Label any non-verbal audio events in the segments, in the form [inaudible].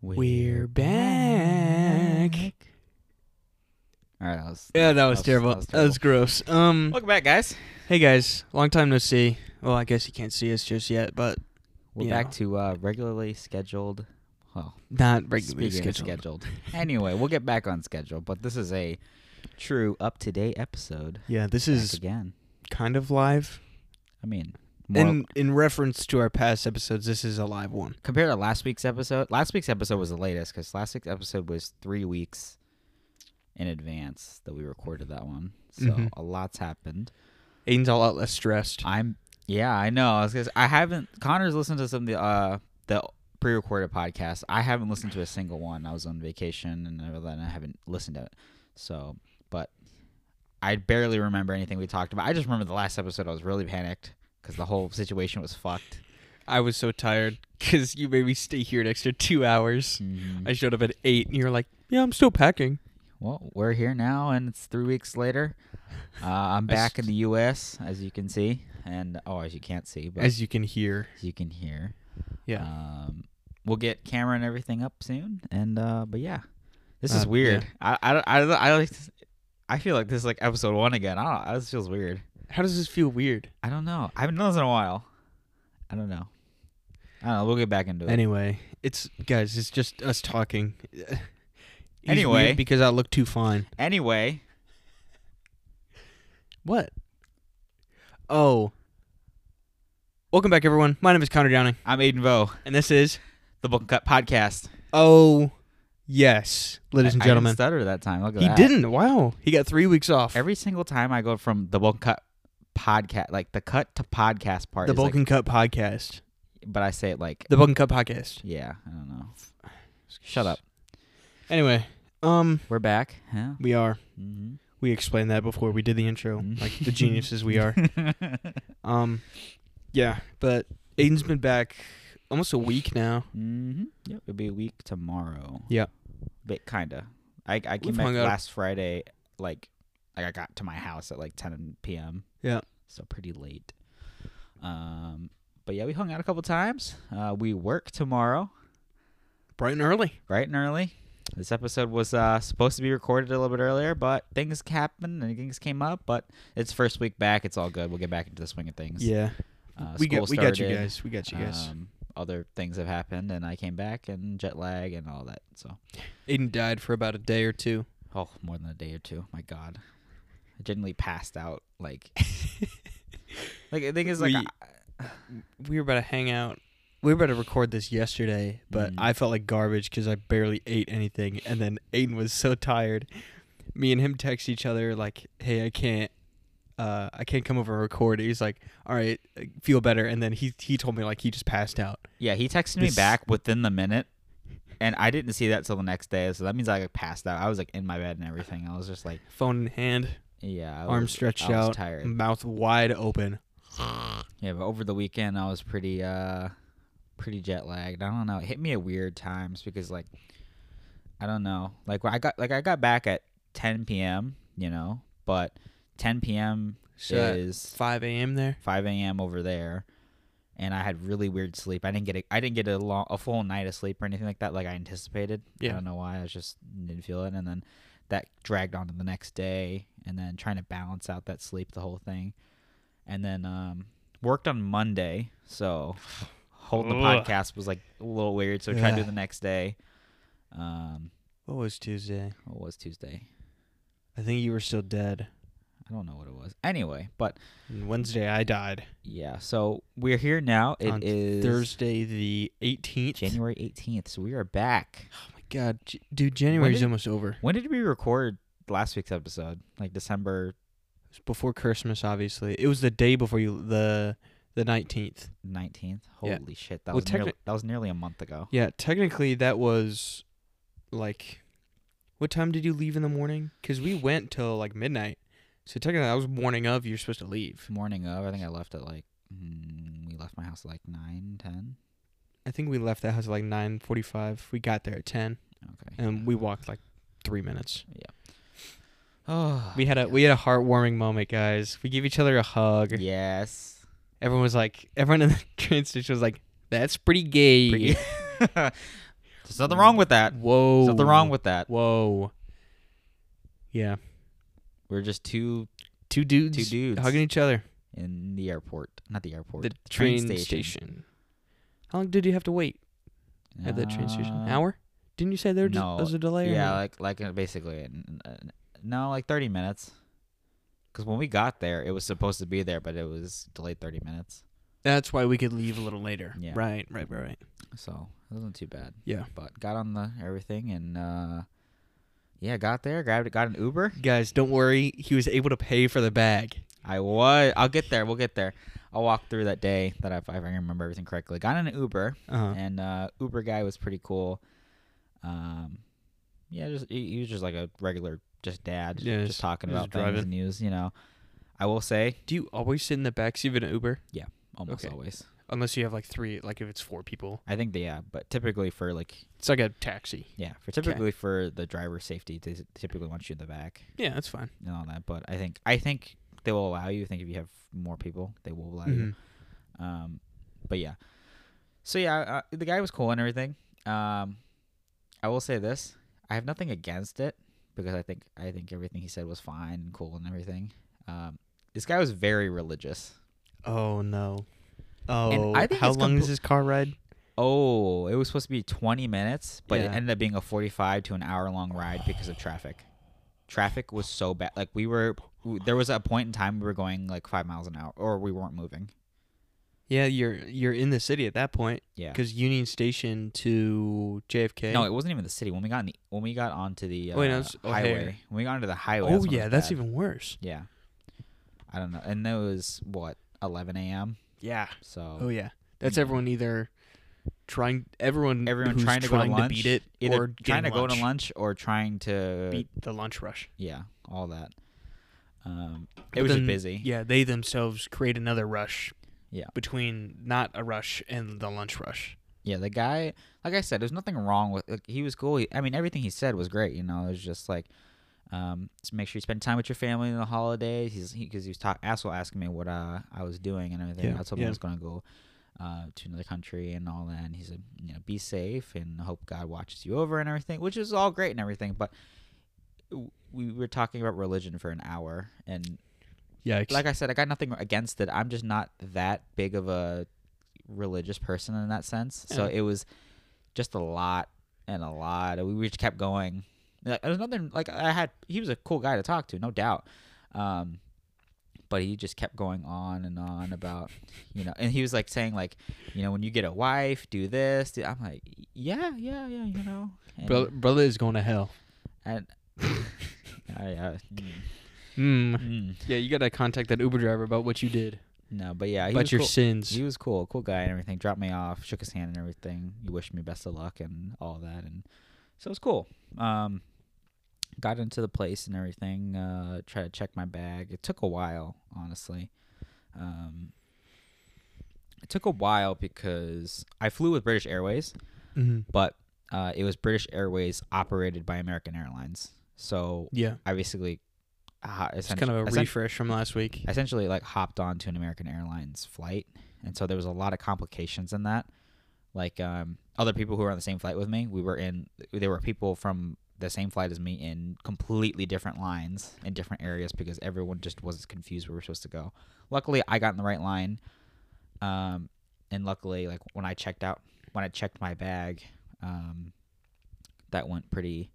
We're back. All right, that was Yeah, that was terrible. That was, gross. Um, Welcome back, guys. hey guys, long time no see. Well, I guess you can't see us just yet, but We're Yeah. back to uh, regularly scheduled. Well, not regularly speaking of scheduled. scheduled. anyway, we'll get back on schedule, but this is a true up to date episode. Yeah, this Back is again. kind of live. I mean, more, In in reference to our past episodes, this is a live one. compared to last week's episode, last week's episode was the latest because last week's episode was three weeks in advance that we recorded that one. So Mhm. a lot's happened. Aiden's a lot less stressed. I'm yeah, I know. I was gonna, say- I haven't Connor's listened to some of the uh the pre-recorded podcasts. I haven't listened to a single one. I was on vacation and all that, and I haven't listened to it. So, but I barely remember anything we talked about. I just remember the last episode. I was really panicked because the whole situation was fucked. I was so tired because you made me stay here an extra two hours. I showed up at eight, and you're like, "Yeah, I'm still packing." Well, we're here now, and it's three weeks later. Uh, I'm [laughs] I s- back in the U.S. as you can see, and oh, as you can't see, but as As you can hear, you can hear. yeah. Um, we'll get camera and everything up soon, and uh, but yeah, this Uh, is yeah. weird. I I don't- I, don't- I like this- I feel like this is like episode one again. I don't. know. This feels weird. How does this feel weird? I don't know. I haven't done this in a while. I don't know. I don't know. We'll get back into it. Anyway, it's guys, it's just us talking. [laughs] He's weird Anyway. because I look too fine. anyway, What? Oh. Welcome back, everyone. My name is Connor Downing, I'm Aiden Vo, and this is the Book and Cut Podcast. Oh Yes, ladies I- and I didn't gentlemen. stutter that time. Look at he that. didn't. Wow, he got three weeks off. Every single time I go from the Book and Cut podcast, like the cut to podcast part. the is like- Bulk and Cup podcast. but I say it like The Bulk and Cup podcast. yeah. I don't know. Shut up. Anyway, um, We're back. Huh? we are. Mm-hmm. [laughs] We explained that before we did the intro, Mm. like the geniuses we [laughs] are. Um, yeah, but Aiden's been back almost a week now. hmm Yep. It'll be a week tomorrow. Yep. But kinda. I I came We've back hung out- last Friday, like like I got to my house at like ten PM. Yeah. So pretty late. Um but yeah, we hung out a couple times. Uh we work tomorrow, Bright and early. bright and early. This episode was uh, supposed to be recorded a little bit earlier, but things happened and things came up. But it's first week back; it's all good. We'll get back into the swing of things. Yeah, uh, we school got we got you started. guys. We got you guys. Um, other things have happened, and I came back and jet lag and all that. So, Aiden died for about a day or two. oh, more than a day or two. My God, I genuinely passed out. Like, [laughs] like the thing is, like, We- We were about to hang out. Mm. We were about to record this yesterday, but Mhm. I felt like garbage because I barely ate anything, and then Aiden was so tired. Me and him text each other like, "Hey, I can't, uh, I can't come over and record." He's like, "All right, uh, feel better," and then he he told me like he just passed out. yeah, he texted this- me back within the minute, and I didn't see that till the next day. So that means I like, passed out. I was like in my bed and everything. I was just like, Phone in hand, yeah, I arms was, stretched I was out, tired. mouth wide open. Yeah, but over the weekend I was pretty uh pretty jet lagged. I don't know. It hit me at weird times because like I don't know. Like when I got like I got back at 10 p.m. You know, but 10 p.m. So at is five a.m. there. 5 a.m. over there, and I had really weird sleep. I didn't get a, I didn't get a long a full night of sleep or anything like that. Like I anticipated. Yeah. I don't know why. I just didn't feel it, and then that dragged on to the next day, and then trying to balance out that sleep, the whole thing, and then um, worked on Monday, so [sighs] holding the Ugh. podcast was like a little weird. So I tried to do Yeah. the next day. Um, What was Tuesday? what was Tuesday? I think you were still dead. I don't know what it was. Anyway, but And Wednesday I died. yeah, so we're here now. It is On Thursday the 18th. January 18th. So we are back. Oh my god, J- dude, January's did- almost over. When did we record last week's episode? Like December It's before Christmas, obviously. It was the day before you the the 19th. 19th? Holy Yeah. shit. That Well, was nearly, technic- that was nearly a month ago. Yeah, technically that was like what time did you leave in the morning? Cuz we went till like midnight. So technically that was morning of you're supposed to leave. Morning of, I think I left at like mm, we left my house at like 9, 10. I think we left that house at like 9:45. We got there at 10 Okay. and we walked like 3 minutes. [sighs] oh. We had a we had a heartwarming moment, guys. We gave each other a hug. [laughs] Yes. [laughs] Everyone was like everyone in the train station was like that's pretty gay. Pretty- There's nothing wrong with that. Whoa. There's nothing wrong with that. Whoa. Yeah. We're just two Two dudes. two dudes Hugging each other. in the airport, not the airport, The train, station. How long did you have to wait at that train station? Uh, An hour? Didn't you say there was, no, was a delay? or Yeah, no? like like uh, basically, n- n- n- no, like thirty minutes. Because when we got there, it was supposed to be there, but it was delayed thirty minutes. That's why we could leave a little later. Yeah. Right, right, right, right. So it wasn't too bad. Yeah. But got on the everything and uh yeah, got there, grabbed got an Uber. Guys, don't worry. He was able to pay for the bag. I was I'll get there, we'll get there. I'll walk through that day that if I remember everything correctly. Got an Uber Uh-huh. and uh Uber guy was pretty cool. Um yeah, just he, he was just like a regular just dad Yeah, just, just- talking just about things driving. and news, you know. I will say Do you always sit in the backseat of an Uber? almost Okay. always. Unless you have like three, like if it's four people. I think they yeah, but typically for like It's like a taxi. yeah, for typically for the driver's safety, they typically want you in the back. Yeah, that's fine. and all that. But I think I think they will allow you. I think if you have more people, they will allow you. Mhm. Um, but yeah. So yeah, uh, the guy was cool and everything. Um, I will say this: I have nothing against it because I think I think everything he said was fine and cool and everything. Um, this guy was very religious. Oh no. Oh, I think how it's long compl- is this car ride? Oh, it was supposed to be 20 minutes, but it Yeah. ended up being a 45 to an hour long ride because of traffic. Traffic was so bad. Like we were, there was a point in time we were going like five miles an hour, or we weren't moving. Yeah, you're you're in the city at that point Yeah. because Union Station to JFK. No, it wasn't even the city. When we got in the, when we got onto the uh, Oh, Wait, no, it's highway, O'Hare. when we got onto the highway. oh when it yeah, was that's bad. even worse. Yeah, I don't know. And that was what 11 a.m. Yeah. So Oh yeah, that's Yeah. everyone either trying everyone Hmm. everyone who's trying to go to lunch, beat it either or trying to getting go to lunch or trying to beat the lunch rush. yeah, all that. Um, it But was then, just busy. Yeah, they themselves create another rush. Yeah. Between not a rush and the lunch rush. Yeah, the guy, like I said, there's nothing wrong with. Like, he was cool. He, I mean, everything he said was great. You know, it was just like, um, just make sure you spend time with your family in the holidays. He's because he, 'cause he was ta- also asking me what uh, I was doing and everything. Yeah, I told him yeah. I was gonna go uh, to another country and all that. And he said, you know, be safe and hope God watches you over and everything, which is all great and everything. But w- we were talking about religion for an hour, and Yikes. like I said, I got nothing against it. I'm just not that big of a religious person in that sense. So Yeah. it was just a lot and a lot. and We we just kept going. Like, there was nothing like I had. He was a cool guy to talk to, no doubt. Um, but he just kept going on and on about you know, and he was like saying like, you know, when you get a wife, do this. Do, I'm like, yeah, yeah, yeah, you know. And, Bro- brother is going [laughs] to hell. and Hmm. I, uh, mm, Mm. mm. Yeah, you gotta contact that Uber driver about what you did, no, but yeah, he about was your cool. sins. He was cool, cool guy and everything. Dropped me off, shook his hand and everything. He wished me best of luck and all that, and so it was cool. Um, got into the place and everything. Uh, tried to check my bag. It took a while, honestly. Um, it took a while because I flew with British Airways, Mhm. but uh, it was British Airways operated by American Airlines. So Yeah, I basically, uh, it's kind of a refresh from last week. essentially like hopped onto an American Airlines flight, and so there was a lot of complications in that. Like um, other people who were on the same flight with me, we were in. There were people from the same flight as me in completely different lines in different areas because everyone just was confused where we were supposed to go. Luckily, I got in the right line, um, and luckily, like when I checked out, when I checked my bag, um, that went pretty.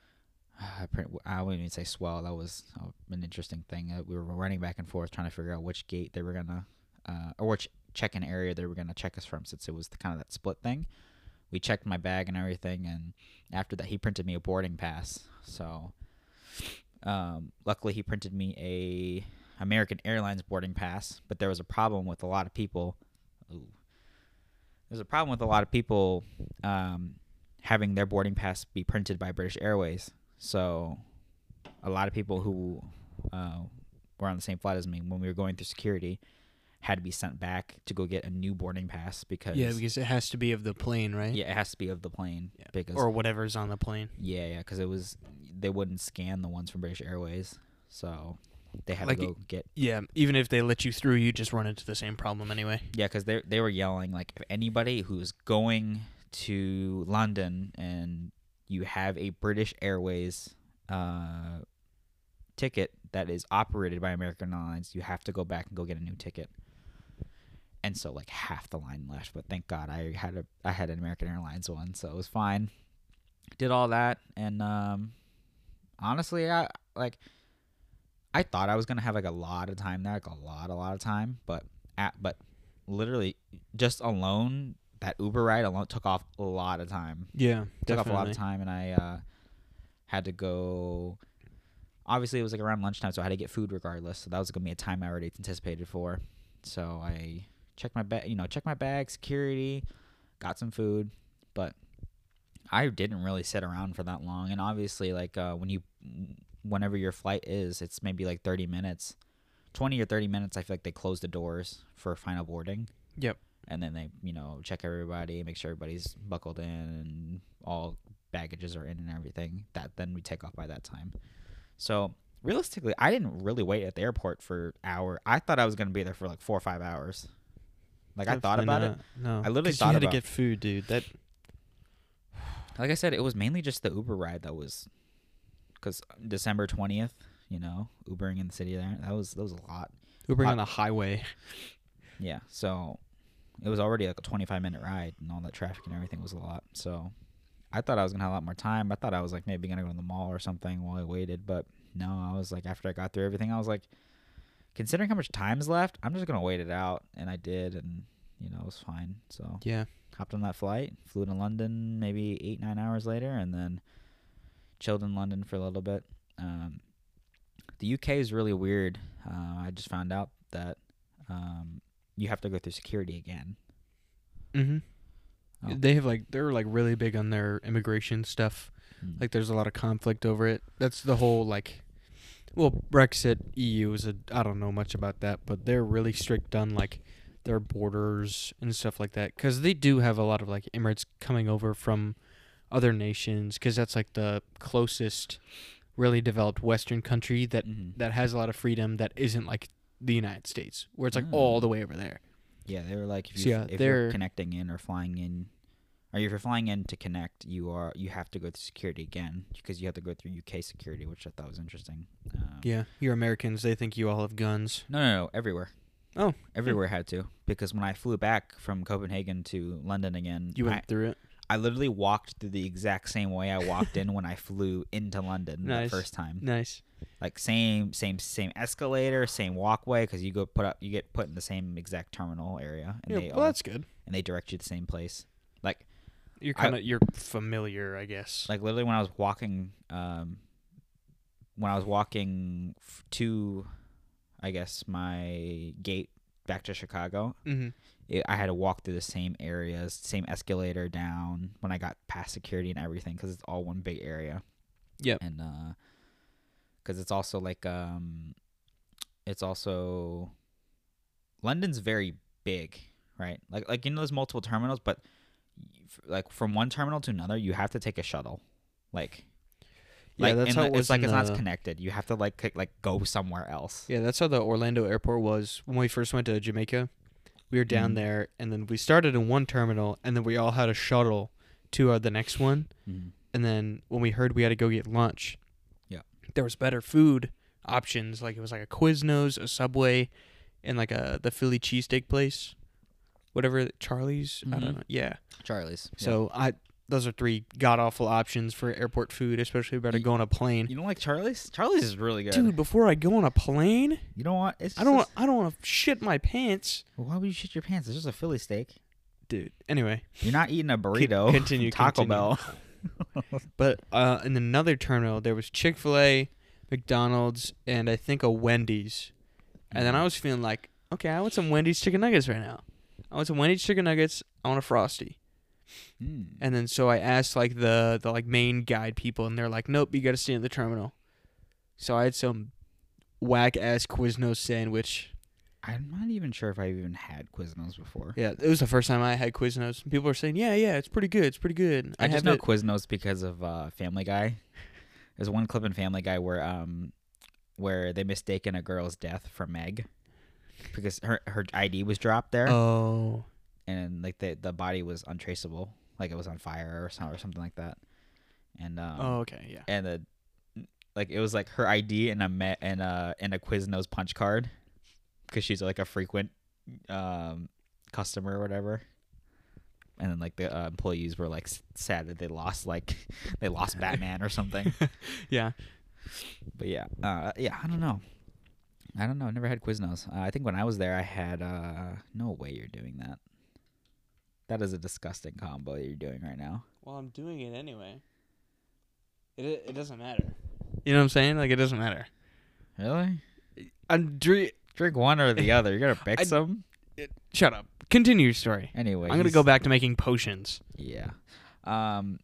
[sighs] I print- I wouldn't even say swell. That was uh, an interesting thing. Uh, we were running back and forth trying to figure out which gate they were gonna, uh, or which check-in area they were gonna check us from, since it was the, kind of that split thing. We checked my bag and everything, and after that, he printed me a boarding pass. So, um, luckily, he printed me a American Airlines boarding pass. But there was a problem with a lot of people. Ooh. There's a problem with a lot of people um, having their boarding pass be printed by British Airways. So, a lot of people who uh, were on the same flight as me when we were going through security had to be sent back to go get a new boarding pass because Yeah, because it has to be of the plane, right? yeah, it has to be of the plane Eh? Yeah. because Or whatever's on the plane. yeah, yeah, because it was they wouldn't scan the ones from British Airways, so they had Like, to go get Yeah, even if they let you through, you just run into the same problem anyway. yeah, because they they were yelling like if anybody who's going to London and you have a British Airways uh, ticket that is operated by American Airlines, you have to go back and go get a new ticket. And so like half the line left, but thank God I had a I had an American Airlines one, so it was fine. Did all that and um honestly I like I thought I was gonna have like a lot of time there, like a lot, a lot of time, but at but literally just alone that Uber ride alone took off a lot of time Yeah, took definitely. off a lot of time and I uh, had to go obviously it was like around lunchtime so I had to get food regardless so that was gonna be a time I already anticipated for so I checked my bag you know checked my bag security got some food but I didn't really sit around for that long and obviously like uh, when you whenever your flight is it's maybe like 30 minutes 20 or 30 minutes I feel like they close the doors for final boarding Yep. and then they you know check everybody make sure everybody's buckled in and all baggages are in and everything that then we take off by that time so realistically i didn't really wait at the airport for hour i thought i was going to be there for like four or five hours like i thought Definitely about not. No, I literally 'Cause thought you had about- to get food, dude. That it like i said it was mainly just the uber ride that was because december 20th you know ubering in the city there that was that was a lot Ubering I- on the highway. Yeah, so it was already like a 25 minute ride, and all that traffic and everything was a lot. So I thought I was gonna have a lot more time. I thought I was like maybe gonna go to the mall or something while I waited, but no, I was like after I got through everything, I was like, considering how much time's left, I'm just gonna wait it out, and I did, and you know it was fine. So Yeah. hopped on that flight, flew to London maybe eight nine hours later, and then chilled in London for a little bit. Um, the UK is really weird. Uh, I just found out that um, you have to go through security again. Mm-hmm. Oh. They have like they're like really big on their immigration stuff. Mm. Like there's a lot of conflict over it. That's the whole like well, Brexit EU is a I don't know much about that, but they're really strict on like their borders and stuff like that cuz they do have a lot of like Emirates coming over from other nations cuz that's like the closest really developed western country that Mhm. that has a lot of freedom that isn't like the United States where it's like Mm. all the way over there. Yeah, they were like, if, So you, yeah, if you're they're- connecting in or flying in, or if you're flying in to connect, you are you have to go through security again because you have to go through UK security, which I thought was interesting. Um, Yeah, you're Americans, they think you all have guns. No, no, no, everywhere. Oh, everywhere had to because when I flew back from Copenhagen to London again, You went I, through it. I literally walked through the exact same way I walked in when I flew into London Nice. the first time. Nice. Like same, same, same escalator, same walkway because you go put up, you get put in the same exact terminal area, and Yeah, they well, all- that's good. and they direct you to the same place. Like You're I- kind of you're familiar, I guess. like literally when I was walking, um, when I was walking f- to, I guess my gate back to Chicago, mm-hmm. it, I had to walk through the same areas, same escalator down when I got past security and everything because it's all one big area. Yep. And because it's also like um, it's also London's very big, right? Like like you know, there's multiple terminals, but y- f- like from one terminal to another, you have to take a shuttle, like. Yeah, like, that's and how the- it it's was like in it's not the- connected. You have to like click, like go somewhere else. Yeah, that's how the Orlando airport was when we first went to Jamaica. We were down Mhm. there, and then we started in one terminal, and then we all had a shuttle to uh, the next one. Mhm. And then when we heard we had to go get lunch, Yeah. there was better food options. Like it was like a Quiznos, a Subway, and like a the Philly cheesesteak place, whatever Charlie's. I Mhm. don't know. Yeah. Charlie's. Yeah. So I those are three god awful options for airport food, especially better Ye- go on a plane. you don't like Charlie's? Charlie's is really good. Dude, before I go on a plane, You don't want. It's I don't just- want, I don't want to shit my pants, Well, why would you shit your pants? It's just a Philly steak. dude. Anyway, You're not eating a burrito. from continue, Taco continue. Bell. but uh, in another terminal there was Chick Fil A, McDonald's, and I think a Wendy's. And Mm. then I was feeling like, okay, I want some Wendy's chicken nuggets right now. I want some Wendy's chicken nuggets. I want a frosty. Mm. And then so I asked like the the like main guide people, and they're like, "Nope, you got to stay in the terminal." So I had some whack ass Quiznos sandwich. I'm not even sure if I've even had Quiznos before. Yeah, it was the first time I had Quiznos. And people were saying, "Yeah, yeah, it's pretty good. It's pretty good." I, just have know it- Quiznos because of uh, Family Guy. There's one clip in Family Guy where um, where they mistaken a girl's death for Meg, because her her ID was dropped there, Oh, and like the the body was untraceable. like it was on fire or something or something like that. And um, oh, okay, yeah. and the like it was like her ID and a me- and a and a Quiznos punch card because she's like a frequent um, customer or whatever. And then like the uh, employees were like s- sad that they lost like [laughs] they lost Batman or [laughs] something. Yeah. But yeah, uh, yeah, I don't know. I don't know. I never had Quiznos. Uh, I think when I was there, I had. Uh, no way you're doing that. That is a disgusting combo that you're doing right now. Well, I'm doing it anyway. It it doesn't matter. You know what I'm saying? Like it doesn't matter. Really? I'm dre- Drink one or [laughs] the other. You're gonna pick I- some. Shut up. Continue your story. Anyway, I'm gonna he's- go back to making potions. Yeah. Um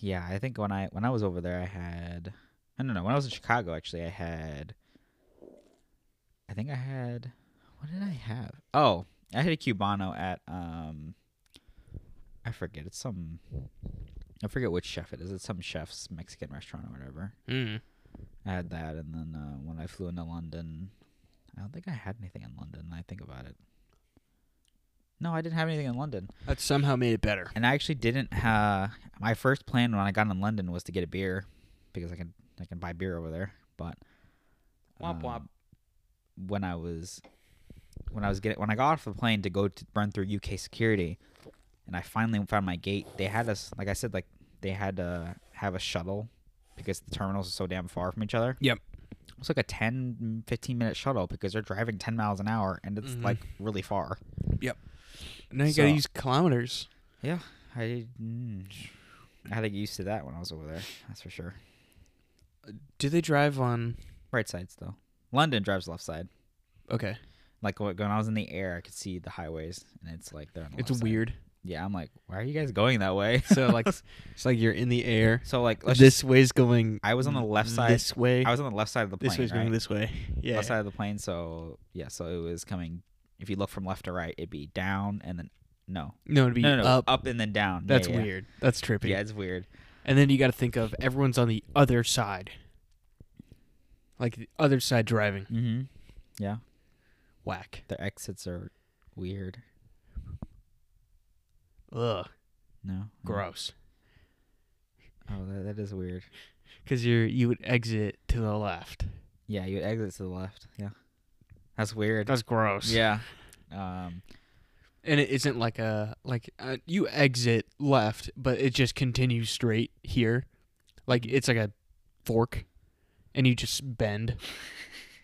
yeah, I think when I when I was over there I had I don't know, when I was in Chicago actually I had I think I had what did I have? Oh, I had a cubano at um I forget, it's some I forget which chef it is. It's some chef's Mexican restaurant or whatever. Mm. I had that and then uh, when I flew into London I don't think I had anything in London, now I think about it. No, I didn't have anything in London. That somehow made it better. And I actually didn't. Uh, my first plan when I got in London was to get a beer because I can I can buy beer over there. But um, Womp womp. when I was when I was getting when I got off the plane to go to run through UK security, and I finally found my gate. They had us like I said like they had to have a shuttle because the terminals are so damn far from each other. Yep. It was like a 10, 15 minute shuttle because they're driving ten miles an hour and it's Mhm. like really far. Now you gotta So- use kilometers. I mm, I had to get used to that when I was over there. That's for sure. Do they drive on? Right sides though. London drives left side. Okay, Like wh- when I was in the air, I could see the highways, and it's like they're. On the it's left side. weird. Yeah, I'm like, why are you guys going that way? [laughs] So like, it's like you're in the air. so like, let's this way's going. I was on the left side. This way. just- I was on the left side of the plane. this way's going right? this way. Yeah. Left side of the plane. So yeah, so it was coming. If you look from left to right, it'd be down and then no, No, it'd be no, no, no, up. up and then down. Yeah, That's yeah. weird. That's trippy. Yeah, it's weird. And then you got to think of everyone's on the other side. Like the other side driving. Mm-hmm. Whack. The exits are weird. Ugh. No, Gross. Oh, that, that is weird. Because you're you would exit to the left. Yeah, you would exit to the left. Yeah, that's weird. That's gross. Yeah. Um, And it isn't like a like uh, you exit left, but it just continues straight here. Like it's like a fork, and you just [laughs] bend.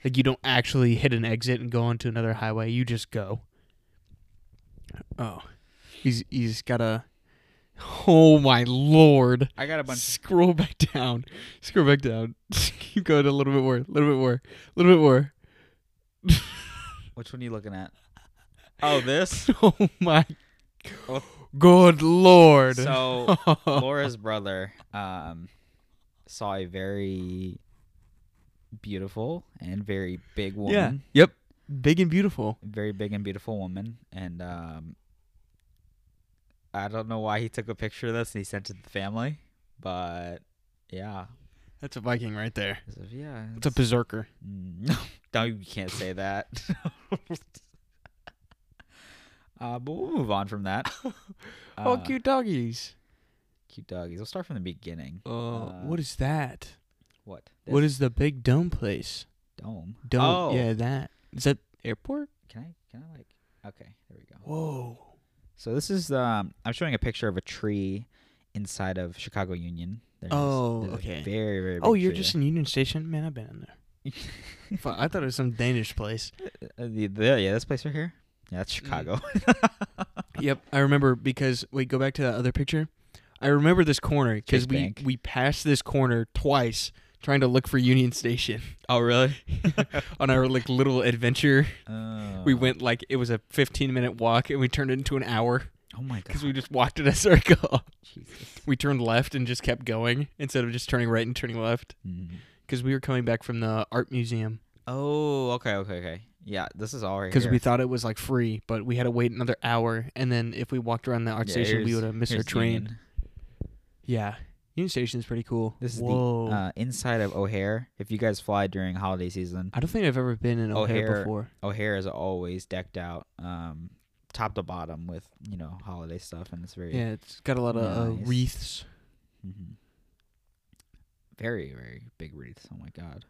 like you don't actually hit an exit and go onto another highway. You just go. Oh, he's he's got a. Oh my lord! I got a bunch. Scroll back down. Scroll back down. [laughs] Keep going a little bit more. A little bit more. A little bit more. [laughs] Which one are you looking at? Oh, this. Oh my. Oh. Good lord. [laughs] Oh. So Laura's brother um, saw a very beautiful and very big woman, Yeah. Yep. Big and beautiful. very big and beautiful woman, and um, I don't know why he took a picture of this and he sent it to the family, but yeah, That's a Viking right there. It's a- yeah, That's a it's- berserker. Mm, [laughs] No, no, you can't say [laughs] that. uh, but we'll move on from that. [laughs] oh, Uh, cute doggies. Cute doggies. We'll start from the beginning. Oh, uh, what is that? What? What is the big dome place? dome? Dome. Oh. Yeah, that. Is that airport? Can I? Can I like? Okay, there we go. Whoa. So this is um. I'm showing a picture of a tree inside of Chicago Union. There's, Oh, there's a okay. very very. Oh, big you're tree just in Union Station? Man, I've been in there. [laughs] there. Fuck, I thought it was some Danish place. Uh, the, the, yeah, this place right here. Yeah, Mm. that's Chicago. [laughs] Yep, I remember because wait, go back to that other picture. I remember this corner because Chase we Bank. we passed this corner twice trying to look for Union Station [laughs] oh really? [laughs] on our like little adventure. Oh. We went like it was a 15 minute walk and we turned it into an hour Oh [laughs] my god. because we just walked in a circle. Jesus. [laughs] we turned left and just kept going instead of just turning right and turning left Mm. because we were coming back from the art museum Oh, okay, okay, okay. Yeah, this is all right because here. we thought it was like free, but we had to wait another hour and then if we walked around the art Yeah, station we here's- would have missed our here's train. Union. Yeah. Union Station is pretty cool. This is Whoa. the uh, inside of O'Hare. If you guys fly during holiday season, Oh, I don't think I've ever been in O'Hare, O'Hare- before. O'Hare is always decked out. Um, top to bottom with you know holiday stuff, and it's very Yeah, it's got a lot of uh, Nice. wreaths. mhm. very very big wreaths. Oh my god,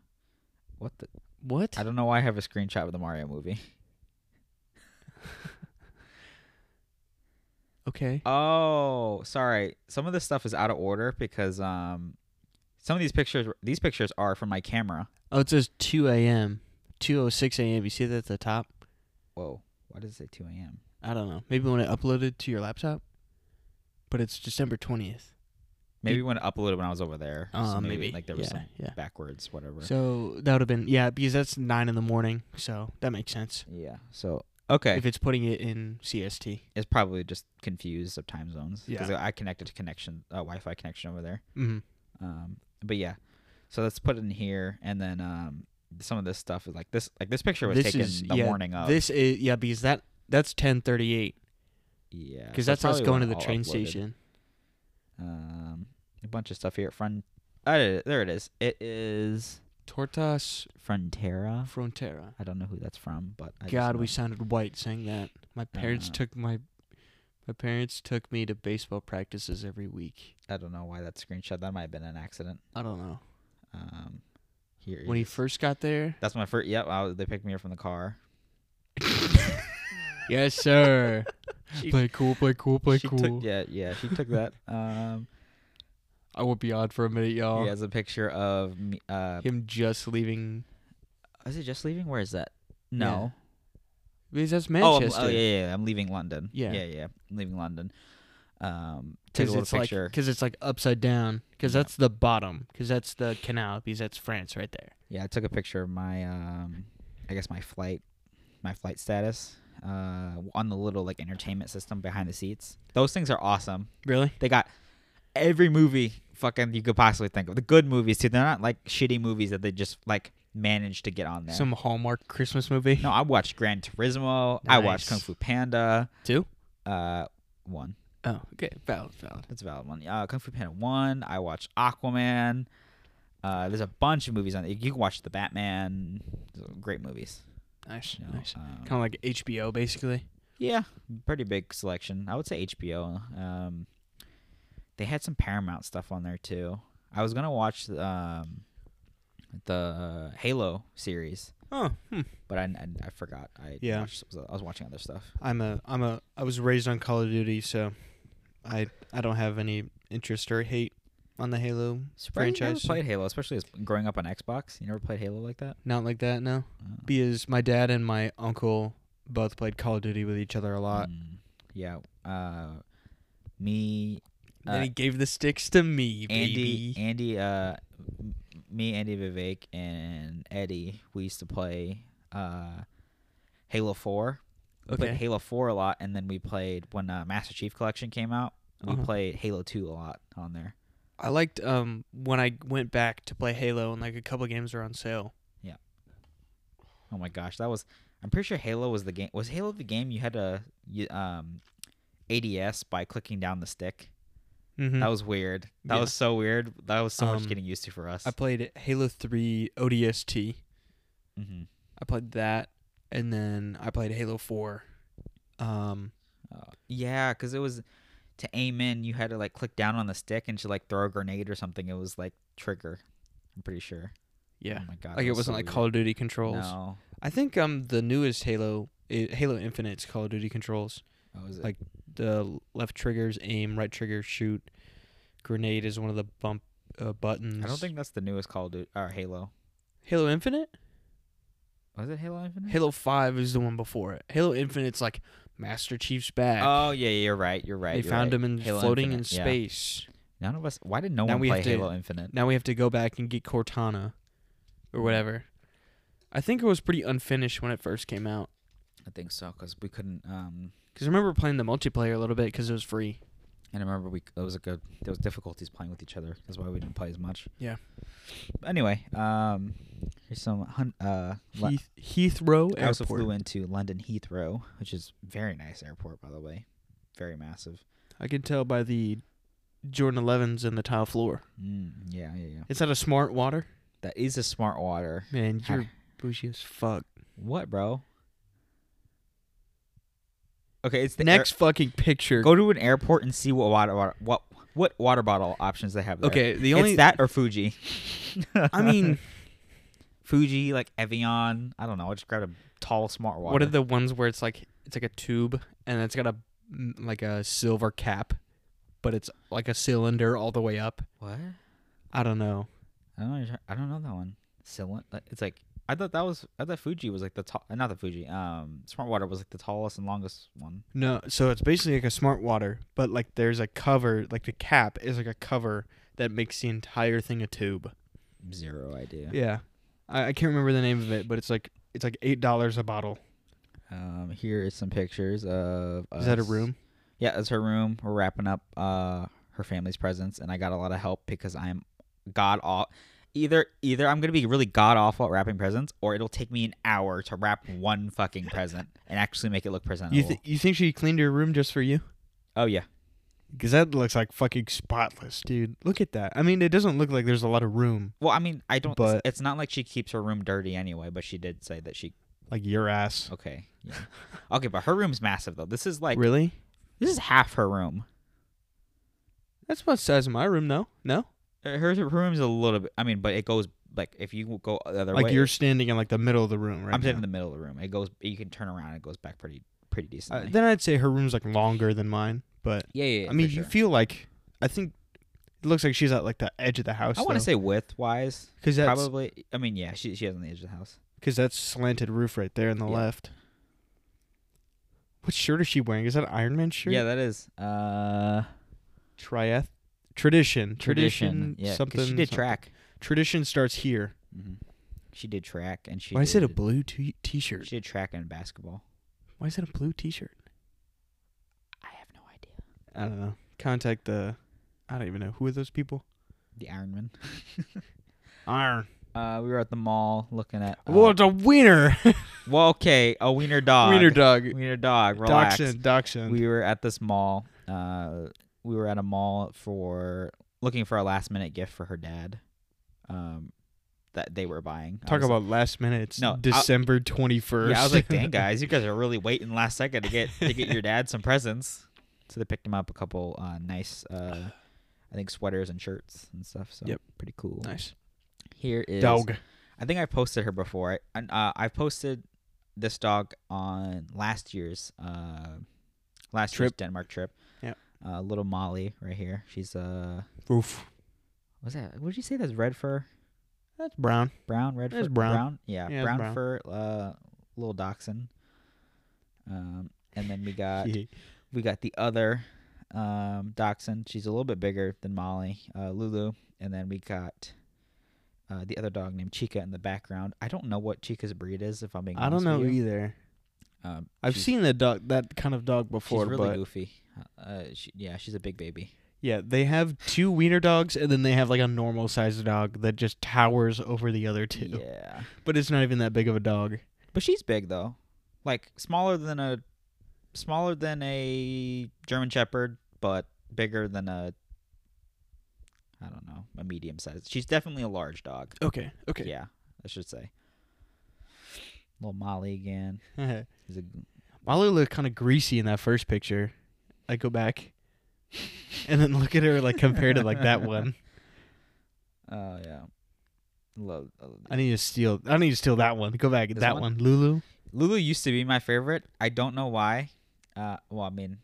what the? What? I don't know why I have a screenshot of the Mario movie. Okay. Oh, sorry. Some of this stuff is out of order because um, some of these pictures these pictures are from my camera. Oh, it says 2 a.m. 2:06 a.m. You see that at the top? Whoa, why does it say two a.m.? I don't know. Maybe when it uploaded to your laptop. But it's December 20th. Maybe when I uploaded when I was over there. so Uh, maybe, maybe. like there was yeah, some yeah. backwards whatever. So that would have been yeah, because that's nine in the morning. So that makes sense yeah. So okay, if it's putting it in CST. it's probably just confused of time zones because Yeah. I connected to connection uh, Wi-Fi connection over there. Mm-hmm. Um, but yeah, so let's put it in here and then um, some of this stuff is like this like this picture was This taken is- the yeah, morning of This is yeah, because that that's 10:38 yeah because so that's us probably going to when the all train uploaded. station. Um, a bunch of stuff here. Front. Uh, there it is. It is Tortas Frontera. Frontera. I don't know who that's from, but I just God, know. we sounded white saying that. My parents Uh, took my my parents took me to baseball practices every week. I don't know why that screenshot. That might have been an accident. I don't know. Um, here. When he is- first [laughs] got there? [laughs] That's my first. Yep, I was, they picked me up from the car. Yes, sir. [laughs] She- play cool, play cool, play she cool. Took, yeah, yeah, she took [laughs] that. Um, I won't be odd for a minute, y'all. he has a picture of me. Uh, Him just leaving is it just leaving? Where is that? No. because that's Oh, Manchester. I'm, oh yeah, yeah, yeah, I'm leaving London. Yeah. yeah, yeah. I'm leaving London. Um, take a Because little it's like, picture. because it's like upside down. Because Yeah. that's the bottom. Because that's the canal. Because that's France right there. Yeah, I took a picture of my, um, I guess my flight, my flight status, uh, on the little like entertainment system behind the seats. Those things are awesome. Really? They got every movie fucking you could possibly think of. The good movies too. They're not like shitty movies that they just like manage to get on there. Some Hallmark Christmas movie. [laughs] no, I watched Gran Turismo. I watched Kung Nice. Fu Panda. Two? Uh, one. Oh, okay. Valid, valid. That's a valid one. Uh, Kung Fu Panda one. I watched Aquaman. Uh, there's a bunch of movies on there. You can watch The Batman. Great movies. Nice, you know, nice. um, Kind of like HBO, basically. Yeah, pretty big selection. I would say HBO. Um, they had some Paramount stuff on there too. I was gonna watch um, the uh, Halo series, Oh, hmm. but I, I, I forgot. I Yeah. watched, I was watching other stuff. I'm a, I'm a, I was raised on Call of Duty, so I, I don't have any interest or hate on the Halo. Surprised You never Franchise. played Halo, especially as growing up on Xbox. You never played Halo like that. Not like that, no. Uh, Because my dad and my uncle both played Call of Duty with each other a lot. mm, yeah. Uh, me, then Uh, he gave the sticks to me, Andy, baby. Andy, uh, m- me, Andy, Vivek, and Eddie, we used to play uh, Halo Four. We played Okay. Halo Four a lot, and then we played when uh, Master Chief Collection came out. We Uh-huh. played Halo Two a lot on there. I liked um when I went back to play Halo and like a couple games were on sale. Oh my gosh, that was. I'm pretty sure Halo was the game. Was Halo the game you had to you, um, ADS by clicking down the stick? Mm-hmm. That was weird. That Yeah. was so weird. That was so much Um, getting used to for us. I played Halo 3 ODST. mm-hmm. I played that and then I played Halo 4. Um Uh, yeah, because it was to aim in, you had to like click down on the stick and to like throw a grenade or something. It was like trigger. I'm pretty sure. yeah. Oh my god. like that it was wasn't so like weird. Call of Duty controls. No. I think um the newest Halo i Halo Infinite's Call of Duty controls. Oh, was it? Like- The left triggers aim, right trigger shoot. Grenade is one of the bump uh, buttons. I don't think that's the newest Call of Duty or Halo. Halo Infinite? Was it Halo Infinite? Halo 5 is the one before it. Halo Infinite's like Master Chief's back. Oh yeah, yeah, you're right. You're right. they you're found right. him in Halo floating Infinite, in yeah. space. None of us. Why did no Now one we play have to- Halo Infinite? Now we have to go back and get Cortana or whatever. I think it was pretty unfinished when it first came out. I think so because we couldn't. Um, Because I remember playing the multiplayer a little bit because it was free. and I remember we it was a good there was difficulties playing with each other. That's why we didn't play as much. Yeah. But anyway, um, here's some hun- uh [laughs] la- Heath, Heathrow I also Airport. flew into London Heathrow, which is very nice airport, by the way. Very massive. I can tell by the Jordan 11s and the tile floor. Mm, yeah, yeah, yeah. Is that a smart water? That is a smart water. Man, [sighs] Huh. you're bougie as fuck. What, bro? Okay, it's the air- Next fucking picture. go to an airport and see what water, water what what water bottle options they have. There. okay, the it's only that or Fuji. [laughs] I mean, Fuji, like Evian. I don't know. I just grabbed a tall smart water. what are the ones where it's like it's like a tube and it's got a mm, like a silver cap, but it's like a cylinder all the way up. what? I don't know. I don't know. what you're try- I don't know that one. Cylinder. It's like I thought that was. I thought Fuji was like the tall. Not the Fuji. Um, smart water was like the tallest and longest one. No, so it's basically like a smart water, but like there's a cover, like the cap is like a cover that makes the entire thing a tube. Zero idea. Yeah, I, I can't remember the name of it, but it's like it's like eight dollars a bottle. Um, here is some pictures of. Is that a us. room? Yeah, that's her room. We're wrapping up uh her family's presents, and I got a lot of help because I'm god off. Either either I'm gonna be really god awful at wrapping presents, or it'll take me an hour to wrap one fucking [laughs] present and actually make it look presentable. You th- you think she cleaned your room just for you? oh yeah, Because that looks like fucking spotless, dude. Look at that. I mean, it doesn't look like there's a lot of room, well I mean I don't. But- it's not like she keeps her room dirty anyway, but she did say that she like your ass. okay. Yeah. okay, but her room's massive though. This is like really? this is half her room. That's about the size of my room, no? No? Uh, Her, her room's a little bit. I mean, but it goes like if you go the other Like way. you're standing in like the middle of the room, right? I'm sitting in now. the middle of the room. It goes. You can turn around. It goes back pretty pretty Uh, decently. then I'd say her room's like longer than mine, but yeah, yeah. yeah, I mean, for you sure. feel like I think it looks like she's at like the edge of the house. I want to say width wise, because that's probably. I mean, yeah, she she has on the edge of the house. because that's slanted roof right there on the Yeah. left. What shirt is she wearing? Is that an Iron Man shirt? Yeah, that is uh Triath. tradition. Tradition. Tradition. Yeah, 'cause something. she did something. track. Tradition starts here. hmm She did track, and she. Why did, is it a blue t- t-shirt? She did track and basketball. Why is it a blue t-shirt? I have no idea. I don't know. Contact the. I don't even know who are those people. The Ironman. Iron. Uh, we were at the mall looking at. Uh, well, it's a wiener. well, okay, a [laughs] wiener dog. wiener dog. Wiener dog. Relax. Dachshund. Dachshund. we were at this mall. Uh, we were at a mall for looking for a last minute gift for her dad. Um, that they were buying. I Talk was like- about last minute. It's No, I- December twenty first. Yeah, I was [laughs] like, dang guys, you guys are really waiting last second to get to get your dad some presents. So they picked him up a couple uh, nice, uh, I think sweaters and shirts and stuff. So Yep. pretty cool. nice Here is dog. I think I posted her before. I uh, I posted this dog on last year's uh, last year's Trip. Denmark trip. Yep. Uh, little Molly right here. She's uh, Oof. what's that? What did you say? That's red fur, That's brown. brown, red It's fur, brown. Yeah, Yeah, it's brown, brown. fur. Uh, little dachshund. Um, and then we got Yeah. we got the other um, dachshund. She's a little bit bigger than Molly, uh, Lulu. And then we got uh, the other dog named Chica in the background. I don't know what Chica's breed is, if I'm being I don't honest know with you. either. Um, I've she's- seen that dog, that kind of dog she's before, really but goofy. Uh, she, yeah, she's a big baby. yeah, they have two wiener dogs, and then they have like a normal sized dog that just towers over the other two. Yeah, But it's not even that big of a dog. but she's big though, like smaller than a smaller than a German Shepherd, but bigger than a I don't know a medium size. She's definitely a large dog. Okay. Okay. Yeah, I should say. Little Molly again. [laughs] He's a Molly looked kind of greasy in that first picture. I [laughs] go back and then look at her like compared to like that one. oh yeah. uh, Love, I love I need to steal. I need to steal that one. Go back. This that one? one? Lulu. Lulu used to be my favorite. I don't know why. Uh, well, I [laughs] mean,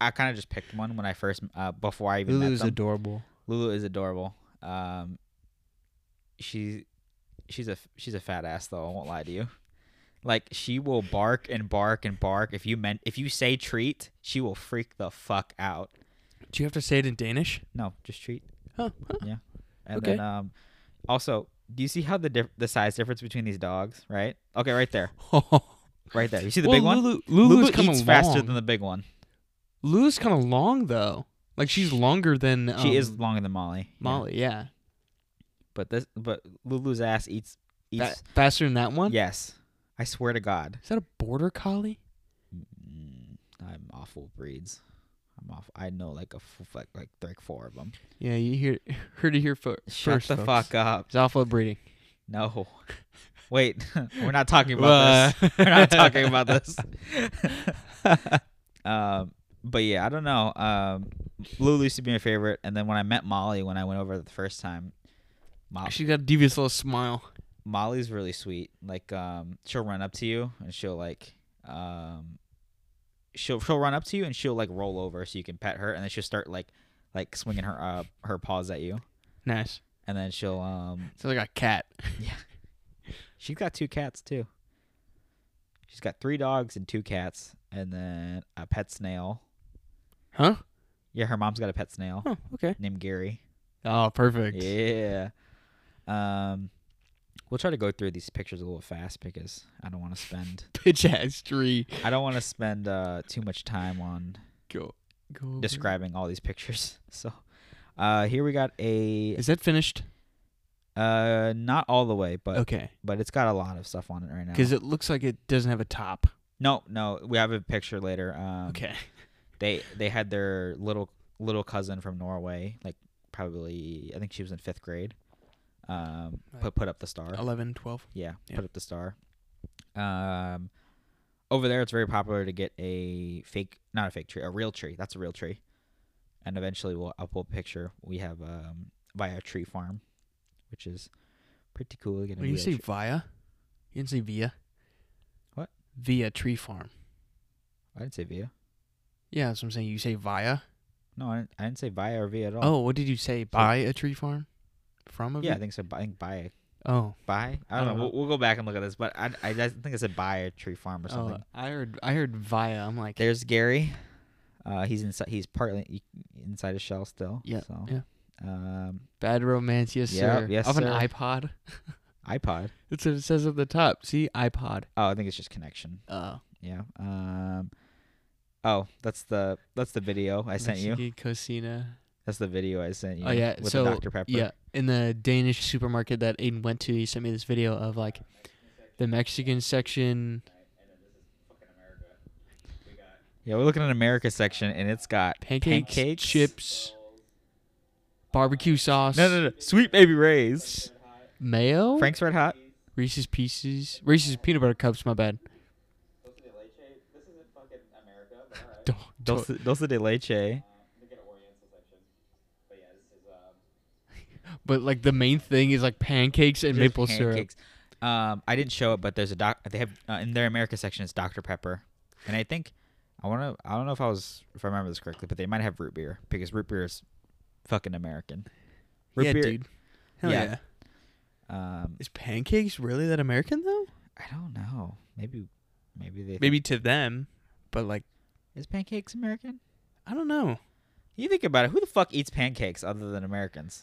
I kind of just picked one when I first uh, before I even Lulu met is them. adorable. Lulu is adorable. Um, she, she's a she's a fat ass though. I won't lie to you. Like she will bark and bark and bark. If you meant if you say treat, she will freak the fuck out. Do you have to say it in Danish? No, just treat. Huh? huh. And Okay. then um, also, do you see how the diff- the size difference between these dogs? Right? Okay, right there, [laughs] right there. You see the Well, big one? Lulu, Lulu's Lulu kind eats of faster than the big one. Lulu's kind of long though. Like she's longer than um, she is longer than Molly. yeah. Molly. Yeah. but this but Lulu's ass eats eats. That, faster than that one. yes, I swear to God, Is that a border collie? Mm, I'm awful with breeds. I'm off. I know like a f- like like three, four of them. Yeah, you hear [laughs] heard it here fo- Shut first. the folks. fuck up. It's awful breeding. No. Wait, [laughs] we're not talking about this. [laughs] We're not talking about this. um, but yeah, I don't know. Um, Lulu used to be my favorite, and then when I met Molly, when I went over the first time, Mo- She got a devious little smile. Molly's really sweet. Like, um, she'll run up to you and she'll like, um, she'll she'll run up to you and she'll like roll over so you can pet her, and then she'll start like, like swinging her uh, her paws at you, Nice. and then she'll um, Sounds like a cat. she's got two cats too. She's got three dogs and two cats, and then a pet snail. Huh? Yeah, her mom's got a pet snail Oh, okay. named Gary. Oh, perfect. [laughs] Yeah. Um, we'll try to go through these pictures a little fast because I don't want to spend Bitch ass tree. I don't want to spend uh, too much time on Go. Go. over. describing all these pictures. [laughs] So, uh, here we got a Is that finished? uh, not all the way, but Okay. but it's got a lot of stuff on it right now. Because it looks like it doesn't have a top. no, no, we have a picture later. Um, Okay. they they had their little little cousin from Norway, like probably I think she was in fifth grade. Um, Right. put put up the star. 11, 12. Yeah, Oh. Yeah. put up the star. Um, over there, it's very popular to get a fake, not a fake tree, a real tree. That's a real tree. And eventually, we'll I'll pull a picture. We have um via tree farm, which is pretty cool. Get a When Oh, you real say tree- via, you didn't say via. What? Via tree farm. I didn't say via. Yeah, that's what I'm saying. You say via. No, I didn't, I didn't say via or via at all. Oh, what did you say? By a tree farm? From a yeah, I via? think so. I think by Oh. by. I don't, know. We'll, we'll go back and look at this, but I I, I think it's a by a tree farm or something. Oh, I heard I heard via. I'm like, There's Gary. Uh, he's inside. He's partly e-, inside his shell still. Yeah, So. yeah. Um, bad romance, yes, Yeah, sir. yes, Of an sir. iPod. [laughs] iPod. That's what it says up the top. See, iPod. Oh, I think it's just connection. Uh, Yeah. Um. Oh, that's the that's the video I sent you. Mexican Cocina. That's the video I sent you. Oh, yeah, With so, the Dr Pepper. Yeah, in the Danish supermarket that Aiden went to, he sent me this video of like the Mexican section. Yeah, we're looking at America section, and it's got Pancakes, pancakes. chips, barbecue sauce, No, no, no. Sweet baby Ray's. mayo, Frank's Red Hot. Reese's Pieces, Reese's peanut butter cups. My bad. Don't, don't- Dulce, Dulce de leche. But like the main thing is like pancakes and maple syrup. pancakes. Um, I didn't show it, but there's a doc. They have uh, in their America section. It's Dr Pepper, and I think I want to. I don't know if I was if I remember this correctly, but they might have root beer because root beer is fucking American. Root yeah, beer, dude. Hell Yeah. yeah. Um, Is pancakes really that American though? I don't know. Maybe, maybe they. Maybe to them, but like is pancakes American? I don't know. You think about it. Who the fuck eats pancakes other than Americans?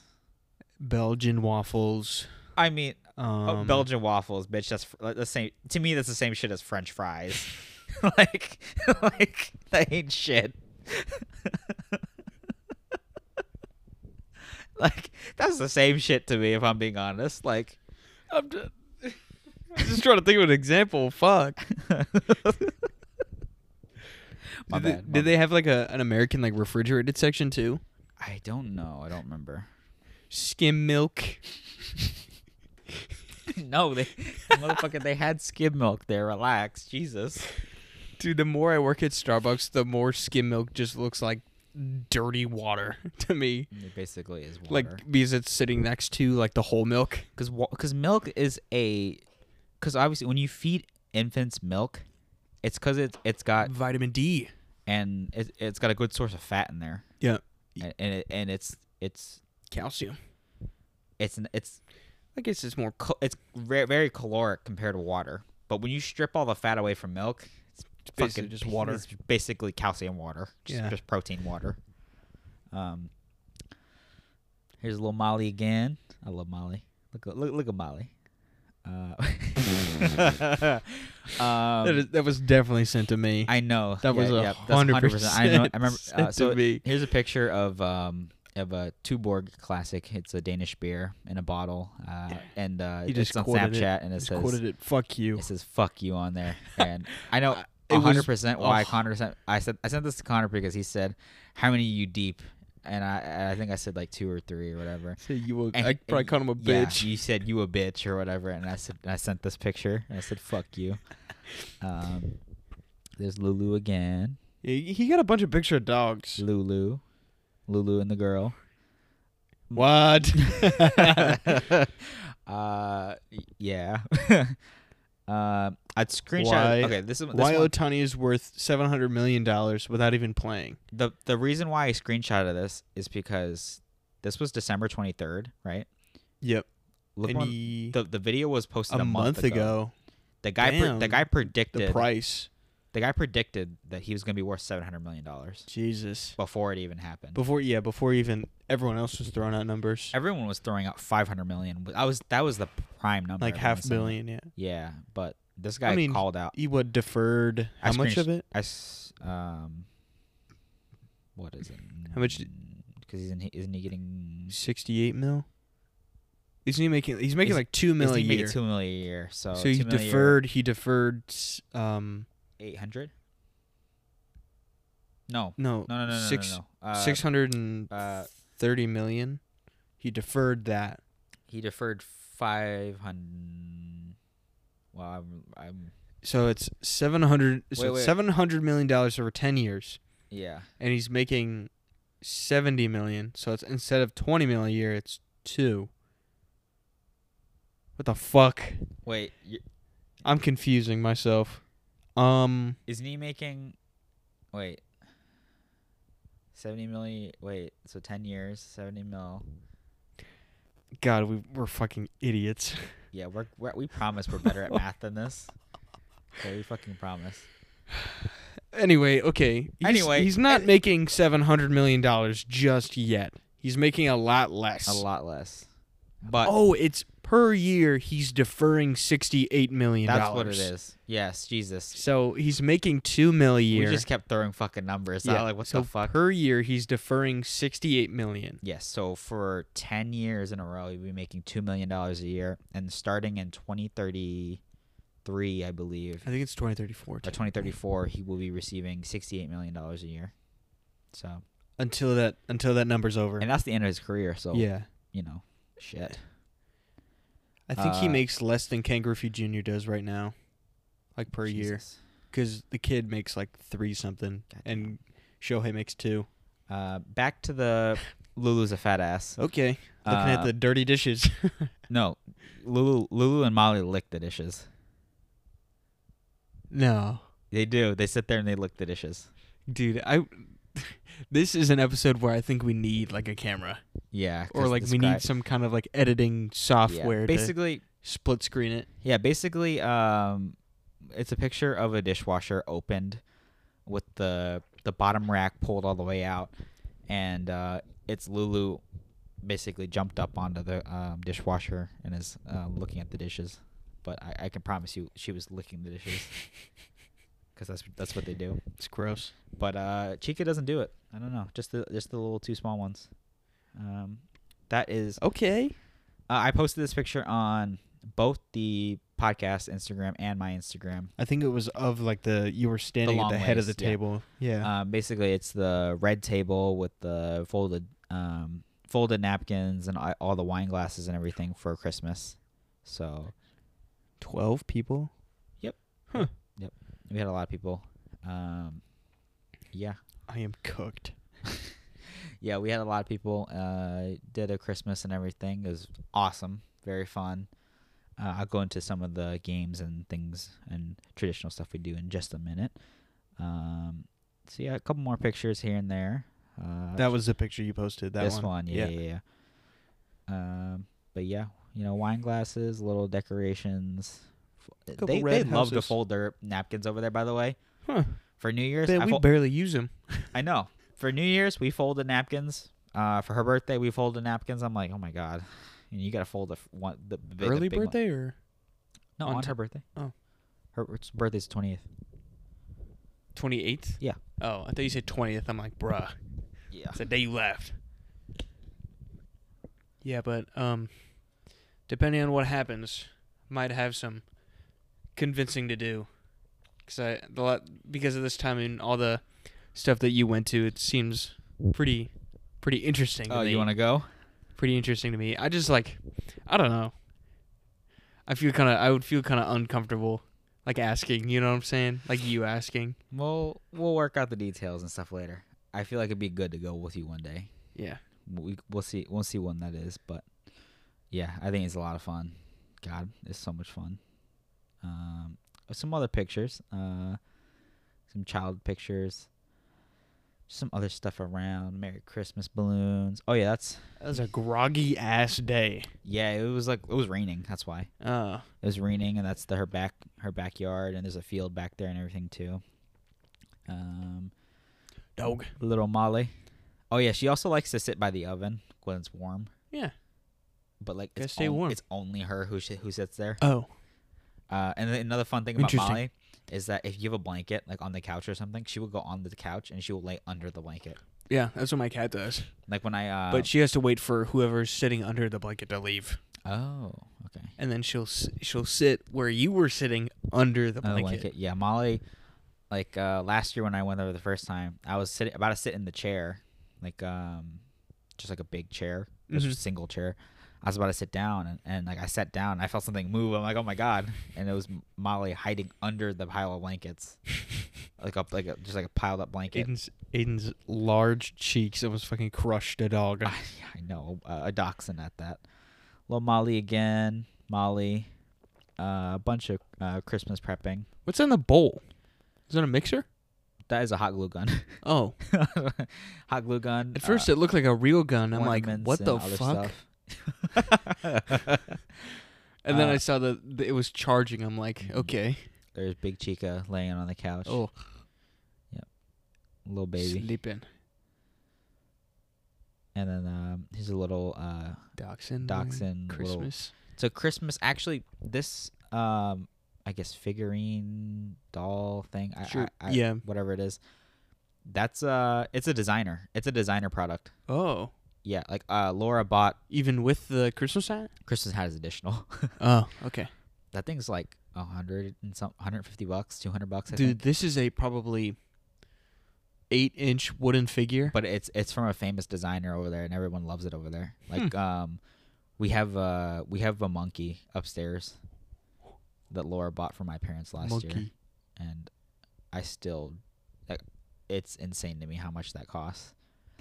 Belgian waffles. I mean, Um, oh, Belgian waffles, bitch. That's fr- the same. To me, that's the same shit as French [laughs] fries. like, [laughs] like that ain't shit. [laughs] like that's the same shit to me. If I'm being honest, [laughs] like. [laughs] I'm just, just trying to think of an example. Fuck. [laughs] my did they, bad, my did they have like a, an American like refrigerated section too? I don't know. I don't remember. Skim milk. [laughs] no, they [laughs] motherfucker, they had skim milk there. Relax, Jesus. [laughs] Dude, the more I work at Starbucks, the more skim milk just looks like dirty water [laughs] to me. It basically is water. Like because it's sitting next to like the whole milk. because because milk is a because obviously when you feed infants milk, it's because it's it's got Uh, Vitamin D. and it, it's got a good source of fat in there, Yeah. and and, it, and it's it's Calcium. it's an- it's I guess it's more cal- it's ve- very caloric compared to water. But when you strip all the fat away from milk, it's basically fucking- just water. It's basically calcium water, just, Yeah. just protein water. Um, here's a little Molly again. I love Molly. Look, at- look, look at Molly. [laughs] Uh, that, [laughs] um, is, that was definitely sent to me. I know That Yeah, was a yeah, that's 100%. I know. I remember. 100% Uh, so to me. here's a picture of um of a Tuborg classic. It's a Danish beer in a bottle, uh, and uh, You just it's on quoted it. Snapchat, and it just says quoted it. Fuck [laughs] you. it says "fuck you" on [laughs] there, and I know It was- 100 percent why oh. Connor sent. I said I sent this to Connor because he said, "How many you deep?" and I and I think I said like two or three or whatever. So you, And- I probably and called him a yeah, bitch. you said you a bitch or whatever, and I said and I sent this picture and I said fuck [laughs] you. Um, there's Lulu again. He he got a bunch of picture of dogs. Lulu, Lulu and the girl. What? [laughs] uh, y- yeah. [laughs] uh, I'd screenshot. Why- Okay, this is this Why one- Otani is worth seven hundred million dollars without even playing? the the reason why I screenshotted this is because this was December 23rd, right? Yep. Look, and when- he, the the video was posted a month ago, The guy pre- the Damn. guy the predicted price. the guy predicted that he was going to be worth 700 million dollars Jesus. before it even happened. Before yeah, before even everyone else was throwing out numbers, Everyone was throwing out 500 million. I was that was the prime number. like everyone was half saying. billion. Yeah. Yeah, but this guy mean, called out. He what deferred? I How much screensh- of it? I s- um, what is it? How much d- Because isn't he, isn't he getting? Sixty-eight mil. Isn't he making? He's making Is- like two mil isn't a he making year. two million a year. So, so he deferred. He deferred. s- Um, eight hundred. No, no, no, no, no, no, six no, no. Uh, six hundred and uh, thirty million. He deferred that. He deferred five hundred. Well, I'm, I'm, So it's seven hundred. Wait, So wait. seven hundred million dollars over ten years, yeah, and he's making seventy million. So it's instead of twenty mil a year, it's two. What the fuck? wait, y- I'm confusing myself. Um, isn't he making? Wait, seventy million. Wait, so ten years, seventy mil. God, we we're fucking idiots. [laughs] Yeah, we're, we're we promise we're better at math than this. Okay, we fucking promise. Anyway, okay. He's, Anyway, he's not I- making seven hundred million dollars just yet. He's making a lot less. A lot less. But Oh, it's per year. He's deferring sixty-eight million that's dollars. what it is. Yes, Jesus. So he's making two mil a We year. just kept throwing fucking numbers Yeah, out. Like, what so the fuck? Per year, he's deferring sixty-eight million. yes, so for 10 years in a row, you'll be making $2 million a year. And starting in 2033, I believe, I think it's twenty thirty-four or 2034, he will be receiving $68 million a year. So, until that until that number's over. and that's the end of his career. So, yeah, you know, shit. I think he Uh, makes less than Ken Griffey Jr. does right now, like per year. 'Cause year, Jesus. because the kid makes like three something, Goddamn. and Shohei makes two. Uh, back to the [laughs] Lulu's a fat ass. Okay, looking Uh, at the dirty dishes. [laughs] No, Lulu, Lulu and Molly lick the dishes. no, They do. They sit there and they lick the dishes. dude, I. [laughs] This is an episode where I think we need like a camera, Yeah. or 'cause like this we guy- need some kind of like editing software Yeah. to Basically, split screen it. yeah. Basically, um, it's a picture of a dishwasher opened, with the the bottom rack pulled all the way out, and uh, it's Lulu, basically jumped up onto the um, dishwasher and is uh, looking at the dishes. But I, I can promise you, she was licking the dishes, because that's that's what they do. [laughs] It's gross. But uh, Chica doesn't do it. I don't know. Just the just the little two small ones. Um, that is. Okay. Uh, I posted this picture on both the podcast Instagram and my Instagram. I think it was of like the you were standing at long the head of the ways, yeah. table. Yeah. Uh, Um, basically, it's the red table with the folded um, folded napkins and a- all the wine glasses and everything for Christmas. So Twelve people. we had a lot of people. Um, yeah, I am cooked. yeah, we had a lot of people. Uh, did a Christmas and everything. It was awesome, very fun. Uh, I'll go into some of the games and things and traditional stuff we do in just a minute. Um, so yeah, a couple more pictures here and there. Uh, That was the picture you posted. That this one. yeah, yeah, yeah. Um, but yeah, you know, wine glasses, little decorations. F- Couple They, they red love to houses. fold their napkins over there. By the way, Huh. for New Year's, Ba- I we fol- barely use them. I know. For New Year's, we folded napkins. Uh, for her birthday, we folded napkins. I'm like, oh my god, and you gotta fold the f- one the b- big, the Early big one. birthday or No, on on, t- her birthday. oh. her her birthday's twentieth. twenty eighth? Yeah. Oh, I thought you said twentieth. I'm like, bruh, Yeah. the day you left. Yeah, but um, depending on what happens, might have some convincing to do. Cause I the lot, because of this time and all the stuff that you went to, it seems pretty pretty interesting. Oh, to you me. want to go? Pretty interesting to me. I just like, I don't know. I feel kind of. I would feel kind of uncomfortable, like asking. You know what I'm saying? Like you asking. Well, we'll work out the details and stuff later. I feel like it'd be good to go with you one day. Yeah. We we'll see we'll see when that is, but yeah, I think it's a lot of fun. God, it's so much fun. Um, some other pictures, uh, some child pictures, some other stuff around. Merry Christmas balloons. Oh yeah, that's That was a groggy ass day. yeah. It was like it was raining. That's why. Uh, it was raining and that's the her back her backyard and there's a field back there and everything too um dog. little molly oh yeah she also likes to sit by the oven when it's warm Yeah. but like Gotta it's, stay on- warm. it's only her who sh- who sits there Oh. uh and then another fun thing about Interesting. molly is that if you have a blanket like on the couch or something she will go on the couch and she will lay under the blanket Yeah, that's what my cat does. like when i uh but she has to wait for whoever's sitting under the blanket to leave, oh okay and then she'll s- she'll sit where you were sitting under the I blanket. like it. Yeah, Molly. Like uh, last year when I went there the first time, I was sitting about to sit in the chair, like um, just like a big chair, just Mhm. a single chair. I was about to sit down, and, and like I sat down, and I felt something move. I'm like, oh my god! And it was M- Molly hiding under the pile of blankets, like up like a, just like a piled up blanket. [laughs] Aiden's Aiden's large cheeks almost fucking crushed a dog. I, [laughs] I know uh, a dachshund at that. Little Molly again, Molly, uh, a bunch of uh, Christmas prepping. What's in the bowl? Is that a mixer? That is a hot glue gun. [laughs] Oh, hot glue gun. at uh, first it looked like a real gun. I'm like, ornaments what and the other fuck? [laughs] stuff. [laughs] And then I Uh, saw that th- it was charging. I'm like, Mhm. okay, There's Big Chica laying on the couch. oh, Little baby. sleeping And then um, here's a little uh, dachshund, man. dachshund. Little. Christmas. So Christmas, actually, this, um, I guess, figurine doll thing. I, Sure, I, I, yeah. Whatever it is. That's uh, it's a designer. It's a designer product. Oh, Yeah, like uh, Laura bought even with the Christmas hat? Christmas hat as additional. [laughs] Oh, okay, that thing's like a hundred and some, hundred fifty bucks, two hundred bucks. I think. dude, this is a probably eight inch wooden figure. but it's it's from a famous designer over there, and everyone loves it over there. Hmm. Like um, we have uh we have a monkey upstairs that Laura bought for my parents last year, Monkey. and I still like it's insane to me how much that costs.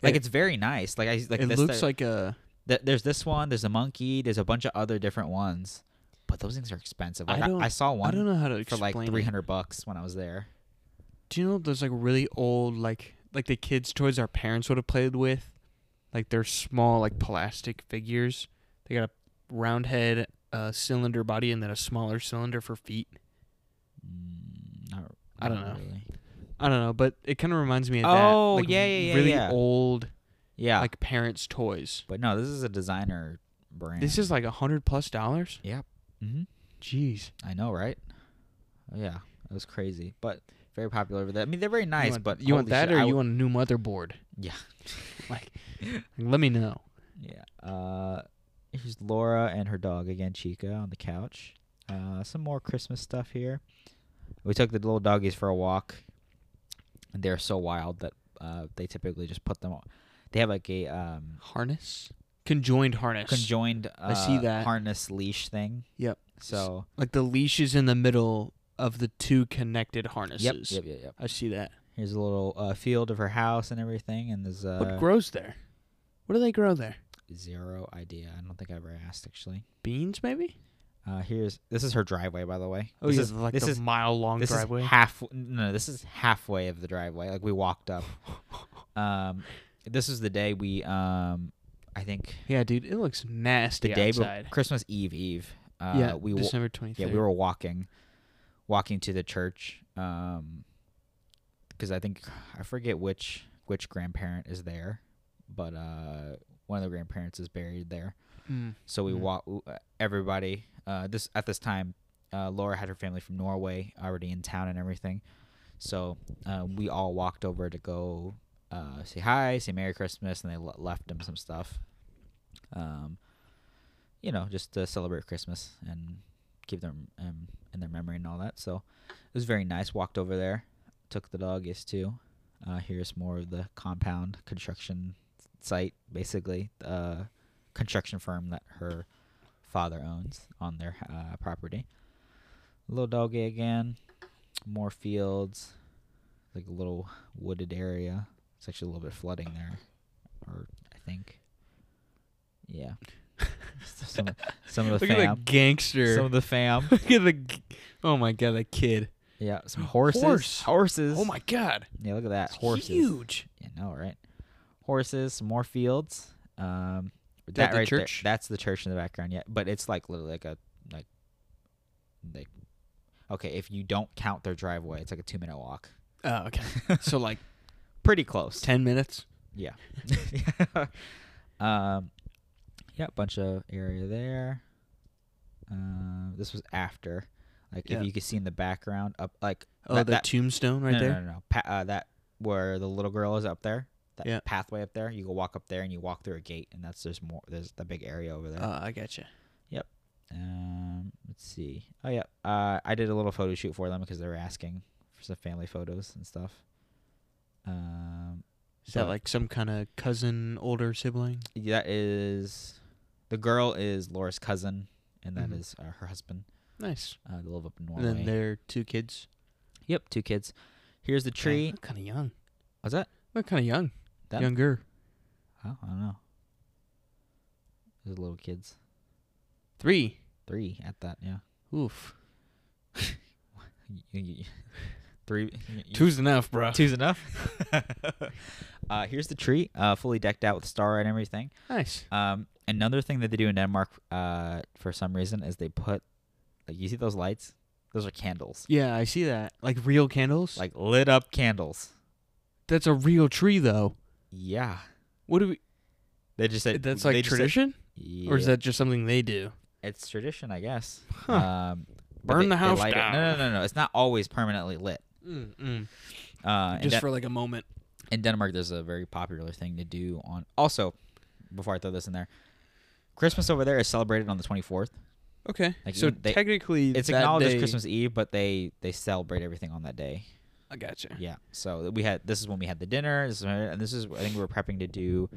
Like It- it's very nice. Like I like it this, looks that- like a. th- there's this one, there's a monkey, there's a bunch of other different ones, but those things are expensive. I Like I, don't- I saw I don't one know how to for explain. like it. three hundred bucks when I was there. Do you know those like really old like like the kids toys our parents would have played with? Like they're small like plastic figures. They got a round head, a cylinder body and then a smaller cylinder for feet. Mm, not, I don't not know. really. I don't know, but it kind of reminds me of that. Oh, like, yeah, yeah, yeah, Really yeah. old Yeah, like parents toys. But no, this is a designer brand. This is like a hundred plus dollars. hmm Jeez. I know, right? Oh, yeah, it was crazy, but very popular over there. I mean, they're very nice, you want, but you want holy that shit, I or you w- want a new motherboard? Yeah. [laughs] [laughs] like, let me know. yeah. Uh, here's Laura and her dog again, Chica, on the couch. Uh, some more Christmas stuff here. We took the little doggies for a walk, and they're so wild that uh, they typically just put them. on. They have like a um, Harness? Conjoined harness. conjoined uh, see that. harness leash thing. Yep. So Like the leash is in the middle of the two connected yep, harnesses. yep, yep, yep. I see that. Here's a little uh, field of her house and everything, and there's uh, what grows there? What do they grow there? zero idea. I don't think I ever asked actually. Beans, maybe. Uh, here's this is her driveway, by the way. Oh, this yeah, is like this the is mile long this driveway. is half. No, this is halfway of the driveway. Like we walked [laughs] up. um, this is the day we um, I think yeah, dude, it looks nasty the day before outside. Christmas Eve Eve. Uh, yeah, we wa- December twenty yeah third. we were walking, walking to the church. Um, because I think I forget which which grandparent is there, but uh, one of the grandparents is buried there. So we Mhm. wa walk everybody. Uh, this at this time, uh, Laura had her family from Norway already in town and everything. So uh, we all walked over to go uh, say hi, say Merry Christmas, and they le- left them some stuff. Um, you know, just to celebrate Christmas and keep them um, in their memory and all that. So it was very nice. Walked over there, took the doggies too. Uh, here's more of the compound construction s- site, basically, uh, construction firm that her father owns on their uh, property. Little doggy again, more fields, like a little wooded area. It's actually a little bit flooding there, or I think, [laughs] yeah. some, some of the Look at fam, the gangster. some [laughs] of the fam, Look at the. g- Oh my god, that kid. yeah. Some horses, Horse. horses. Oh my god, Yeah, look at that. it's Horses. huge. You know, right? Horses, some more fields. Um, that, that the right there- church? that's the church in the background. Yeah, but it's like literally like a like like okay, if you don't count their driveway, it's like a two minute walk. Oh okay. [laughs] so like Pretty close. ten minutes. Yeah. [laughs] um, yeah, bunch of area there. Um, this was after, like Yeah. if you could see in the background up like Oh, That- the that- tombstone right no, there. No, no, no. Pa- uh, that where the little girl is up there. That Yeah. pathway up there. You go walk up there and you walk through a gate, and that's there's more. There's the big area over there. Oh, I gotcha. Um, let's see. Oh yeah. Uh, I did a little photo shoot for them because they were asking for some family photos and stuff. Um, Is that but like some kind of cousin, older sibling? that is the girl is Laura's cousin, and that Mhm. is uh, her husband. Nice. Uh, they live up in And Norway. then their two kids. yep, two kids. Here's the tree. kind of young. What's that? They're kind of young. That- Younger. Oh, I don't know. Those little kids. Three. Three at that, yeah. Oof. You- you- you- [laughs] Three. you- you- Two's enough, bro. two's enough. uh, here's the tree, uh, fully decked out with star and everything. Nice. Um, another thing that they do in Denmark, uh, for some reason, is they put like you see those lights. Those are candles, Yeah, I see that. Like real candles. like lit up candles. that's a real tree though. Yeah, What do we? they just said that's they like just said- tradition, yeah, or is that just something they do? it's tradition, I guess. Huh. Um, but Burn they- the they house light it- down. No, no, no, no. It's not always permanently lit. Mm-mm. Uh, in Just Den- for like a moment. in Denmark, there's a very popular thing to do on. Also, before I throw this in there, Christmas over there is celebrated on the 24th. Okay. Like, so even they- technically, It's that acknowledged day- as Christmas Eve, but they they celebrate everything on that day. [laughs] I gotcha. [laughs] Yeah. So we had this is when we had the dinner, this is when- and this is I think we were prepping to do,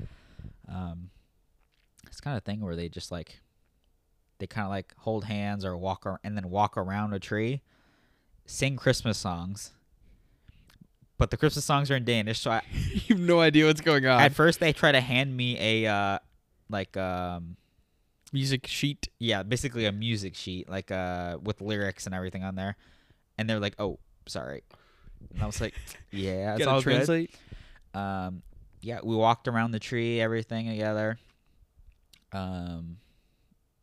um, this kind of thing where they just like, they kind of like hold hands or walk ar- and then walk around a tree, sing Christmas songs. But the Christmas songs are in Danish, [laughs] so I, you have no idea what's going on. at first they try to hand me a uh like um Music sheet. yeah basically a music sheet like uh with lyrics and everything on there and they're like oh sorry and i was like [laughs] yeah it's Gotta all good translate. um yeah we walked around the tree everything together um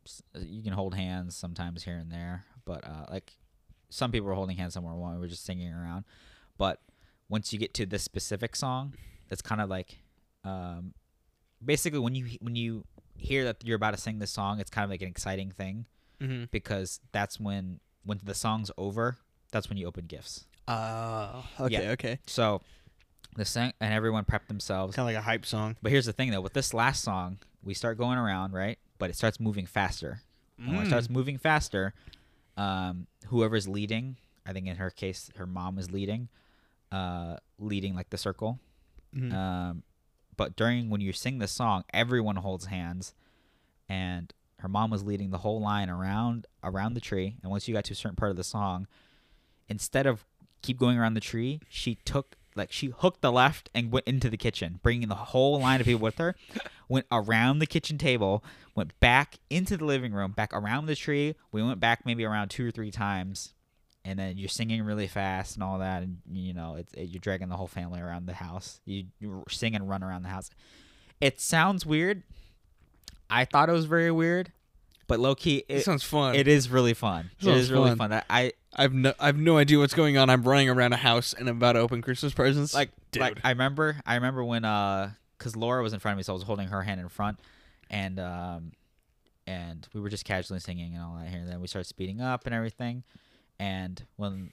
s- uh, you can hold hands sometimes here and there but uh like some people were holding hands somewhere while we were just singing around but once you get to this specific song it's kind of like um basically when you when you hear that you're about to sing this song it's kind of like an exciting thing Mm-hmm. because that's when when the song's over that's when you open gifts Oh, okay, okay. so the sang and everyone prepped themselves Kind of like a hype song. But here's the thing, though. With this last song, we start going around, right? But it starts moving faster. Mm. And when it starts moving faster, um, whoever's leading, I think in her case, her mom is leading, uh, leading like the circle. Mhm. Um, but during when you sing the song, everyone holds hands, and her mom was leading the whole line around around the tree. And once you got to a certain part of the song, instead of keep going around the tree, she took like she hooked the left and went into the kitchen, bringing the whole line of people with her. Went around the kitchen table, went back into the living room, back around the tree. We went back maybe around two or three times, and then you're singing really fast and all that, and you know it's it, you're dragging the whole family around the house. You, you r- sing and run around the house. It sounds weird. I thought it was very weird, but low key, It it, sounds fun. it is really fun. It Sounds is really fun. fun. I, I I've no, I've no idea what's going on. I'm running around a house and I'm about to open Christmas presents. like dude, like I remember I remember when uh cuz Laura was in front of me so I was holding her hand in front and um and we were just casually singing and all that here and then we started speeding up and everything and when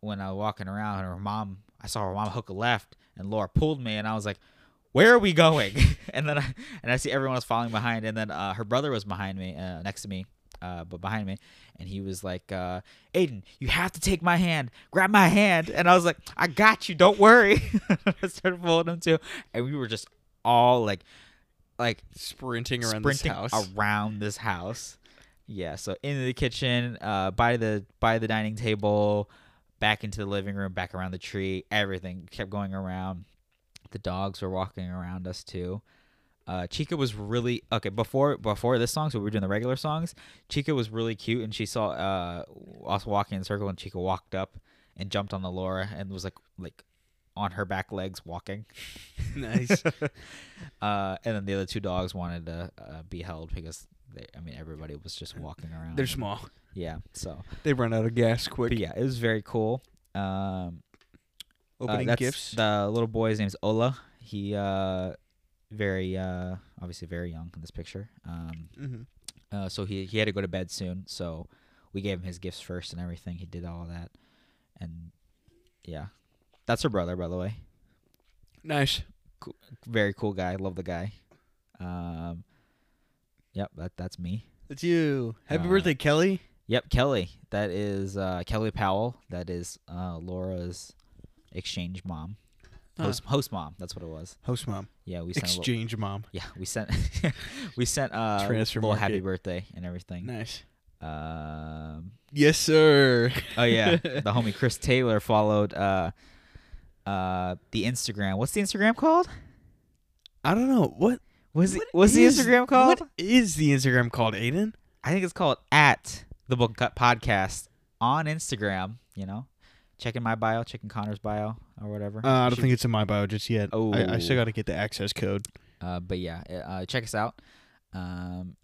when I was walking around her mom I saw her mom hook a left and Laura pulled me and I was like where are we going? [laughs] and then I, and I see everyone was following behind and then uh, her brother was behind me uh, next to me uh, but behind me and he was like uh, aiden you have to take my hand grab my [laughs] hand and i was like i got you don't worry i started pulling him too and we were just all like like sprinting around sprinting this [laughs] house. around this house. Yeah, so into the kitchen, uh, by the by the dining table, back into the living room, back around the tree, everything kept going around. The dogs were walking around us too. Uh, Chica was really okay before before this song, so we were doing the regular songs. Chica was really cute, and she saw uh, us walking in a circle, and Chica walked up and jumped on the Laura and was like like on her back legs walking. [laughs] nice. Uh, and then the other two dogs wanted to uh, be held because they, I mean, everybody was just walking around. They're small. Yeah. So, They run out of gas quick. but yeah, it was very cool. Um, uh, Opening that's- gifts. The little boy's name's Ola. He, uh, very, uh, obviously very young in this picture. Um, mm-hmm. uh, so he, he had to go to bed soon. So we gave him his gifts first and everything. He did all of that. And yeah, that's her brother, by the way. Nice. Very cool guy. Love the guy. Um, yep. That, that's me. It's you. Happy Uh, birthday, Kelly. Yep, Kelly. That is uh, Kelly Powell. That is uh, Laura's exchange mom, host, host mom. That's what it was. Host mom. Yeah, we sent. A little, Exchange mom. yeah, we sent. [laughs] we sent uh, Transfer little happy market. birthday and everything. Nice. Um, Yes, sir. oh [laughs] yeah, the homie Chris Taylor followed uh, uh, the Instagram. What's the Instagram called? I don't know what Was it what what's the is- Instagram called? What is the Instagram called, Aiden? I think it's called at the Book Cut Podcast on Instagram. You know, checking my bio, checking Connor's bio or whatever. Uh, I don't Shoot. think it's in my bio just yet. I, I still Oh. got to get the access code. Uh, but yeah, uh, uh, check us out. Um,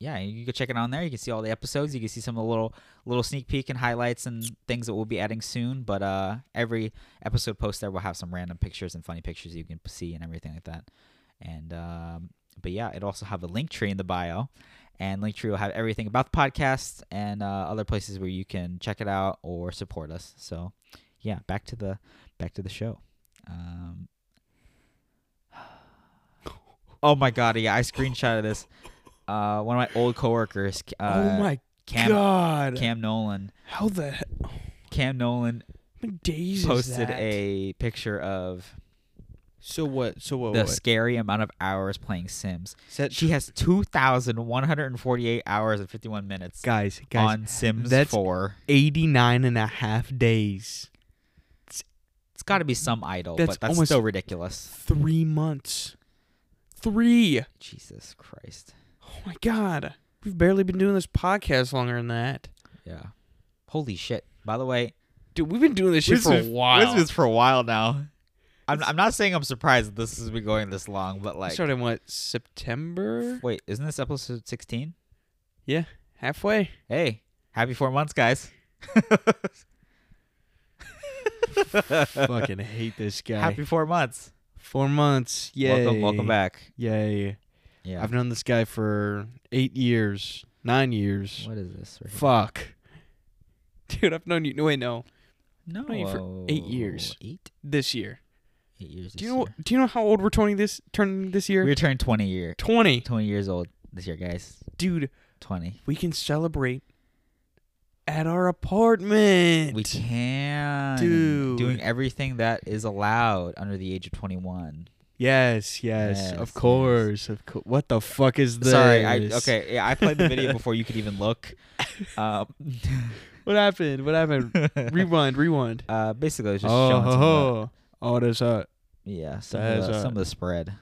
yeah, you can check it on there. You can see all the episodes. You can see some of the little little sneak peek and highlights and things that we'll be adding soon. But uh, every episode post there will have some random pictures and funny pictures you can see and everything like that. And um, but yeah, it also have a link tree in the bio, and link tree will have everything about the podcast and uh, other places where you can check it out or support us. So yeah, back to the back to the show. Um, [sighs] oh my god, yeah, I screenshotted this. Uh, one of my old coworkers, uh, oh my Cam god! Cam Nolan. How the he- oh, how Cam Nolan many days is posted that? a picture of So what? So what? the what? scary amount of hours playing Sims. Is that- She has 2,148 hours and 51 minutes guys, guys, on Sims that's- 4. 89 and a half days, It's got to be some idol, That's but that's almost- so ridiculous. three months, three. Jesus Christ. Oh my god! We've barely been doing this podcast longer than that, Yeah. Holy shit. By the way, dude. We've been doing this shit This for a is- while. this is for a while now. I'm, I'm not saying I'm surprised that this has been going this long, but We like, started in what September? wait, isn't this episode 16? [laughs] Halfway. Hey, happy four months, guys. [laughs] Fucking hate this guy. Happy four months. Four months. Yay! Welcome, welcome back. Yay! Yeah. I've known this guy for eight years, nine years. what is this? Right here? Fuck. [laughs] Dude, I've known you. No, wait, no. no, known you for eight years. Eight, This year. eight years. Do this you know? year. Do you know how old we're turning this? Turning this year? We turned twenty year, Twenty. twenty years old this year, guys. Dude, Twenty. we can celebrate at our apartment. We can Dude. doing everything that is allowed under the age of twenty one. Yes, yes, Yes, yes. of course, of course. What the fuck is this? Sorry, I okay. Yeah, I played the [laughs] video before you could even look. Um, What happened? [laughs] What happened? rewind, rewind. uh, basically, it was [laughs] just Oh, showing some of the- oh, oh, that's hot. Yeah, some, of That is the, a- some of the [laughs] spread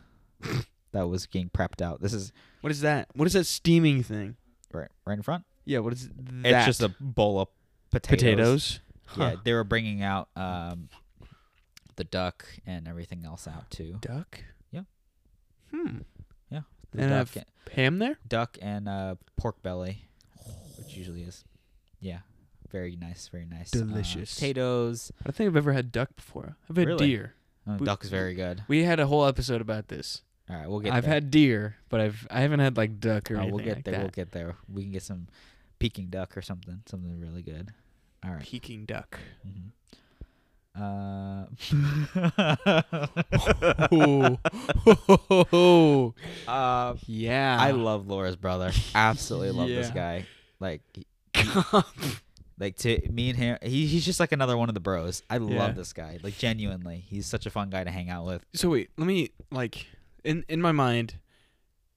that was getting prepped out. This is What is that? What is that steaming thing? right, right in front. Yeah, what is that? It's just a bowl of potatoes. potatoes. Yeah, Huh. they were bringing out um, the duck and everything else out too. Duck. Yeah. Hmm. The And duck, I've- and, Ham there. duck and uh, pork belly, which usually is, yeah, very nice, very nice. Uh, Delicious. potatoes. I don't think I've ever had duck before. I've had Really? deer. Uh, We- duck is very good. We had a whole episode about this. All right, we'll get. I've there. had deer, but I've I haven't had like duck or Oh, anything we'll get like there. We'll that. get there. We can get some Peking duck or something. Something really good. All right. [laughs] Peking duck. [laughs] Mhm. Uh, oh, oh, [laughs] uh, yeah. I [laughs] love Laura's brother. Absolutely love this Yeah. guy. Like, he- like to me and him, he, he's just like another one of the bros. I Yeah. love this guy. Like, genuinely, he's such a fun guy to hang out with. so wait, let me like in in my mind,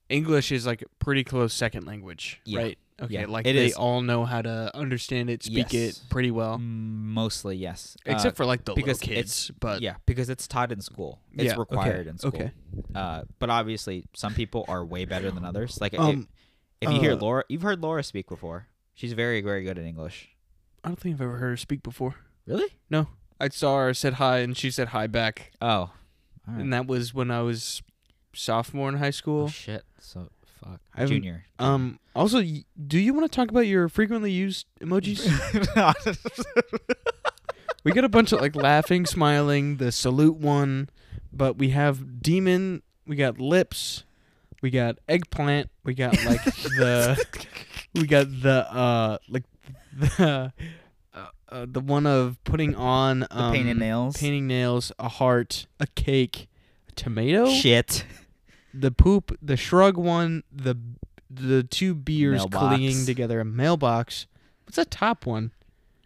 English is like a pretty close second language, Yeah. right? Okay, Yeah. like It they is. all know how to understand it, speak Yes. it pretty well, Mostly, yes. Uh, Oh. except for like the because little it's- kids. But yeah, because it's taught in school. It's Yeah, okay, required in school. okay. Uh, but obviously, some people are way better than others. Like, if- Um, if, you hear uh, Laura, you've heard Laura speak before. She's very, very good at English. I don't think I've ever heard her speak before. Really? No, I saw her, said hi, and she said hi back, Oh. All right. and that was when I was sophomore in high Oh, school. shit. So fuck. I haven't- Junior. [laughs] Um. Also, y- do you want to talk about your frequently used emojis? we got a bunch of like laughing, smiling, the salute one, but we have demon. We got lips. We got eggplant. We got [laughs] like the. We got the uh like the. Uh, uh, the one of putting on the um, painted nails. painting nails, a heart, a cake, a Oh. tomato, Shit. the poop, the shrug one, the the two beers Mailbox. clinging together, a mailbox. What's that top one?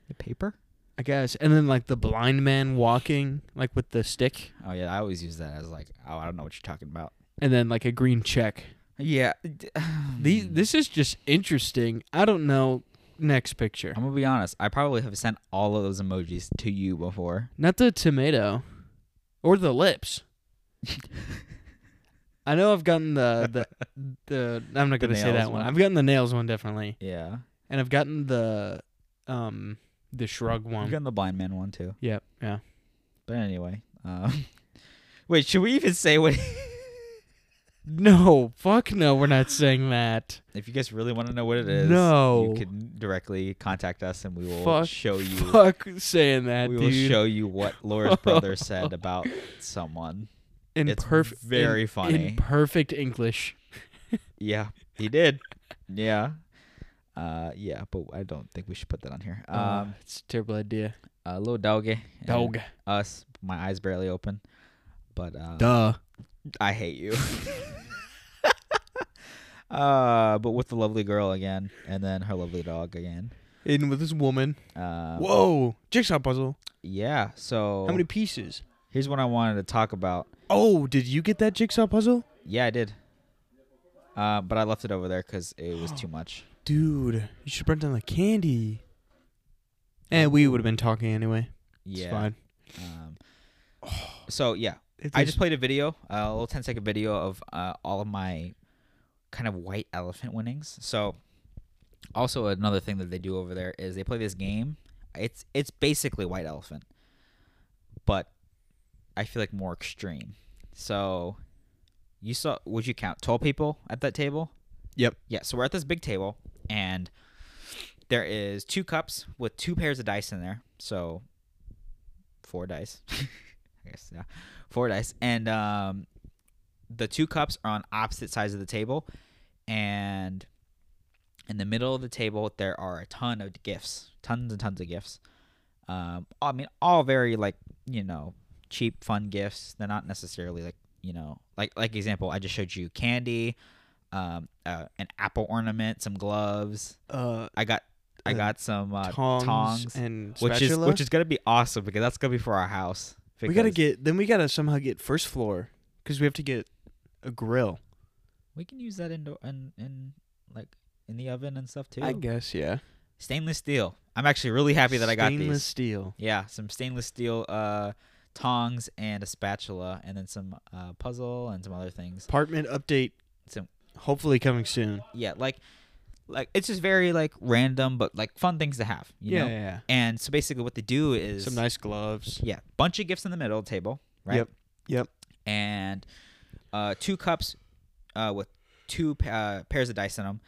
The paper. I guess, and then like the blind man walking like with the stick, Oh yeah, I always use that as like, oh, I don't know what you're talking about. and then like a green check. [sighs] Yeah. The, Hmm. this is just interesting. I don't know. Next picture. I'm gonna be honest. I probably have sent all of those emojis to you before. Not the tomato, or the [laughs] lips. I know I've gotten the the the. I'm not The gonna say that nails one. one. I've gotten the nails one definitely. Yeah. and I've gotten the um the shrug You've one. gotten the blind man one too. yep, yeah. But anyway, um, [laughs] wait, should we even say what? No, fuck no, we're not saying that. if you guys really want to know what it is, No. you can directly contact us and we will Fuck. show you. Fuck saying that, we will dude. show you what [laughs] Laura's brother said about someone. in it's perfect, very in, funny. in perfect English. Yeah, he did. Yeah. Uh, yeah, but I don't think we should put that on here. Uh, Um, it's a terrible idea. a little doggy. and Dog. Us. My eyes barely open. But uh, Duh. I hate you. [laughs] uh, but with the lovely girl again, and then her lovely dog again. In with this woman. Uh, Whoa, jigsaw puzzle. Yeah. So How many pieces? here's what I wanted to talk about. Oh, did you get that jigsaw puzzle, Yeah, I did. Uh, but I left it over there because it was [gasps] too much. dude? You should burn down the candy. And we would have been talking anyway. Yeah. It's fine. Um, so yeah, It I is- just played a video, a little 10 second video of uh, all of my kind of white elephant winnings. So, also another thing that they do over there is they play this game. It's it's basically white elephant, but I feel like more extreme. So, you saw? Would you count 12 people at that table? Yep. Yeah. So we're at this big table, and there is two cups with two pairs of dice in there. So, four dice. [laughs] I guess yeah, four dice, and um, the two cups are on opposite sides of the table, and in the middle of the table there are a ton of gifts, tons and tons of gifts. Um, I mean, all very like you know cheap, fun gifts. They're not necessarily like you know like like example I just showed you candy, um, uh, an apple ornament, some gloves. uh, I got I Uh, got some uh, tongs, tongs, and which spatula? is which is gonna be awesome because that's gonna be for our house. we gotta because- get then we gotta somehow get first floor because we have to get a grill. We can use that in in, in like in the oven and stuff too. I guess yeah. stainless steel. I'm actually really happy that I got stainless these. steel. Yeah, some stainless steel uh, tongs and a spatula, and then some uh, puzzle and some other things. Apartment update. Some- hopefully coming soon. Yeah, like like it's just very like random, but like fun things to have. You yeah, know? yeah, And so basically, what they do yeah. is Some nice gloves. yeah, bunch of gifts in the middle of the table, right? Yep, yep. And uh, two cups uh, with two pa- uh, pairs of dice in them,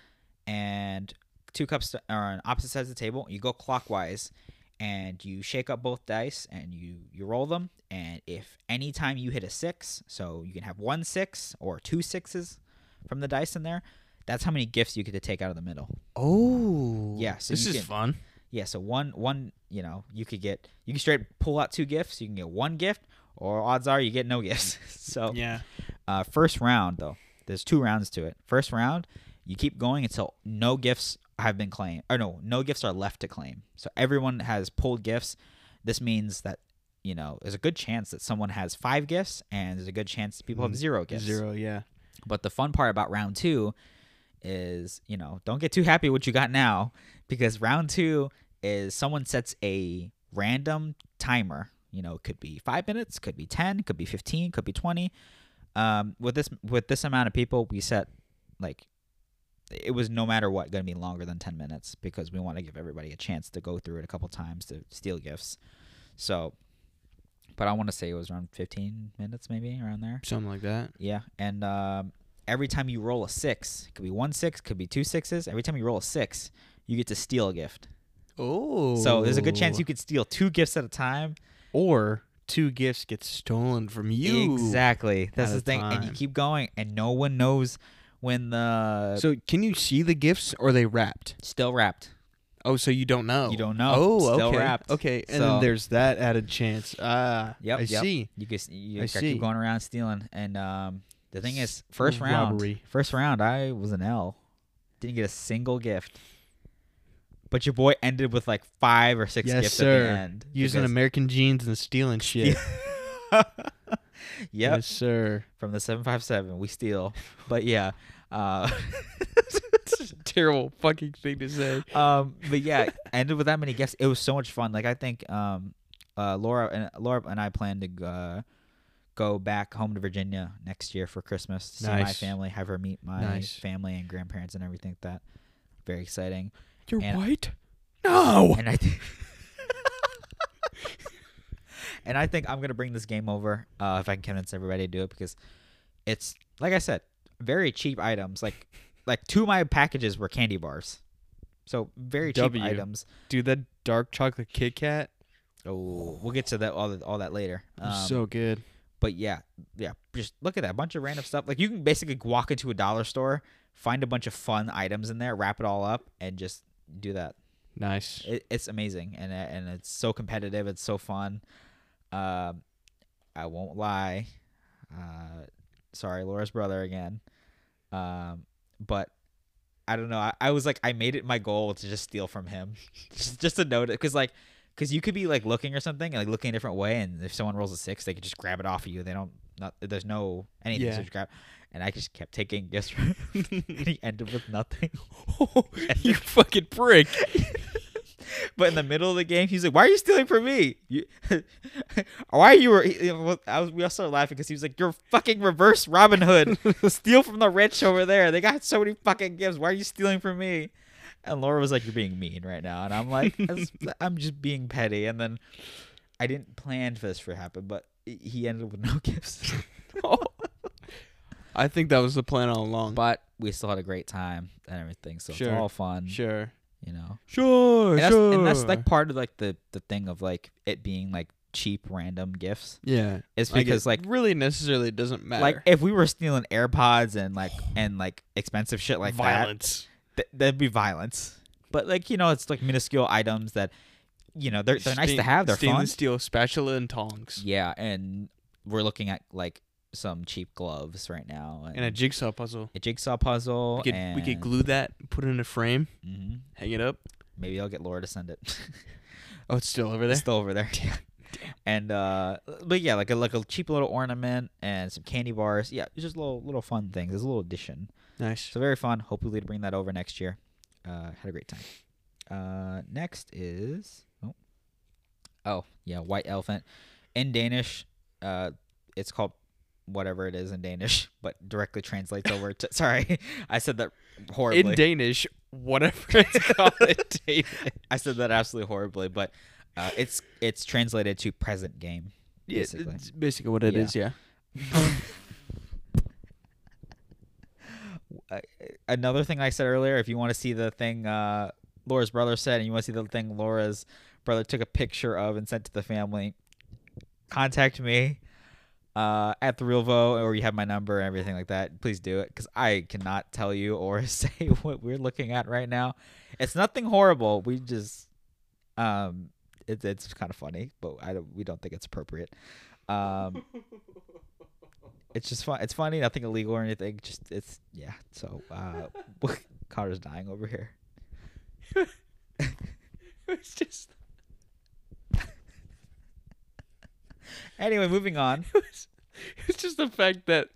and two cups that are on opposite sides of the table. You go clockwise, and you shake up both dice, and you you roll them. And if any time you hit a six, so you can have one six or two sixes from the dice in there. That's how many gifts you get to take out of the middle. Oh, Yeah, so this you is can- fun. Yeah, so one one, you know, you could get you can straight pull out two gifts. You can get one gift, or odds are you get no gifts. [laughs] so Yeah, uh, first round though, there's two rounds to it. First round, you keep going until no gifts have been claimed, or no, no gifts are left to claim. So everyone has pulled gifts. This means that you know, there's a good chance that someone has five gifts and there's a good chance that people Mm, have zero gifts. Zero, yeah. But the fun part about round two is, you know, don't get too happy what you got now because round two is someone sets a random timer. You know, it could be five minutes, could be ten, could be fifteen, could be twenty. Um, with this with this amount of people, we set like it was no matter what going to be longer than ten minutes because we want to give everybody a chance to go through it a couple times to steal gifts. So, but I want to say it was around fifteen minutes, maybe around there. Something like that. Yeah, and um, every time you roll a six, it could be one six, could be two sixes. Every time you roll a six, you get to steal a gift. Oh. So there's a good chance you could steal two gifts at a time. Or two gifts get stolen from you. exactly. That's at the a thing, and you time. keep going, and no one knows when the So can you see the gifts or are they wrapped? still wrapped. Oh, so you don't know. You don't know. Oh, Still okay. wrapped. Okay, and So- then there's that added chance. Ah, Yep, I yep. see. You guess you I gotta see. keep going around stealing, and um, the thing is, S- first round, robbery. first round, I was an L. Didn't get a single gift. But your boy ended with like five or six yes, gifts at sir. the end. Using because- American jeans and [laughs] stealing shit. yep. Yes, sir. From the 757, we steal. But yeah. Uh, [laughs] Terrible fucking thing to say. um, but yeah, ended with that many guests. It was so much fun. Like I think um, uh, Laura and Laura and I plan to uh, go back home to Virginia next year for Christmas to see my Nice. family, have her meet my Nice. family and grandparents and everything like that. Very exciting. You're And- white? No. And I think [laughs] And I think I'm gonna bring this game over, uh, if I can convince everybody to do it because it's like I said, very cheap items. Like like two of my packages were candy bars. So very cheap W. items. Dude, that dark chocolate Kit Kat Oh we'll get to that all, all that later. Um, was so good. but yeah, yeah, just look at that. A bunch of random stuff. Like you can basically walk into a dollar store, find a bunch of fun items in there, wrap it all up, and just do that. Nice. it, it's amazing and uh, and it's so competitive it's so fun um i won't lie uh sorry laura's brother again um but i don't know i, I was like i made it my goal to just steal from him [laughs] just, just to note it because like because you could be like looking or something and like looking a different way and if someone rolls a six they could just grab it off of you they don't not there's no anything Yeah. so just grab and i just kept taking gifts from him, [laughs] and he ended with nothing [laughs] you fucking prick. [laughs] But in the middle of the game, he's like, "Why are you stealing from me? You, [laughs] why you were?" he- well, I was. We all started laughing because he was like, "You're fucking reverse Robin [laughs] Hood. Steal from the rich over there. They got so many fucking gifts. Why are you stealing from me?" And Laura was like, "You're being mean right now," and I'm like, [laughs] "That's- "I'm just being petty." And then I didn't plan for this to happen, but he ended up with no [laughs] [laughs] gifts. I think that was the plan all along. but we still had a great time and everything, so Sure. it's all fun, sure. you know. Sure, and that's, sure. and that's like part of like the the thing of like it being like cheap random gifts yeah. is because it like really necessarily doesn't matter. like if we were stealing AirPods and like and like expensive shit like violence. that, th- that'd be violence. But like you know, it's like minuscule items that you know they're they're nice to Stain- have. They're fun. stainless steel spatula and tongs Yeah, and we're looking at like some cheap gloves right now and, and a jigsaw puzzle. a jigsaw puzzle. We could and, we could glue that, put it in a frame, hmm hang it up. Maybe I'll get Laura to send it. Oh, it's still over there. It's still over [laughs] there. [laughs] And uh but yeah, like a like a cheap little ornament and some candy bars. Yeah, it's just little little fun things. It's a little addition. Nice. So very fun. Hopefully to bring that over next year. Uh had a great time. Uh next is oh, oh yeah, white elephant. In Danish, uh it's called whatever it is in Danish, [laughs] but directly translates over to [laughs] sorry, I said that horribly. In Danish, whatever [laughs] it's called in [laughs] Danish. I said that absolutely horribly, but uh, it's it's translated to present game. Yeah, Basically. it's basically what it Yeah. is. [laughs] yeah. Uh, [laughs] another thing I said earlier, if you want to see the thing uh, Laura's brother said, and you want to see the thing Laura's brother took a picture of and sent to the family, contact me uh, at the Real Vo, or you have my number and everything like that. Please do it because I cannot tell you or [laughs] say what we're looking at right now. It's nothing horrible. We just, um, it, it's kind of funny, but I don't, we don't think it's appropriate. Um, it's just fun. It's funny. Nothing illegal or anything. Just it's yeah. So uh, [laughs] Connor's dying over here. it's just Anyway, moving [laughs] on. It's just the fact that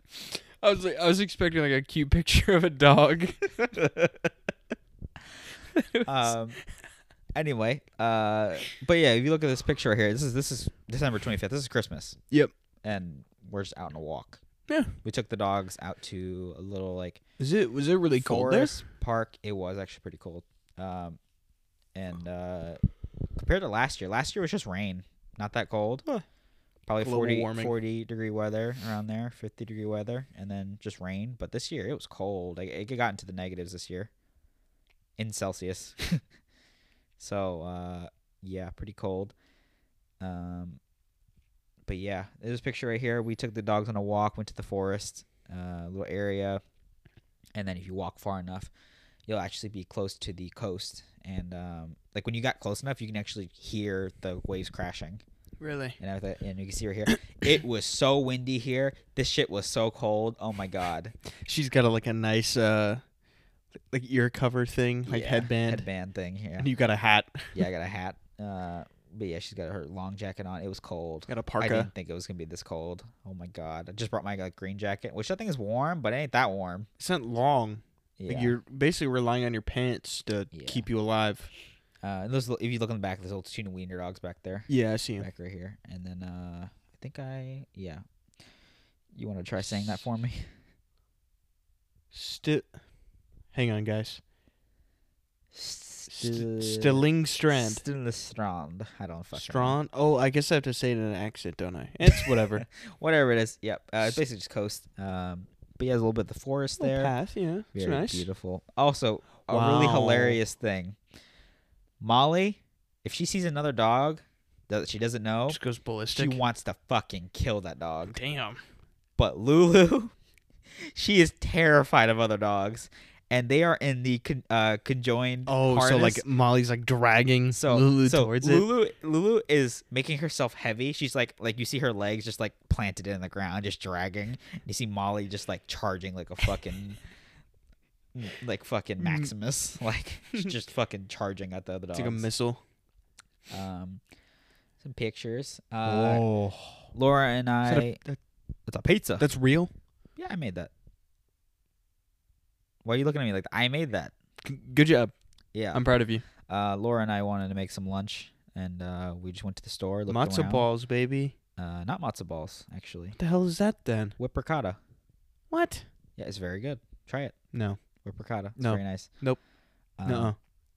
I was like, I was expecting like a cute [laughs] picture of a dog. Um, anyway, uh, but yeah, if you look at this picture right here, this is this is December 25th. This is Christmas. Yep. And we're just out on a walk. Yeah. We took the dogs out to a little like [laughs] Is it was it really cold there? forest park. It was actually pretty cold. Um, and uh, compared to last year, last year was just rain. Not that cold. Huh. Probably Global 40, warming. 40 degree weather around there, 50 degree weather, and then just rain. But this year it was cold. Like, it got into the negatives this year in Celsius. [laughs] so, uh, yeah, pretty cold. Um, but yeah, there's a picture right here. We took the dogs on a walk, went to the forest, uh, little area, and then if you walk far enough, you'll actually be close to the coast. And um, like when you got close enough, you can actually hear the waves crashing Really? and everything. And you can see right [coughs] here, it was so windy here. This shit was so cold. Oh my god, She's got a, like a nice uh like ear cover thing, [laughs] like Yeah, headband. headband thing here. And you got a hat. Yeah, I got a hat. Uh, but yeah, she's got her long jacket on. It was cold. Got a I parka. didn't think it was gonna be this cold. Oh my god! I just brought my like green jacket, which I think is warm, but it ain't that warm. It's not long. Yeah. Like you're basically relying on your pants to Yeah. keep you alive. uh, and those, if you look in the back, there's old tuna wiener dogs back there, Yeah, I see him. back right here. And then uh, I think I yeah. You want to try saying that for me? Sti- Hang on, guys. St- St- Stilling Strand. Strand. I don't fucking know. Strand. Oh, I guess I have to say it in an accent, don't I? It's [laughs] whatever. Whatever it is. Yep. Uh, it's basically just coast. Um, but yeah, there's a little bit of the forest Little there. path, yeah. It's Very nice. beautiful. Also, a really Wow. hilarious thing. Molly, if she sees another dog that she doesn't know, Just goes she ballistic. wants to fucking kill that dog. Damn. But Lulu, [laughs] she is terrified of other dogs, and they are in the con- uh, conjoined. Oh, so harness. like Molly's like dragging So Lulu so towards it. Lulu Lulu is making herself heavy. She's like like you see her legs just like planted in the ground, just dragging. You see Molly just like charging like a fucking [laughs] like fucking Maximus, [laughs] like she's [laughs] just fucking charging at the other dogs. Mm. It's like a missile. um, some pictures. Uh, oh, Laura and I. that a- it's a pizza. that's real. yeah, I made that. Why are you looking at me like that? I made that. G- Good job. Yeah. I'm proud of you. Uh, Laura and I wanted to make some lunch, and uh, we just went to the store. Looked Matzo around. balls, baby. Uh, not matzo balls, actually. What the hell is that then? Whip ricotta. What? Yeah, it's very good. Try it. No. Whip ricotta. It's No. very nice. Nope. Uh, No.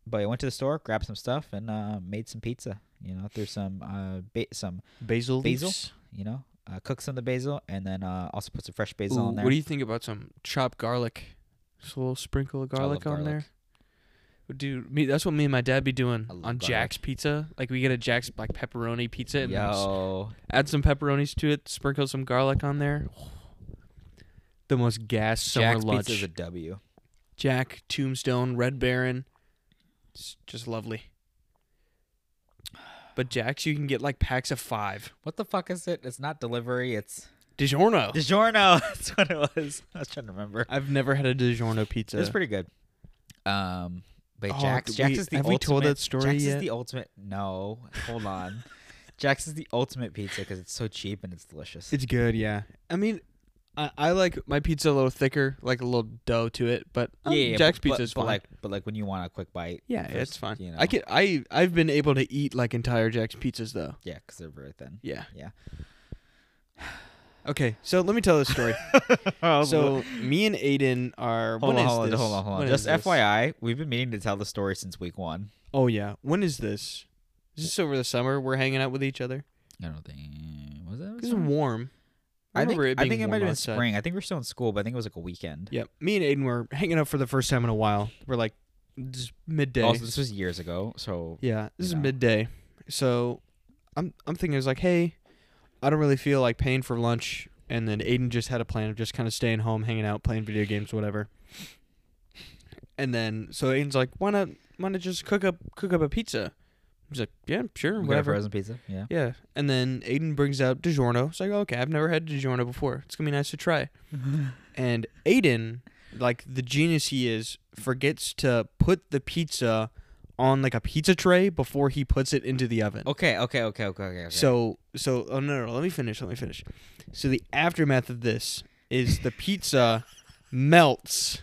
But I went to the store, grabbed some stuff, and uh, made some pizza. You know, threw some uh, ba- some Basil. basil? leaves? you know, uh, cooked some of the basil, and then uh, also put some fresh basil Ooh, on there. What do you think about some chopped garlic? Just a little sprinkle of I love garlic on there. Dude, me, that's what me and my dad be doing I love on garlic. Jack's Pizza. Like we get a Jack's like pepperoni pizza and then s- Yo, add some pepperonis to it, sprinkle some garlic on there. [sighs] The most gas summer Jack's lunch. pizza is a W. Jack, Tombstone, Red Baron. It's just lovely. But Jack's, you can get like packs of five. What the fuck is it? It's not delivery. It's DiGiorno. DiGiorno. [laughs] That's what it was. I was trying to remember. I've never had a DiGiorno pizza. It's pretty good. Um, but Oh, Jax, did Jax we- is the have we ultimate. told that story Jax yet? is the ultimate. No, hold on. Jax is the ultimate pizza because it's so cheap and it's delicious. It's good, yeah. I mean, I, I like my pizza a little thicker, like a little dough to it, but um, Jack's but- pizza is but fine. like, but like when you want a quick bite, yeah, first, it's fine. you know. I can I I've been able to eat like entire Jack's pizzas though. yeah, because they're very [laughs] thin. Yeah. Yeah. Okay, so let me tell [laughs] this story. so so me and Aiden are hold on, when is hold on, this? hold on, hold on. When Just is this? FYI, we've been meaning to tell the story since week one. Oh yeah, when is this? Is this over the summer? We're hanging out with each other. I don't think was that. It's warm. Mm-hmm. I think remember it I being think it warm might have been outside. spring. I think we're still in school, but I think it was like a weekend. Yeah, me and Aiden were hanging out for the first time in a while. We're like just midday. Also, this was years ago, so Yeah, you this is know. midday. So I'm I'm thinking it's like, hey, I don't really feel like paying for lunch and then Aiden just had a plan of just kind of staying home, hanging out, playing video games, whatever. And then so Aiden's like, why not why not just cook up cook up a pizza? He's like, Yeah, sure, we got a whatever. frozen pizza. Yeah. Yeah. And then Aiden brings out DiGiorno. It's like, okay, I've never had DiGiorno before. It's gonna be nice [laughs] to try. and Aiden, like the genius he is, forgets to put the pizza on like a pizza tray before he puts it into the oven. Okay, okay, okay, okay, okay. okay. So so oh no, no no let me finish let me finish. So the aftermath of this is the pizza [laughs] melts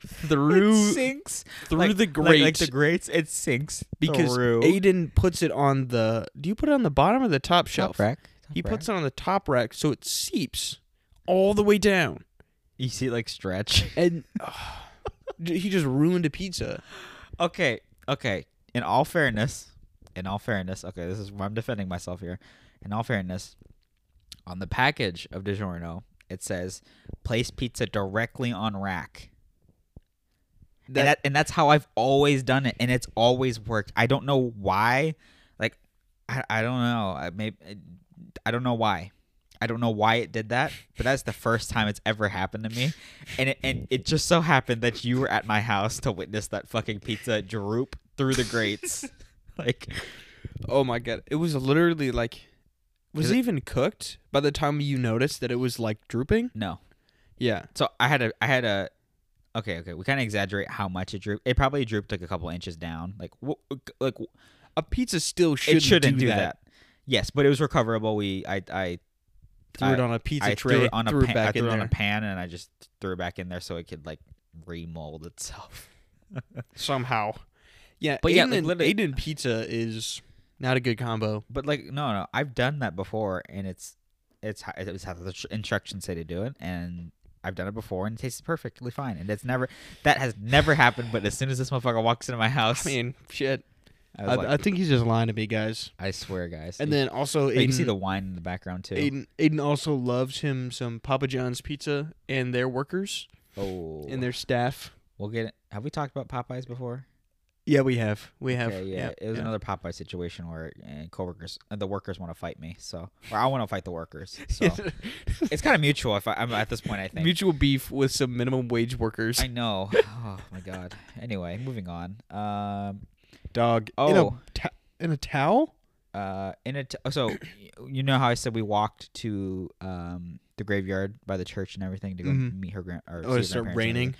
it through sinks through like- the like- grate Like, the grates, it sinks because through. Aiden puts it on the do you put it on the bottom or the top shelf? Top rack. top He rack. puts it on the top rack so it seeps all the way down You see, it, like stretch. and ugh, d [sighs] he just ruined a pizza. okay, okay. In all fairness, in all fairness, okay, this is I'm defending myself here. In all fairness, on the package of DiGiorno, it says place pizza directly on rack. That- and, that, and that's how I've always done it, and it's always worked. I don't know why. Like, I, I don't know. I maybe I don't know why. I don't know why it did that, but that's the first time it's ever happened to me, and it, and it just so happened that you were at my house to witness that fucking pizza droop through the [laughs] grates. like, Oh my god. It was literally like was Is it it- even cooked by the time you noticed that it was like drooping? no. Yeah. So I had a I had a okay okay. We kind of exaggerate how much it drooped. It probably drooped like a couple inches down. Like wh- like A pizza still shouldn't, it shouldn't do, that. Yes, but it was recoverable. We I I Threw it on a pizza I tray, threw it on threw a it pan, back I threw in it on there. a pan, and I just threw it back in there so it could like remold itself. somehow. Yeah, But Aiden, yeah, like, and- literally- Aiden pizza is not a good combo. But like no no, I've done that before, and it's it's ho- it was how the tr- instructions say to do it, and I've done it before, and it tastes perfectly fine, and it's never that has never happened. But as soon as this motherfucker walks into my house, I mean, shit. I, I, was like, I think he's just lying to me, guys. I swear, guys. And you- then also, like, you Aiden, see the wine in the background too. Aiden, Aiden also loves him some Papa John's pizza and their workers oh, and their staff. we'll get it. Have we talked about Popeyes before? Yeah, we have, we have. Okay, yeah, yeah, it was yeah. another Popeye situation where uh, coworkers, uh, the workers want to fight me, so or I want to fight the workers. [laughs] So it's kind of mutual. If I, I'm at this point, I think mutual beef with some minimum wage workers. I know. Oh my god. Anyway, moving on. Um, Dog. in a Oh. ta- in a towel. uh, in a t- so y- you know how I said we walked to um the graveyard by the church and everything to go Mhm. meet her grand. Or Oh, it see her started grandparents and raining. everything?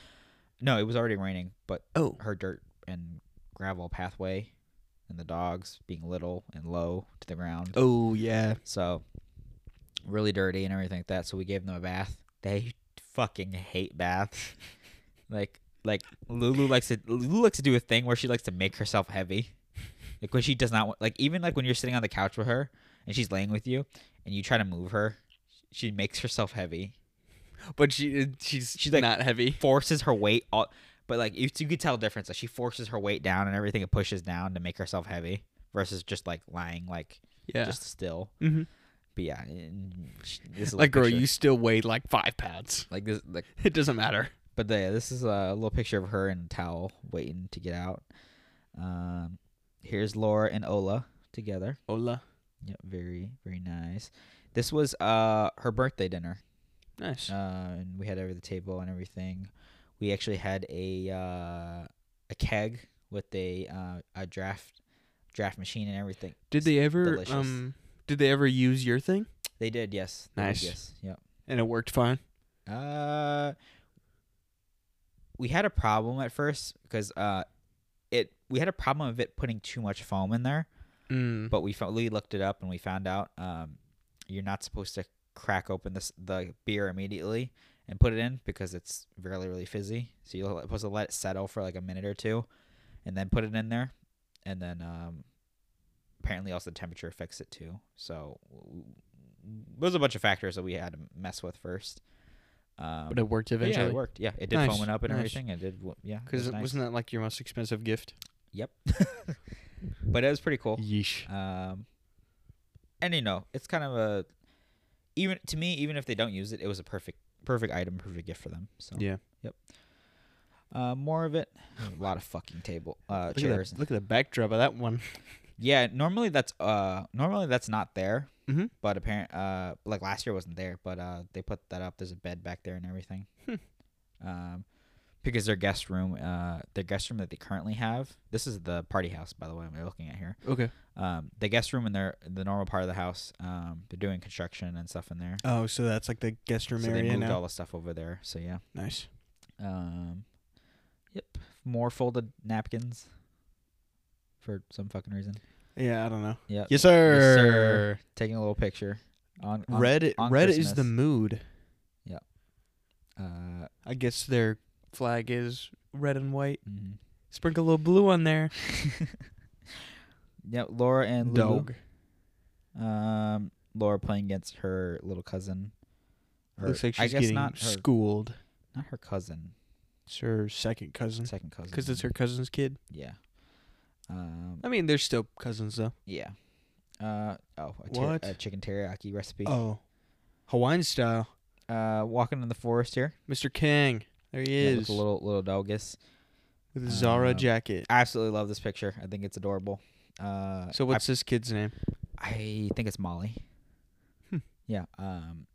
No, it was already raining, but Oh, her dirt and gravel pathway, and the dogs being little and low to the ground. oh yeah. So really dirty and everything like that. So we gave them a bath. They fucking hate baths. [laughs] like like Lulu likes to Lulu likes to do a thing where she likes to make herself heavy. Like when she does not want like even like when you're sitting on the couch with her and she's laying with you and you try to move her, she makes herself heavy. But she uh, she's she's She's like- not heavy. Forces her weight all but like you, you could tell the difference. Like she forces her weight down and everything and pushes down to make herself heavy versus just like lying like Yeah. just still. Mhm. But yeah, and sh- this is a Like little girl, picture. you still weigh like five pounds. [laughs] like this like It doesn't matter. but yeah this is a little picture of her in a towel waiting to get out um here's laura and ola together Hola. yep very very nice this was uh her birthday dinner Nice. uh, and we had over the table and everything we actually had a uh a keg with a uh a draft draft machine and everything Did they ever delicious. um did they ever use your thing? they did yes they did, Nice. yes yep And it worked fine. Uh, we had a problem at first because uh, it we had a problem of it putting too much foam in there. Mm. But we found, we looked it up and we found out um, you're not supposed to crack open this the beer immediately and put it in because it's really really fizzy. So you're supposed to let it settle for like a minute or two, and then put it in there, and then um, apparently also the temperature affects it too. So w- w- there's a bunch of factors that we had to mess with first. Um, But it worked but yeah, eventually. it worked. Yeah, it did Nice, foam it up and nice. everything. It did. w- Yeah, Because was nice. wasn't that like your most expensive gift? Yep. [laughs] but it was pretty cool. Yeesh. Um, and you know, it's kind of a even to me, even if they don't use it, it was a perfect, perfect item, perfect gift for them. So Oh. Yeah. uh, more of it. A lot of fucking table uh, Look at, chairs. the, look at the backdrop of that [laughs] one. Yeah, normally that's uh, normally that's not there. Mhm. But apparent uh, like last year wasn't there, but uh, they put that up. There's a bed back there and everything. Hmm. Um, because their guest room, uh, their guest room that they currently have. This is the party house, by the way. I'm looking at here. Okay. um, the guest room in their the normal part of the house. Um, they're doing construction and stuff in there, Oh, so that's like the guest room so they area moved now. all the stuff over there. So yeah, nice. um, yep, more folded napkins. for some fucking reason. Yeah, I don't know. Yeah. Yes, sir. Yes, sir. Taking a little picture. On, on Red. on red is the Christmas. mood. Uh, I guess their flag is red and white. mhm. Sprinkle a little blue on there. Yeah, Laura and Lulu. Dog. Um, Laura playing against her little cousin. Her- Looks like I she's guess getting not her, schooled. not her cousin, It's her second cousin. second cousin. Because Hmm. it's her cousin's kid. Yeah. Um. I mean, they're still cousins, though. Yeah. Uh. Oh. A, ter- What? a chicken teriyaki recipe. Oh. Hawaiian style. Uh. Walking in the forest here. Mr. Kang. There he Yeah, with is. a little little dogus. with a Zara uh, jacket. I absolutely love this picture. I think it's adorable. Uh. So, I- what's this kid's name? I think it's Molly. Hmm. Yeah. Um,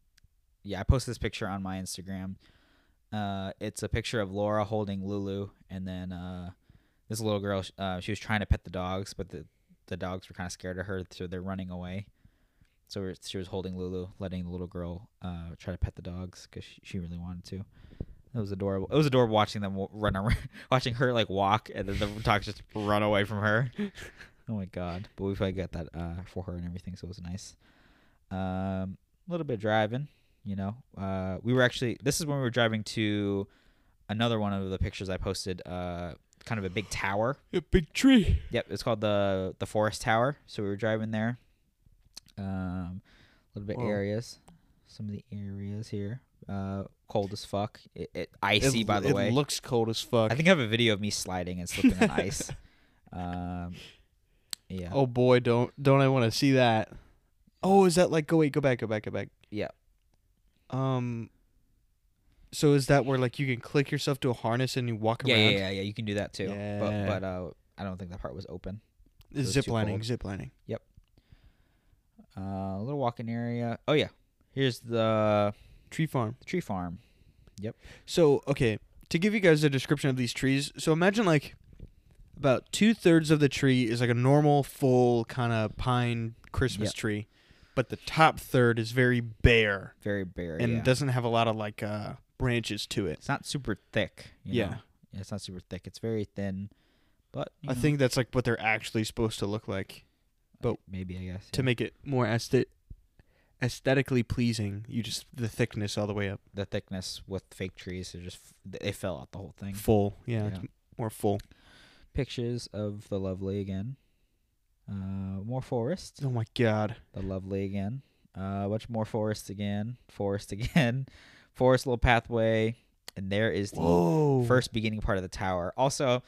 yeah, I posted this picture on my Instagram. Uh, it's a picture of Laura holding Lulu, and then uh, this little girl. sh- Uh, she was trying to pet the dogs, but the the dogs were kind of scared of her, so they're running away. So we're- she was holding Lulu, letting the little girl uh, try to pet the dogs because she, she really wanted to. It was adorable. It was adorable watching them wa- run around, [laughs] watching her like walk, and then the dogs just run away from her. Oh my god! But we've like got that uh, for her and everything, so it was nice. Um, a little bit of driving, you know. Uh, we were actually this is when we were driving to another one of the pictures I posted. Uh, kind of a big tower. [laughs] A big tree. Yep, it's called the the forest tower. So we were driving there. Um, a little bit Whoa. areas. Some of the areas here. Uh, cold as fuck. It, it icy by the it way. looks cold as fuck. I think I have a video of me sliding and slipping on [laughs] ice. Um, yeah. Oh boy, don't don't I want to see that? Oh, is that like go wait, go back, go back, go back. Yeah. Um. So is that where like you can click yourself to a harness and you walk yeah, around? yeah, yeah, yeah. You can do that too. Yeah. But but uh, I don't think that part was open. yeah. It's Zip too lining, cold. zip lining. Uh, a little walking area. Oh yeah, here's the Tree farm. tree farm. So okay, to give you guys a description of these trees, so imagine like about two thirds of the tree is like a normal full kind of pine Christmas Yep. tree, but the top third is very bare Very bare. and yeah. doesn't have a lot of like uh branches to it. it's not super thick. you Yeah. know. Yeah, it's not super thick. It's very thin. But you I know, think that's like what they're actually supposed to look like. but maybe I guess to yeah. make it more aesthet- aesthetically pleasing, you just the thickness all the way up, the thickness with fake trees, they just f- they fell out the whole thing. full. Yeah, Yeah. it's more full. Pictures of the lovely again. Uh, more forest. Oh my god, The lovely again. Uh, a bunch more forest again. Forest [laughs] again. Forest little pathway. And there is the whoa, first beginning part of the tower. Also,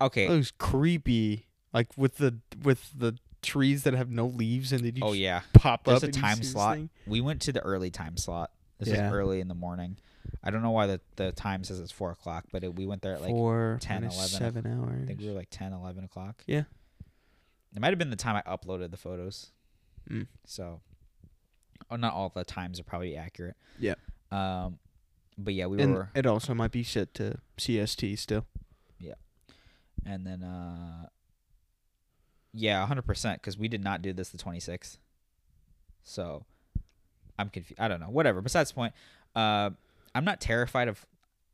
okay. that was creepy. Like with the with the trees that have no leaves and they just oh yeah, pop There's up. a and you time see this slot. thing. we went to the early time slot. This Yeah. is early in the morning. I don't know why the, the time says it's four o'clock, but it, we went there at like Four 10, minus 11. seven hours. I think we were like 10, 11 o'clock. Yeah. It might have been the time I uploaded the photos. Mm. So, oh, not all the times are probably accurate. Yeah. Um, but yeah, we and were, it also might be set to CST still. and then uh, yeah, hundred percent because we did not do this the twenty sixth. So, I'm confused. I don't know. Whatever. Besides the point, uh, I'm not terrified of.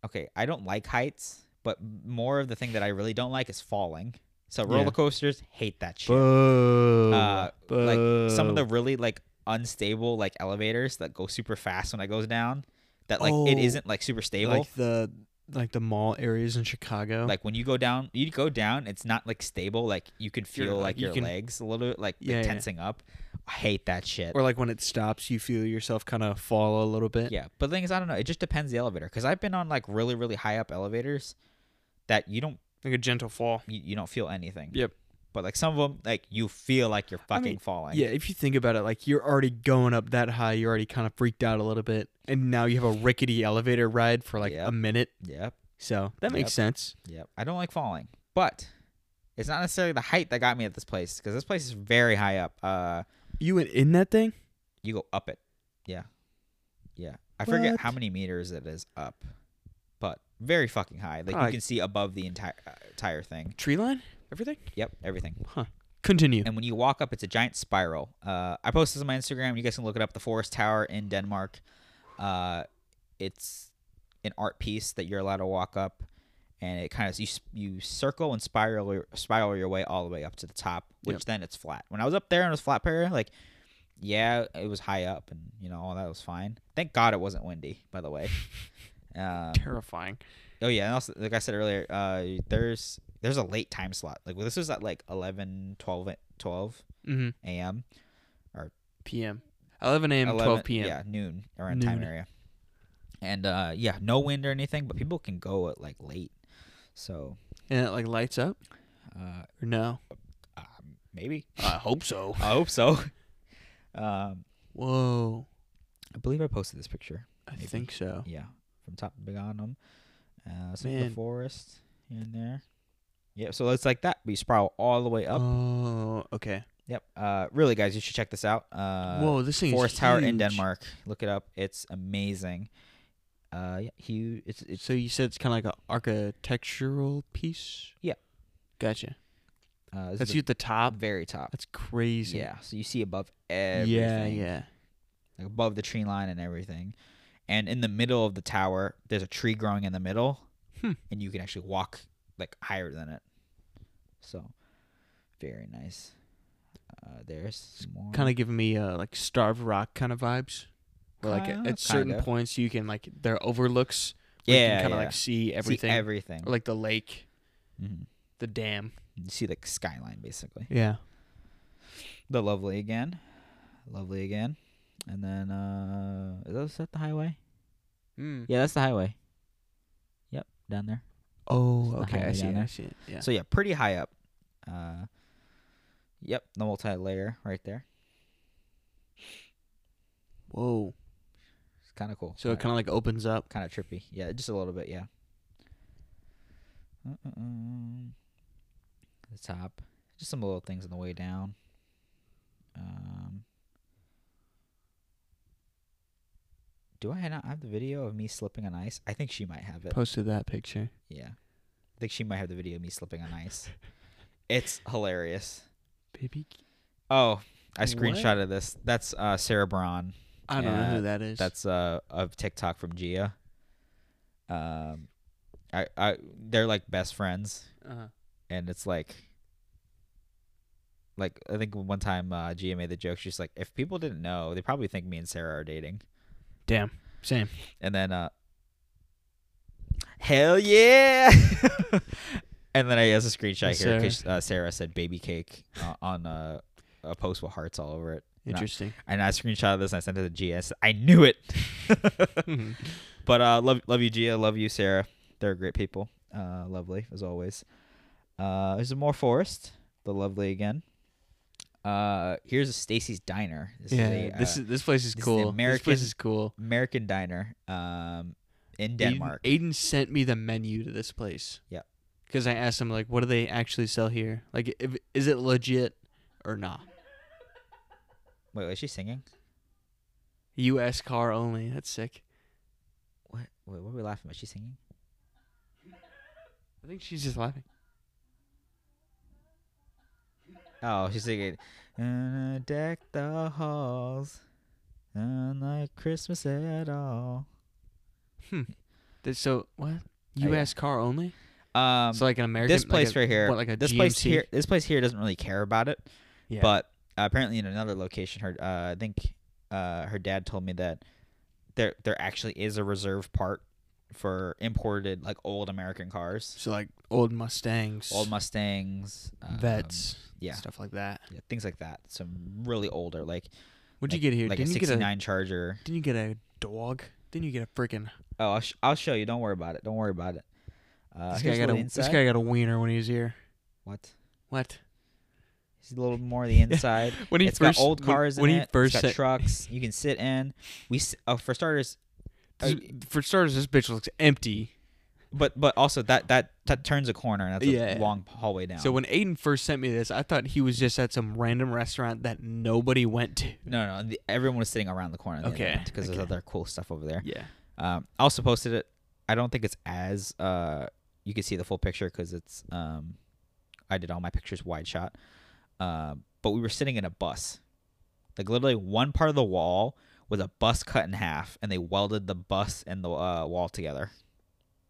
Okay, I don't like heights, but more of the thing that I really don't like is falling. So Yeah. roller coasters hate that shit. Boo. Uh, Boo. like some of the really like unstable like elevators that go super fast when it goes down that like it Oh. isn't like super stable like, like the like the mall areas in Chicago. when you go down you go down it's not like stable like you can feel You're, like, like you your can- legs a little bit like, like, Yeah, yeah. tensing up i hate that shit or like when it stops, you feel yourself kind of fall a little bit. yeah but the thing is i don't know it just depends the elevator because i've been on like really really high up elevators that you don't like a gentle fall. you, you don't feel anything Yep. but like some of them like you feel like you're I fucking mean, falling Yeah, if you think about it, like you're already going up that high, you're already kind of freaked out a little bit, and now you have a rickety elevator ride for like Yep. a minute. yep So that makes Yep. sense. Yep. I don't like falling, but it's not necessarily the height that got me at this place because this place is very high up. Uh, You went in that thing? you go up it. Yeah. Yeah. I forget how What? many meters it is up, but very fucking high. Like you Probably- can see above the entire uh, entire thing. Tree line? Everything? Yep, everything. Continue. And when you walk up, it's a giant spiral. Uh, I posted this on my Instagram. You guys can look it up. The Forest Tower in Denmark. Uh, it's an art piece that you're allowed to walk up, and it kind of you s- you circle and spiral your- spiral your way all the way up to the top, which Yep. then it's flat. When I was up there and it was flat area, like yeah, it was high up and you know all that was fine. Thank God it wasn't windy, by the way. Um, Terrifying. oh yeah, and also like I said earlier, uh, there's there's a late time slot. Like well, this was at like 11, 12, 12 Mm-hmm. a.m. PM. 11 a.m. 12 p.m. Yeah, noon around time Noon. area. And uh, yeah, no wind or anything, but people can go at like late. So And it like lights up? uh, Or no? uh, maybe I hope so. I hope so. [laughs] um, Whoa. I believe I posted this picture. I Maybe. think so. Yeah, from top to bottom. Uh, some of Oh. Man. the forest in there. Yeah, so it's like that. We sprawl all the way up. Oh, okay. Yep. Uh, really, guys, you should check this out. Uh, Whoa, this thing Forest is Tower in huge. Denmark. Look it up. It's amazing. Uh, yeah, huge. It's it's So you said it's kind of like an architectural piece? Yeah. Gotcha. uh, this That's is you at the the top. very top. That's crazy. Yeah, so you see above Yeah, everything. yeah. Like above the tree line and everything. And in the middle of the tower, there's a tree growing in the middle, Hmm. and you can actually walk like higher than it. So, very nice. Uh, there's some more. Kind of giving me uh, like Starved Rock kind of vibes. Where like at, Kinda, at certain kinda. points you can like there are overlooks. where You yeah, can kind of yeah. like see everything. everything. See everything. or like the lake, hmm the dam. You see the skyline basically. Yeah. The lovely again, lovely again, and then uh, is that, is that the highway? Mm. Yeah, that's the highway. Yep, down there. Oh, It's the okay. I highway see. down It, I there. see. It. Yeah. So yeah, pretty high up. Uh, yep, the multi-layer right there. Whoa. It's kind of cool. So it kind of like opens up. kind of trippy. Yeah, just a little bit. Yeah. Uh-uh-uh. The top, just some little things on the way down. Um, do I not have the video of me slipping on ice? I think she might have it. Posted that picture. Yeah, I think she might have the video of me slipping on [laughs] ice. it's hilarious. Baby. Oh, I What? screenshotted this. That's uh, Sarah Braun. I don't know Yeah, who that is. That's uh of TikTok from Gia. Um, I I they're like best friends, uh and it's like, like I think one time uh, Gia made the joke. She's like, if people didn't know, they probably think me and Sarah are dating. Damn. Same. And then uh, hell yeah. [laughs] and then I has a screenshot Yes, here because uh, Sarah said baby cake uh, on uh, a post with hearts all over it. And I- [laughs] Interesting. [laughs] And I screenshot this and I sent it to Gia. I said, I knew it. But uh, love, love you, Gia. Love you, Sarah. They're great people. Uh, lovely as always. Uh, there's more forest. The lovely again. Uh, here's Stacy's Diner. This is yeah. a, this uh, is this place this is is the cool. this place American is cool. American diner. Um, in Aiden- Denmark. Aiden, sent me the menu to this place. Yep. Because I asked him like, what do they actually sell here? Like, if, is it legit or not? Wait, is she singing? U.S. car only. That's sick. What? Wait, what are we laughing at? She singing? I think she's just laughing. Oh, she's singing. And I deck the halls, and like Christmas at all. Th- So what? Oh, yeah. U.S. car only. Um, so like an American. this place like a, right here, What, like a this GMC? place here, this place here doesn't really care about it. Yeah. But apparently, in another location, her uh, I think uh, her dad told me that there there actually is a reserve part for imported like old American cars, so like old Mustangs, uh, old Mustangs, um, Vets, yeah. stuff like that. yeah, things like that. Some really older, like What'd like- you get here? Like didn't a you get a? '69 Charger. Didn't you get a dog? Didn't you get a freaking? Oh, I'll, sh- I'll show you. Don't worry about it. Don't worry about it. Uh, this here's guy a got a. little This inside. guy got a wiener when he was here. What? What? He's a little [laughs] more of the inside. When It's got old cars when, when in he it. first it's got said- [laughs] trucks. You can sit in. We s- oh, for starters, This- uh, for starters, this bitch looks empty. but but also that that that turns a corner and that's Yeah, a yeah. long hallway down. So when Aiden first sent me this, I thought he was just at some random restaurant that nobody went to. no no, the, everyone was sitting around the corner. Okay, because there's okay. other cool stuff over there. Yeah. Um, I also posted it. I don't think it's as uh you can see the full picture because it's um I did all my pictures wide shot. Um, but we were sitting in a bus, like literally one part of the wall was a bus cut in half, and they welded the bus and the uh, wall together.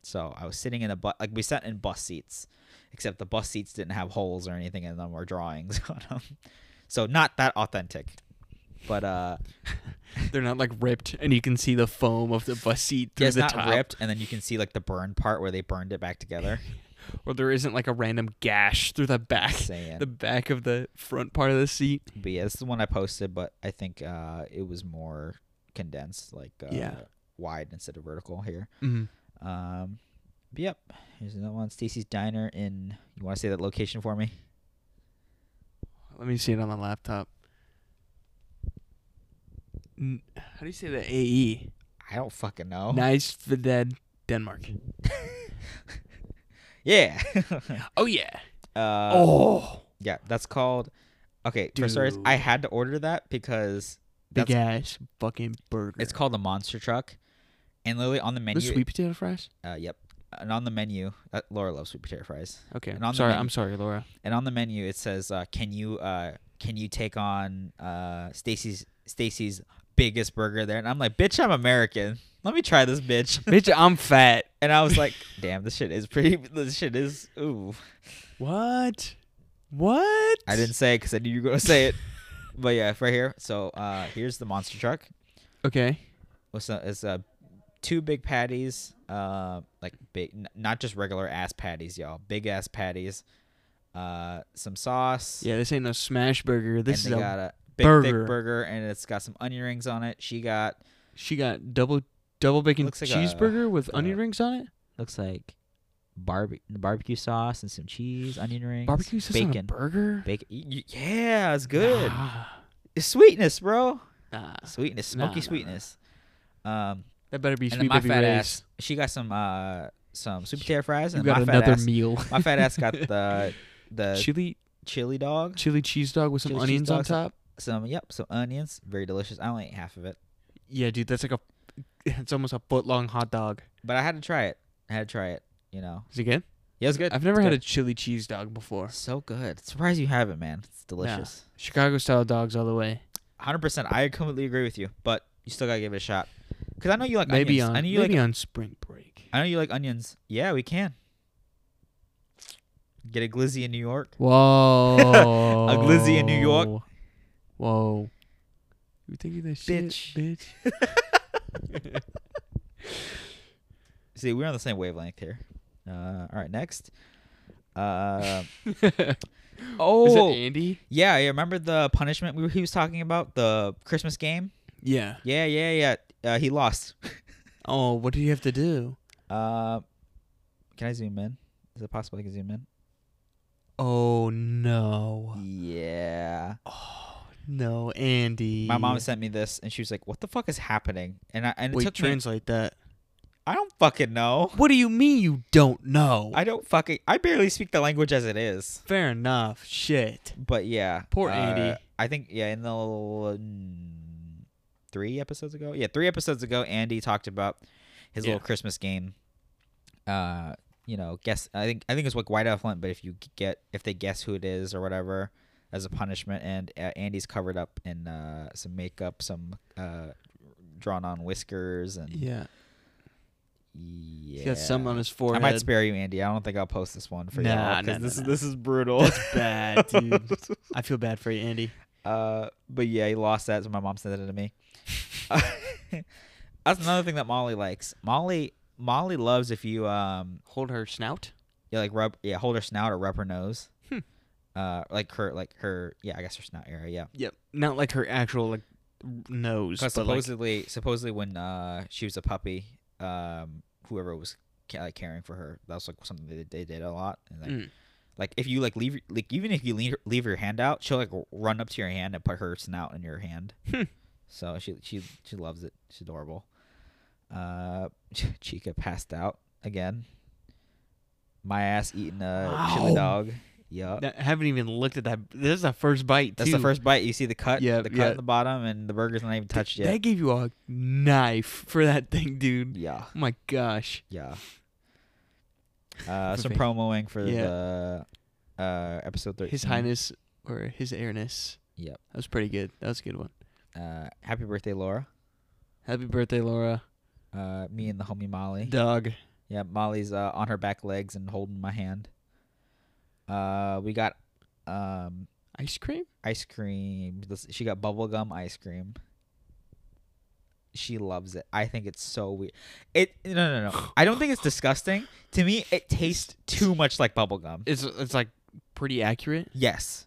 So I was sitting in a bus, like we sat in bus seats, except the bus seats didn't have holes or anything in them or drawings [laughs] on them. So not that authentic, but uh, [laughs] They're not like ripped, and you can see the foam of the bus seat through yeah, it's the not top, ripped, and then you can see like the burned part where they burned it back together. or there isn't like a random gash through [laughs] the back, Saying, the back of the front part of the seat. but yeah, this is the one I posted, but I think uh, it was more condensed, like uh, Yeah. wide instead of vertical here. Mm-hmm. Um, but yep, here's another one. Stacy's Diner in. You want to say that location for me? Let me see it on the laptop. N- How do you say the AE? I don't fucking know. Nice for dead Denmark. Yeah. [laughs] Oh yeah. uh, oh, Yeah, that's called. Okay, for starters, I Dude. had to order that because big that's, ass fucking burger. it's called a monster truck, and literally on the the menu. sweet potato fries. Uh, yep, and on the menu, uh, Laura loves sweet potato fries. Okay, And on the sorry. menu- I'm sorry, Laura. [laughs] and on the menu it says uh, can you uh, can you take on uh, Stacy's Stacy's biggest burger there and I'm like bitch I'm American let me try this bitch Bitch, I'm fat. and I was like damn this shit is pretty this shit is ooh What? What? I didn't [laughs] say it because I knew you were gonna say it but yeah it's right here so uh, here's the monster truck Okay. what's that? It's uh, two big patties, uh, like big, n- not just regular ass patties, y'all. Big ass patties, uh, some sauce. Yeah, this ain't no smash burger. This and is they a. got a big burger. thick burger, and it's got some onion rings on it. She got she got double double bacon Looks like a- uh, cheeseburger with a- onion rings on it. looks like barbecue barbecue sauce and some cheese, onion rings, Barbecue sauce on a burger. bacon. y- y- Yeah, it's good. Nah, It's sweetness, bro. nah. Sweetness, Nah, smoky nah, nah. sweetness. Um, That better be and then sweet my baby fat Ray's. ass. She got some uh some sweet potato fries, You and got my fat another ass. [laughs] meal. My fat ass [laughs] got the the chili chili dog. chili cheese dog with some Chili cheese onions on dogs and- top. Some yep, some onions, very delicious. I only ate half of it, Yeah, dude, that's like a [laughs] it's almost a foot long hot dog. but I had to try it. I had to try it. You know, Is it good? yeah, it was good. I've never It's had a good. chili cheese dog before. So good. Surprised you haven't, man. It's delicious. Chicago style dogs all the way. Hundred percent. I completely agree with you, but you still gotta give it a shot. Cause I know you like maybe onions. on I know you maybe like. on spring break. I know you like onions. Yeah, we can. Get a glizzy in New [laughs] York. Whoa. [laughs] A glizzy in New York. Whoa. You thinking that shit, Bitch. bitch? See, we're on the same wavelength here. Uh, all right, next. [laughs] Uh, Is that [laughs] oh, Andy? yeah, yeah. Remember the punishment we were, he was talking about the Christmas game? Yeah. Yeah, yeah, yeah. Uh, he lost. Oh, what do you have to do? Uh, can I zoom in? Is it possible I can zoom in? Oh no, Yeah. no, Andy. My mom sent me this, and she was like, "What the fuck is happening?" And I and it Wait, took me. translate that. I don't fucking know. What do you mean you don't know? I don't fucking. I barely speak the language as it is. Fair enough. Shit. But yeah, Poor uh, Andy. I think yeah, in the mm, three episodes ago, yeah, three episodes ago, Andy talked about his Yeah. little Christmas game. Uh, you know, guess I think I think it's like White Elephant, but if you g- get if they guess who it is or whatever as a punishment, and uh, Andy's covered up in uh, some makeup, some uh, drawn on whiskers, and Yeah. yeah, He's got some on his I forehead. might spare you, Andy. I don't think I'll post this one for you Nah, nah, because nah, this nah. is this is brutal. [laughs] That's bad, dude. I feel bad for you, Andy. Uh, but yeah, he lost that, so my mom sent it to me. [laughs] That's another thing that Molly likes. Molly Molly loves if you um Hold her snout. you like rub yeah hold her snout or rub her nose, Hmm. uh like her like her yeah I guess her snout area yeah. Yep. Not like her actual like nose, but Because supposedly supposedly when uh she was a puppy um whoever was ca- like caring for her that was like something that they did a lot and like like Mm. like if you like leave like even if you leave, leave your hand out she'll like run up to your hand and put her snout in your hand Hmm. so she she she loves it she's adorable uh [laughs] chica passed out again my ass eating a chili Ow. dog yeah That- haven't even looked at that. This is the first bite. Uh, that's the too. first bite you see the cut Yeah, the cut yeah. in the bottom and the burger's not even Th- touched That yet gave you a knife for that thing, dude. yeah Oh my gosh. [laughs] yeah uh some Perfect. promoing for Yeah. the uh episode 13 His Highness or His Airness. Yep. That was pretty good. That was a good one. uh happy birthday laura Happy birthday, Laura. uh me and the homie molly Dog. Yeah, Molly's uh, on her back legs and holding my hand. Uh, we got um Ice cream? ice cream. This- She got bubblegum ice cream. She loves it. I think it's so weird. It no no [sighs] no. I don't think it's disgusting. To me, it tastes too much like bubblegum. It's it's like pretty accurate. Yes.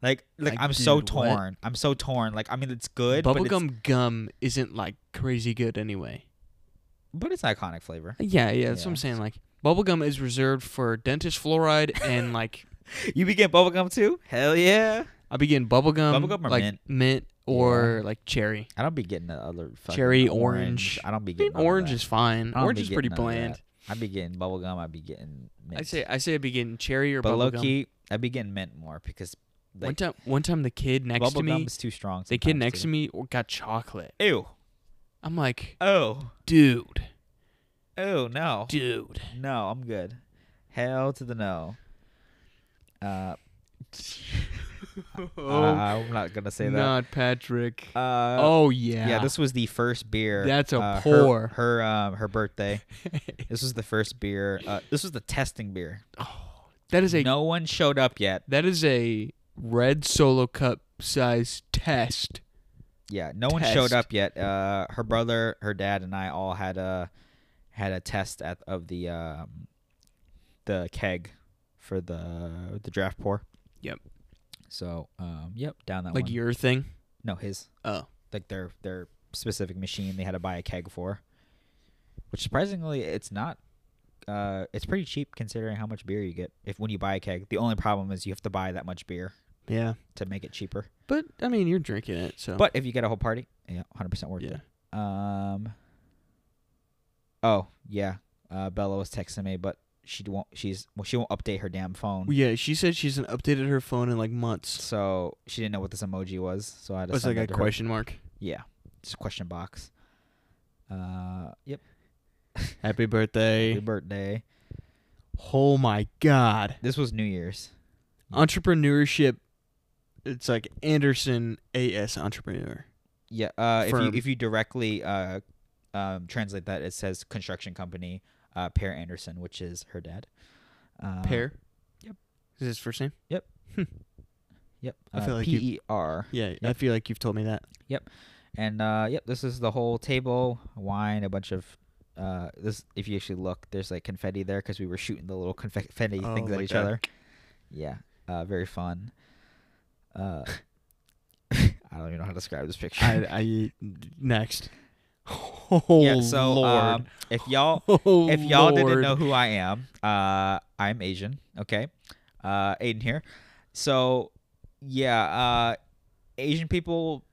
Like like Like, I'm so dude, what? torn. I'm so torn. Like I mean it's good, but it's, Bubblegum gum isn't like crazy good anyway. but it's an iconic [laughs] flavor. Yeah, yeah, that's what I'm Uh, Yeah. saying. Like bubblegum is reserved for dentist fluoride [laughs] and like You begin bubblegum too? Hell yeah. I be getting bubblegum Bubblegum or like mint? or like cherry. I don't be getting the other fucking Cherry, orange. I don't be I mean, getting none of orange that. is fine. I don't Orange be is pretty getting none of bland. that. I'd be getting bubblegum, I'd be getting mint. I say I say I'd be getting cherry or but low bubblegum. key, I'd be getting mint more because One like, time one time the kid next to bubblegum me is too strong. the kid next to me got chocolate. me Ew. I'm like, Oh. dude, Oh no. [laughs] dude. No, I'm good. Hell to the no. Uh Uh, I'm not gonna say that. Not Patrick. Uh, oh yeah. yeah. this was the first beer. That's a uh, her- pour. Her, um her [laughs] birthday. this was the first beer. Uh, this was the testing beer. that is a no one showed up yet. that is a red solo cup size test. Yeah, no one showed Test. up yet. Uh, her brother, her dad, and I all had a had a test at of the um, the keg for the the draft pour. Yep. So um, yep, down that like one. your thing. no, his Oh. like their their specific machine they had to buy a keg for. Which surprisingly it's not uh it's pretty cheap considering how much beer you get if when you buy a keg. The only problem is you have to buy that much beer Yeah. to make it cheaper. But I mean you're drinking it, so But if you get a whole party, yeah, 100% worth yeah. it. Um Oh, yeah. Uh Bella was texting me but she won't she's well she won't update her damn phone. Well, yeah, she said she's updated her phone in like months. so she didn't know what this emoji was, so I had It to was send like that a to her. question mark. Yeah. Just a question box. Uh yep. Happy Happy birthday. birthday. Oh my god. This was New Year's. Entrepreneurship it's like Anderson AS entrepreneur. Yeah. Uh, if you Firm. if you directly uh, um, translate that, it says construction company. Uh, per Anderson, which is her dad. Uh, Pear? yep. Is his first name? Yep. I feel like P you- E R. Yeah, I Yep. feel like you've told [laughs] me that. And uh, yep, this is the whole table, wine, a bunch of. Uh, this if you actually look, there's like confetti there because we were shooting the little confetti Oh, things at like each that. other. Yeah, uh, very fun. Uh, [laughs] I don't even know how to describe this picture. I, I next. [laughs] Oh [laughs] yeah, so lord. um, if y'all [laughs] oh, if y'all didn't Lord. know who I am, uh, I'm Asian. Okay, uh, Aiden here. So yeah, uh, Asian people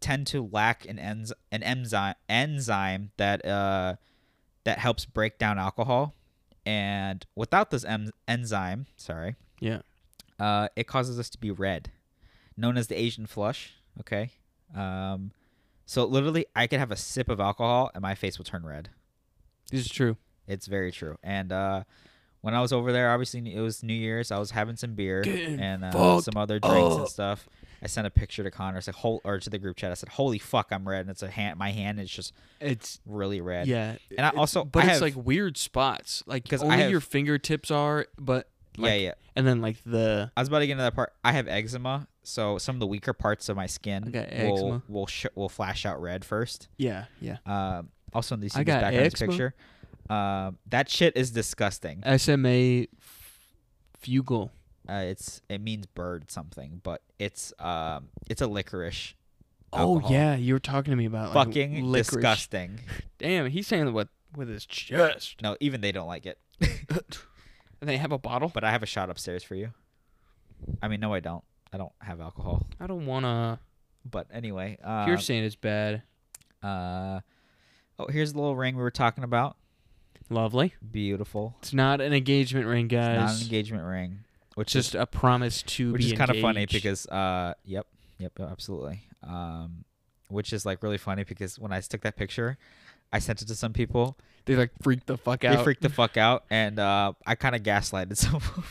tend to lack an enz- an enzyme enzyme that uh, that helps break down alcohol, and without this em- enzyme, sorry, Yeah. uh, it causes us to be red, known as the Asian flush. Okay, um, so literally, I could have a sip of alcohol and my face will turn red. This is true. It's very true. And uh, when I was over there, obviously it was New Year's. I was having some beer Getting and uh, fucked some other drinks and up. stuff. I sent a picture to Connor. I said, "Hol- or to the group chat. I said, "Holy fuck, I'm red." And it's a hand. My hand is just It's really red. yeah. And I it- also- but I it's have- like weird spots. Like 'Cause I only have- your fingertips are, but yeah, like, yeah. And then like the I was about to get into that part. I have eczema, so some of the weaker parts of my skin I got will eczema. will sh- will flash out red first. yeah yeah. Um, also, in the I this got background of this eczema. picture, um, that shit is disgusting. SMA fugal. Uh, it's it means bird something, but it's um it's a licorice. Oh alcohol. yeah, Oh, you were talking to me about like, fucking licorice. disgusting. Damn, he's saying what with his chest. No, even they don't like it. And they have a bottle. But I have a shot upstairs for you. I mean, no, I don't. I don't have alcohol. I don't wanna. But anyway, if uh, you're saying it's bad. uh, oh, here's the little ring we were talking about. Lovely. Beautiful. It's not an engagement ring, It's guys. not an engagement ring, which is just a promise to which is be kind of funny engaged. because uh, yep, yep, absolutely. Um, which is like really funny because when I took that picture, I sent it to some people. they like freak the fuck out. They [laughs] freaked the fuck out, and uh, I kind of gaslighted [laughs] someone.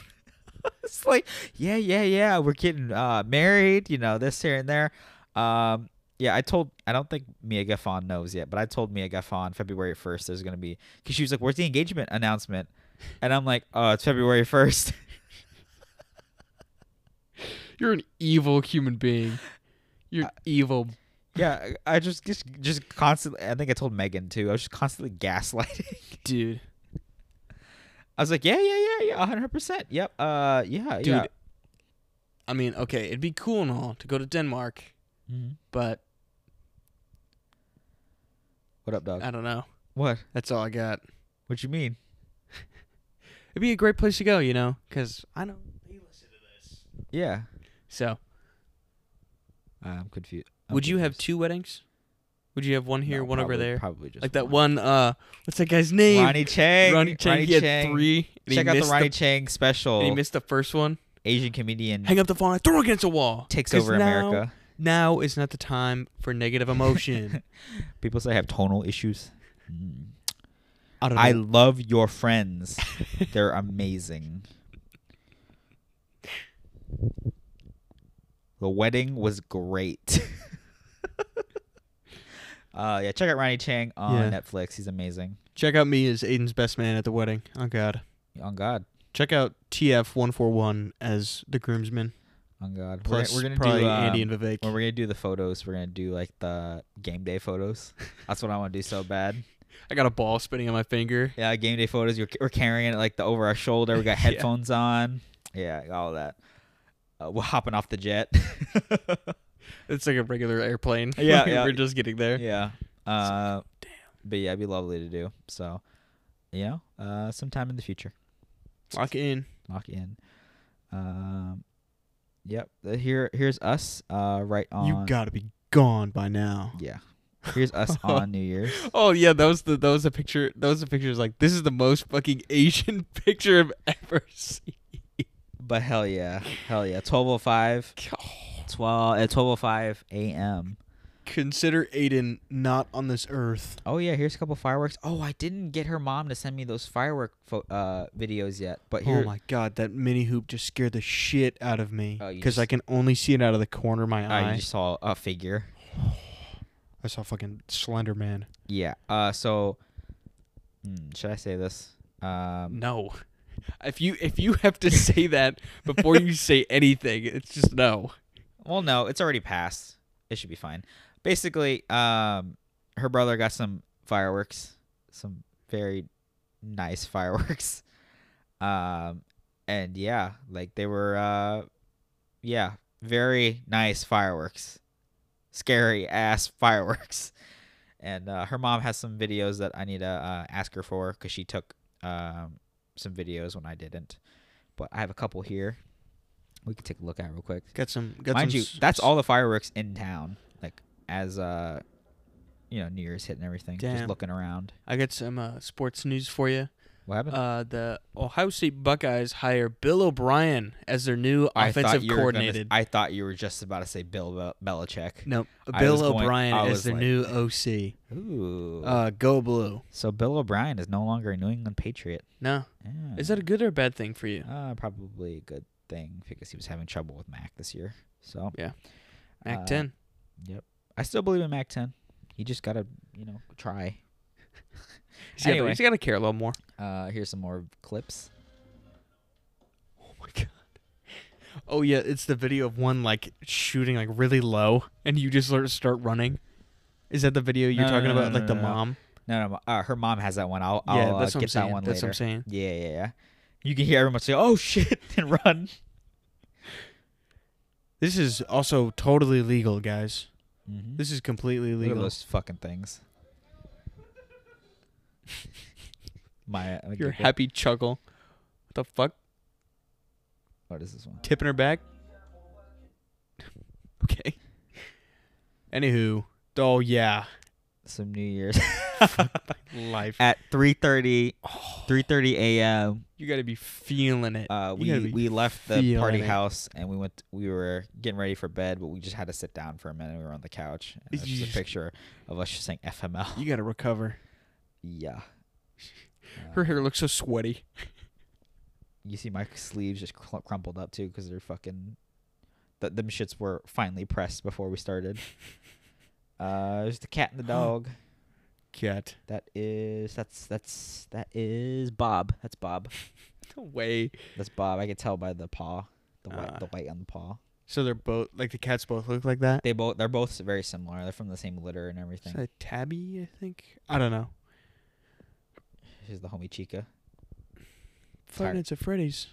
it's like, yeah, yeah, yeah, we're getting uh, married, you know, this here and there. Um, yeah, I told. I don't think Mia Gaffon knows yet, but I told Mia Gaffon February first. There's gonna be because she was like, "Where's the engagement announcement?" And I'm like, "Oh, it's February 1st. You're an evil human being. You're Uh, an evil. [laughs] yeah, I I just, just just constantly. I think I told Megan too. I was just constantly [laughs] gaslighting. Dude. I was like, "Yeah, yeah, yeah, yeah, 100. percent Yep. Uh, yeah, Dude. yeah. I mean, okay, it'd be cool and all to go to Denmark, Mhm. but What up, dog? I don't know. What? That's all I got. What you mean? It'd be a great place to go, you know, because I know you listen to this. Yeah. So, I'm confused. would you have two weddings? Would you have one here, one over there? Probably just Like that one. Uh, what's that guy's name? Ronnie Chang. Ronnie Chang. he had Chang. three. and he Check out the missed Ronnie Chang special. and he missed the first one. Asian comedian Hang up the phone. I throw it against a wall. takes 'Cause over now- America. Now is not the time for [laughs] negative emotion. People say I have tonal issues. Mm. I don't know. I love your [laughs] friends. They're amazing. The wedding was great. [laughs] uh, yeah, check out Ronnie Chang on Yeah. Netflix. He's amazing. Check out me as Aiden's best man at the wedding. Oh God. On God. Check out TF141 as the groomsman. On God. We're- Plus, we're, gonna probably do Andy um, and Vivek. When we're gonna do the photos, we're gonna do like the game day [laughs] photos. That's what I want to do so bad. I got a ball spinning on my finger. Yeah, game day photos. You're, we're carrying it like the over our shoulder. We got [laughs] Yeah. headphones on. Yeah, all that. Uh, we're hopping off the [laughs] jet. [laughs] It's like a regular airplane. [laughs] Yeah, yeah. We're just getting there. yeah. Uh, But yeah, it'd be lovely to do. So, you know, uh, sometime in the future, Lock in. lock in. Um, yep. uh, Here, here's us. Uh, right on. You gotta be gone by now. Yeah. Here's [laughs] us on New Year's. Oh yeah, that was the that was the picture. That was the picture. Is like this is the most fucking [laughs] Asian picture I've ever seen. But hell yeah, hell yeah. Twelve oh [laughs] five. Twelve at twelve oh five a.m. Consider Aiden not on this earth. Oh yeah, here's a couple fireworks. Oh, I didn't get her mom to send me those firework fo- uh, videos yet. But here, uh, oh my god, that mini hoop just scared the shit out of me Oh, you because I just- can only see it out of the corner of my I eye. just saw a figure. I saw fucking Slender Man. Yeah. Uh, so mm, should I say this? Um, No, [laughs] if you if you have to [laughs] say that before you say anything, it's just no. well, no, it's already passed. It should be fine. Basically, um, her brother got some fireworks, some very nice fireworks. [laughs] Um, and yeah, like they were, uh, yeah, very nice fireworks, scary ass [laughs] fireworks. And uh, her mom has some videos that I need to uh, ask her for because she took um, some videos when I didn't. But I have a couple here. We can take a look at real quick Got some. Got mind some you, s- that's s- all the fireworks in town. Like as uh, you know, New Year's hit and everything. Damn. Just looking around. I got some uh, sports news for you. What happened? Uh, the Ohio State Buckeyes hire Bill O'Brien as their new I thought offensive you were gonna- coordinator. I thought you were just about to say Bill Be- Belichick. no, I was Bill going- O'Brien I as was their like- new OC. Ooh. Uh, go blue. so Bill O'Brien is no longer a New England Patriot. No, Yeah. is that a good or a bad thing for you? uh, probably a good thing because he was having trouble with Mac this year. So Mac uh, 10. I still believe in Mac Ten. You just gotta, you know, try. He's gotta- anyway. he's got to care a little more. Uh, here's some more clips. Oh my god. Oh yeah, it's the video of one like shooting like really low, and you just sort of start running. Is that the video you're No, no, talking no, no, about? no, like no, the no. mom. No, no, uh, her mom has that one. I'll, I'll yeah, uh, that's what I'm get that saying. one that's later. what I'm saying. Yeah, yeah, yeah. You can hear everyone say, "Oh shit!" [laughs] and run. This is also totally legal, guys. Mm-hmm. This is completely Look at legal. those fucking things. [laughs] Maya, I'm gonna Your giggle. happy chuckle. What the fuck? What is this one? Tipping her back? [laughs] okay. Anywho, oh yeah, Some New Year's [laughs] [laughs] life. at [sighs] 3:30, 3:30 a.m. You gotta be feeling it. Uh, You gotta we be we left the party feeling it. house and we went. We were getting ready for bed, but we just had to sit down for a minute. We were on the couch. And there's You just a [laughs] just- picture of us just saying FML. You gotta recover. [laughs] yeah. [laughs] Her Uh, hair looks so sweaty. you see my sleeves just cl- crumpled up too because they're fucking th- them shits were finely pressed before we started Uh, there's the cat and the dog. Cat. That is that's that's that is Bob. That's Bob. [laughs] No way. That's Bob. I could tell by the paw, the white, Ah. the white on the paw. So they're both like the cats both look like that. They both they're both very similar. They're from the same litter and Is everything. that tabby, I think. I don't know. She's the homie Chica. Five Tar- Nights at Freddy's.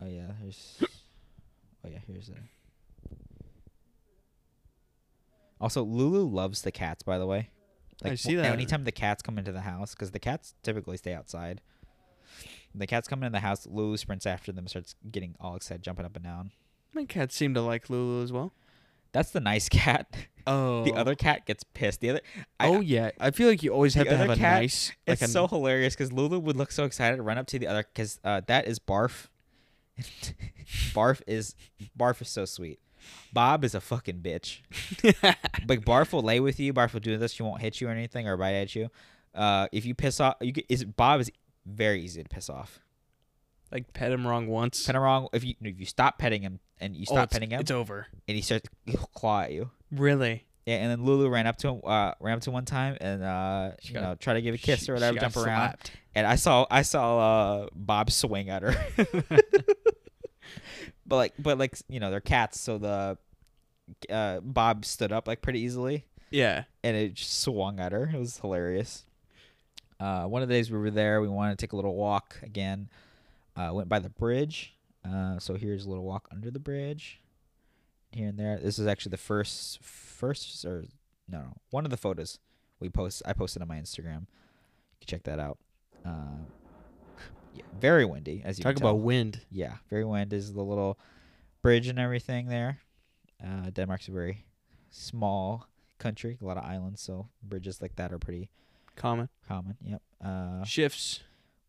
Oh yeah, here's. oh yeah, here's a. Also, Lulu loves the cats. By the way, I see w- that. Anytime the cats come into the house, because the cats typically stay outside. The cats come into the house. Lulu sprints after them, starts getting all excited, jumping up and down. My cats seem to like Lulu as well. That's the nice [laughs] cat. Oh. The other cat gets pissed. The other. I- Oh yeah. I feel like you always The have to have other a cat- nice It's like a so hilarious because Lulu would look so excited, run up to the other because uh, that is Barf. [laughs] barf is Barf is so sweet. Bob is a fucking bitch. [laughs] like Barf will lay with you. Barf will do this. She won't hit you or anything or bite at you. Uh, if you piss off, you get, is Bob is very easy to piss off. like pet him wrong once. Pet him wrong. If you if you stop petting him and you Oh, stop it's- petting him It's over. and he starts he'll claw at you. Really? Yeah, and then Lulu ran up to him, uh, ran up to him one time and uh, She you got- know, try to give a kiss She- or she whatever, got jump around. slapped. And I saw I saw uh, Bob swing at her. [laughs] but like but like you know they're cats, so the uh, Bob stood up like pretty easily Yeah. and it just swung at her. It was hilarious. Uh, one of the days we were there, we wanted to take a little walk again. Uh, went by the bridge. Uh, so here's a little walk under the bridge, here and there. This is actually the first, first or no, no, one of the photos we post. I posted on my Instagram. You can check that out. Uh, yeah, very windy, as you Talk can tell. about wind. Yeah, very wind is the little bridge and everything there. Uh, Denmark's a very small country, a lot of islands, so bridges like that are pretty Common. common. Yep. Uh, Shifts.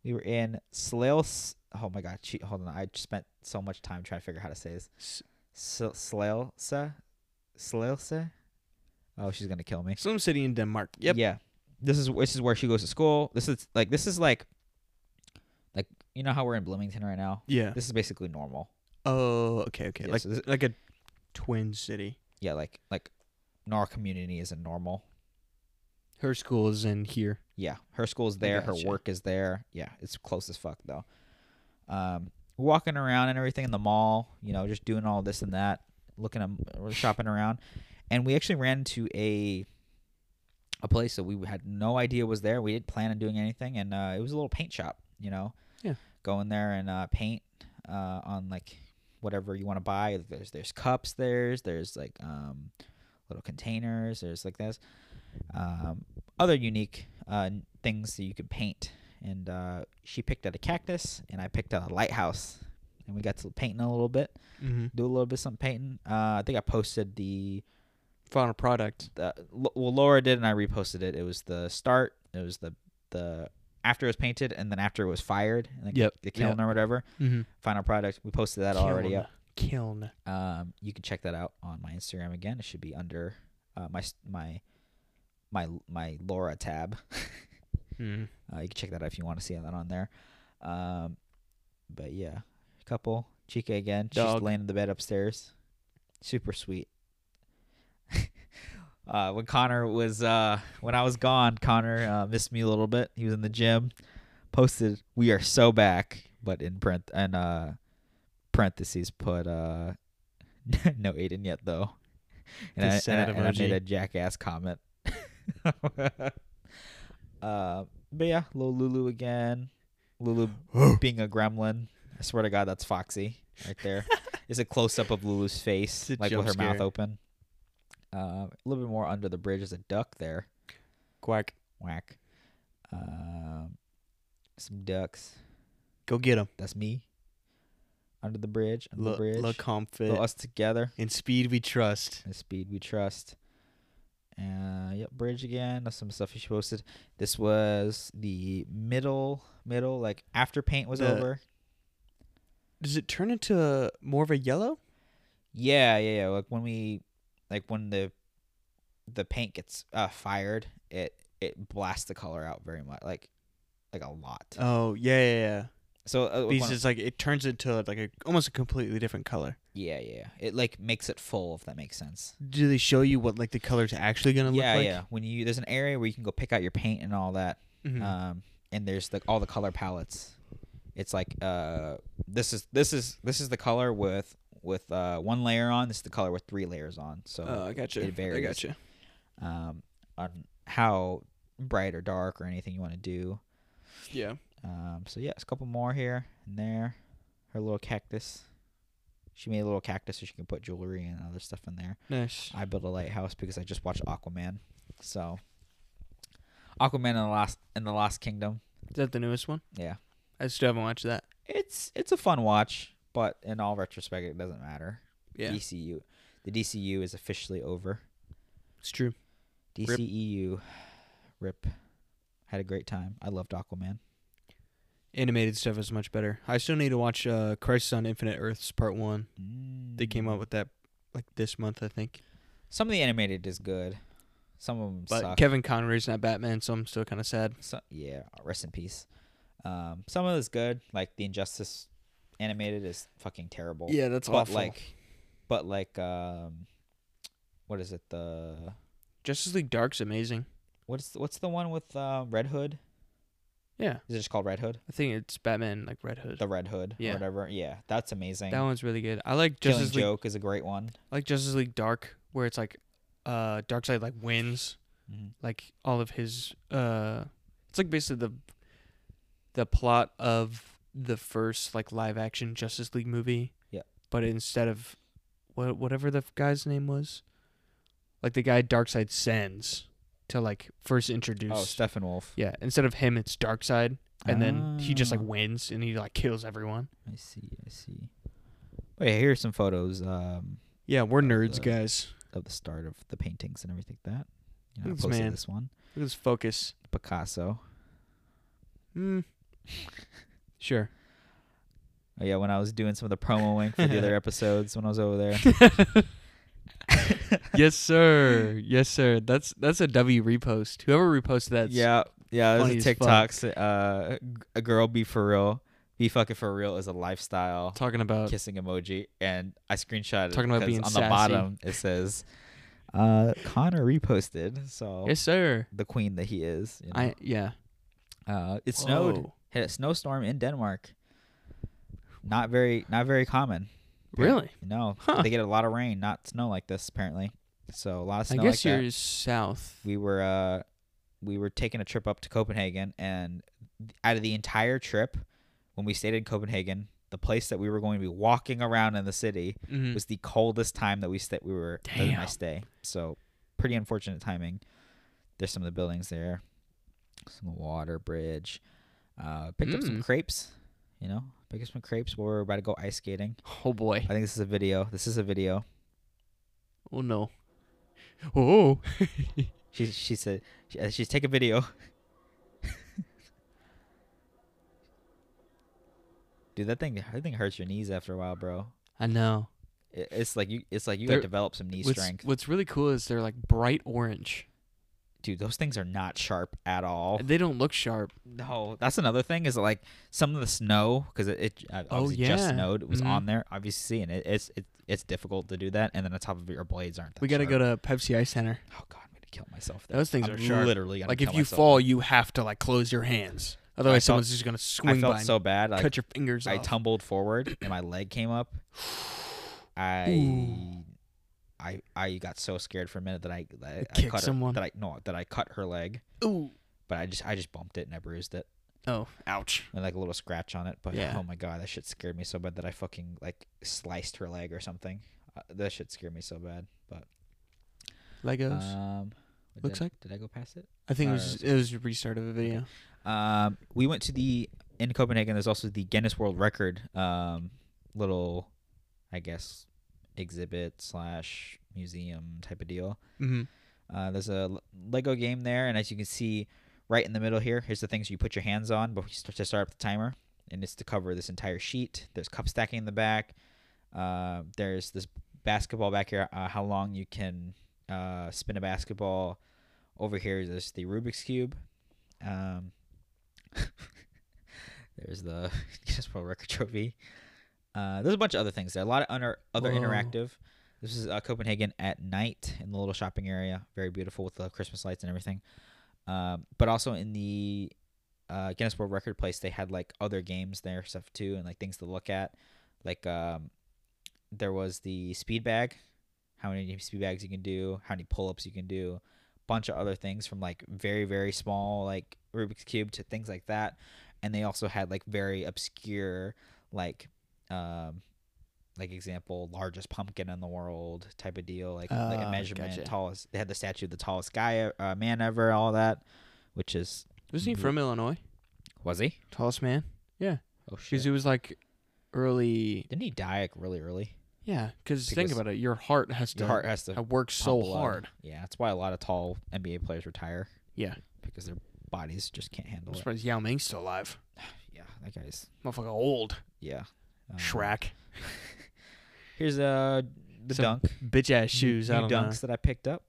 we were in Slales. Oh my God, she, hold on. I just spent so much time trying to figure out how to say this. S- Slelse? Slelse? Oh, she's gonna kill me. Some city in Denmark. Yep. Yeah. This is this is where she goes to school. This is like this is like like you know how we're in Bloomington right now. Yeah. This is basically normal. Oh, okay, okay. Yeah, like so this- like a twin city. yeah, like like our community isn't normal. Her school is in here. Yeah, her school's there, her gotcha. work is there. Yeah, it's close as fuck though. Um, walking around and everything in the mall, you know, just doing all this and that, looking at we're shopping around, and we actually ran into a a place that we had no idea was there. We didn't plan on doing anything, and uh, it was a little paint shop. You know, Yeah. go in there and uh, paint uh, on like whatever you want to buy. There's there's cups, there's there's like um, little containers, there's like this. Um, other unique uh, n- things that you could paint. And uh, she picked out a cactus, and I picked out a lighthouse, and we got to painting a little bit, Mm-hmm. do a little bit of some painting. Uh, I think I posted the, Final product. the Lo- well Laura did, and I reposted it. It was the start. It was the the after it was painted, and then after it was fired, and then Yep, the kiln yep. or whatever. Mm-hmm. Final product. We posted that already up. Kiln. Um, you can check that out on my Instagram again. It should be under uh, my s- my my my Laura tab. Mm. Uh, you can check that out if you want to see that on there. Um, but yeah, couple Chica again. She's Dog. laying in the bed upstairs. Super sweet. [laughs] uh, when Connor was uh, when I was gone, Connor uh, missed me a little bit. He was in the gym. Posted, "We are so back," but in print and uh, parentheses put uh, [laughs] no Aiden yet though. [laughs] And, The I, and sad I- and I made emoji. a jackass comment. [laughs] [laughs] Uh, but yeah, little Lulu again. Lulu being a gremlin. I swear to God, that's Foxy right there. It's a close up of Lulu's face, It's a like with jump her mouth scare. open. Uh, a little bit more under the bridge is a duck there. [laughs] Quack. Whack. Um, some ducks. Go get him. That's me. Under the bridge. Under the Look, bridge. look Little comfit. us together. In speed we trust. And speed we trust. Uh, yep, bridge again. That's some stuff she posted. This was the middle, middle, like after paint was The- over. Does it turn into more of a yellow? Yeah, yeah, yeah. Like when we, like when the, the paint gets uh, fired, it it blasts the color out very much, like, like a lot. Oh yeah, yeah, yeah. so uh, Because when- it's like it turns into like a almost a completely different color. Yeah, yeah. It like makes it full if that makes sense. Do they show you what like the color's actually gonna yeah, look like? yeah. When you there's an area where you can go pick out your paint and all that. Mhm. Um, and there's the all the color palettes. It's like uh, this is this is this is the color with with uh, one layer on. This is the color with three layers on. So oh, I gotcha. it I varies. gotcha. um, on how bright or dark or anything you want to do. Yeah. Um, so yeah, it's a couple more here and there. Her little cactus. She made a little cactus so she can put jewelry and other stuff in there. Nice. I built a lighthouse because I just watched Aquaman. So Aquaman in the last in the Lost Kingdom. Is that the newest one? Yeah. I still haven't watched that. It's it's a fun watch, but in all retrospect it doesn't matter. Yeah. DCU the DCU is officially over. It's true. DCEU rip. Had a great time. I loved Aquaman. Animated stuff is much better. I still need to watch uh Crisis on Infinite Earths Part One. They came Mm. out with that like this month, I think. Some of the animated is good. Some of them But suck. Kevin Conroy's not Batman, so I'm still kind of sad. So, yeah, rest in peace. Um, some of it's good, like the Injustice animated is fucking terrible. Yeah, that's but like, but like, um, what is it? The Justice League Dark's amazing. what's what's the one with uh, Red Hood? Yeah, Is it just called Red Hood? I think it's Batman like Red Hood. The Red Hood, Yeah. or whatever. Yeah, that's amazing. That one's really good. I like Killing Justice League, Joke is a great one. I like Justice League Dark, where it's like, uh, Darkseid like wins, Mhm. like all of his uh, it's like basically the, the plot of the first like live action Justice League movie. Yep. But instead of, what whatever the f- guy's name was, like the guy Darkseid sends to like first introduce. Oh, Steppenwolf. Yeah, instead of him, it's Darkseid, and then he just like Ah. wins and he like kills everyone. I see. I see. But yeah, here are some photos um, Yeah, we're nerds, the- guys. of the start of the paintings and everything like that. You know, I Thanks, posted man. this one. Look at this focus. Picasso. Mm. Sure. Oh yeah, when I was doing some of the promoing for the [laughs] other episodes when I was over there. [laughs] yes, sir. Yes, sir. That's that's a W repost. Whoever reposted that, yeah, yeah. funny There's as a fuck. TikTok. sa- Uh, g- a girl be for real, be fucking for real is a lifestyle talking about kissing emoji, and I screenshot it Uh, Talking about 'cause being on the sassy. bottom it says, uh, Connor reposted. So yes, sir. the queen that he is. You know? I yeah. Uh, it snowed. Whoa. Hit a snowstorm in Denmark. Not very, not very common. Really? No, Huh. they get a lot of rain, not snow like this apparently. So a lot of I snow. guess like that. you're south. we were uh we were taking a trip up to Copenhagen and th- out of the entire trip when we stayed in Copenhagen the place that we were going to be walking around in the city Mhm. was the coldest time that we stayed we were that was my Damn. stay so pretty unfortunate timing there's some of the buildings there some water bridge uh picked up some Mm. crepes you know picked up some crepes while we were about to go ice skating Oh boy. I think this is a video this is a video Oh no. Oh. She she said she, uh, she's take a video. [laughs] Dude, that thing that thing hurts your knees after a while, bro. I know. It, it's like you it's like you They're- gotta develop some knee What's, strength. what's really cool is they're like bright orange. Dude, those things are not sharp at all. They don't look sharp. No, that's another thing is like some of the snow because it, it uh, Oh, obviously just yeah. snowed. It was Mhm. on there, obviously, and it, it's it, it's difficult to do that. And then on top of it, your blades aren't. That We gotta sharp. go to Pepsi Ice Center. Oh god, I'm gonna kill myself. There. Those things I'm are sharp. Literally, gonna like if kill you myself. fall, you have to like close your hands. Otherwise, someone's just gonna I swing by, felt and so bad. Like, cut your fingers I off. tumbled forward and my leg came [sighs] up. I Ooh. I I got so scared for a minute that I that I kicked cut her- someone. that I no that I cut her leg, Ooh. but I just I just bumped it and I bruised it Oh, ouch. and like a little scratch on it. But Yeah. oh my god, that shit scared me so bad that I fucking like sliced her leg or something. Uh, that shit scared me so bad. But Legos. um, did Looks I- like- did I go past it? I think it or- was it was a restart of a video. Um, we went to the in Copenhagen. There's also the Guinness World Record um, little, I guess, exhibit slash museum type of deal. Mm-hmm. Uh, there's a L- Lego game there, and as you can see, right in the middle here, here's the things you put your hands on before you start to start up the timer, and it's to cover this entire sheet. There's cup stacking in the back. Uh, there's this basketball back here. Uh, how long you can uh, spin a basketball. Over here, there's the Rubik's cube. [laughs] Um, there's the Guinness World Record trophy. Uh, there's a bunch of other things there. A lot of under, other Whoa. interactive. This is uh, Copenhagen at night in the little shopping area. Very beautiful with the Christmas lights and everything. Um, but also in the uh, Guinness World Record place, they had like other games there, stuff too, and like things to look at. Like um, there was the speed bag, how many speed bags you can do, how many pull ups you can do, bunch of other things from like very very small like Rubik's cube to things like that. And they also had like very obscure like um like example largest pumpkin in the world type of deal like like a Ah, measurement gotcha. tallest they had the statue of the tallest guy uh, man ever all that which is Wasn't he Mhm. from Illinois? was he Mm-hmm. Tallest man. oh Because it was like early. didn't he die like really early Yeah. Cause think Because about it. Your heart has to. your heart has to I work so pump blood. hard. yeah that's why a lot of tall nba players retire Yeah. because their bodies just can't handle I'm it surprised Yao Ming's still alive. yeah that guy's Motherfucker old. yeah Um, Shrek. here's uh the Some dunk Bitch ass shoes. new, I new don't [laughs] dunks that i picked up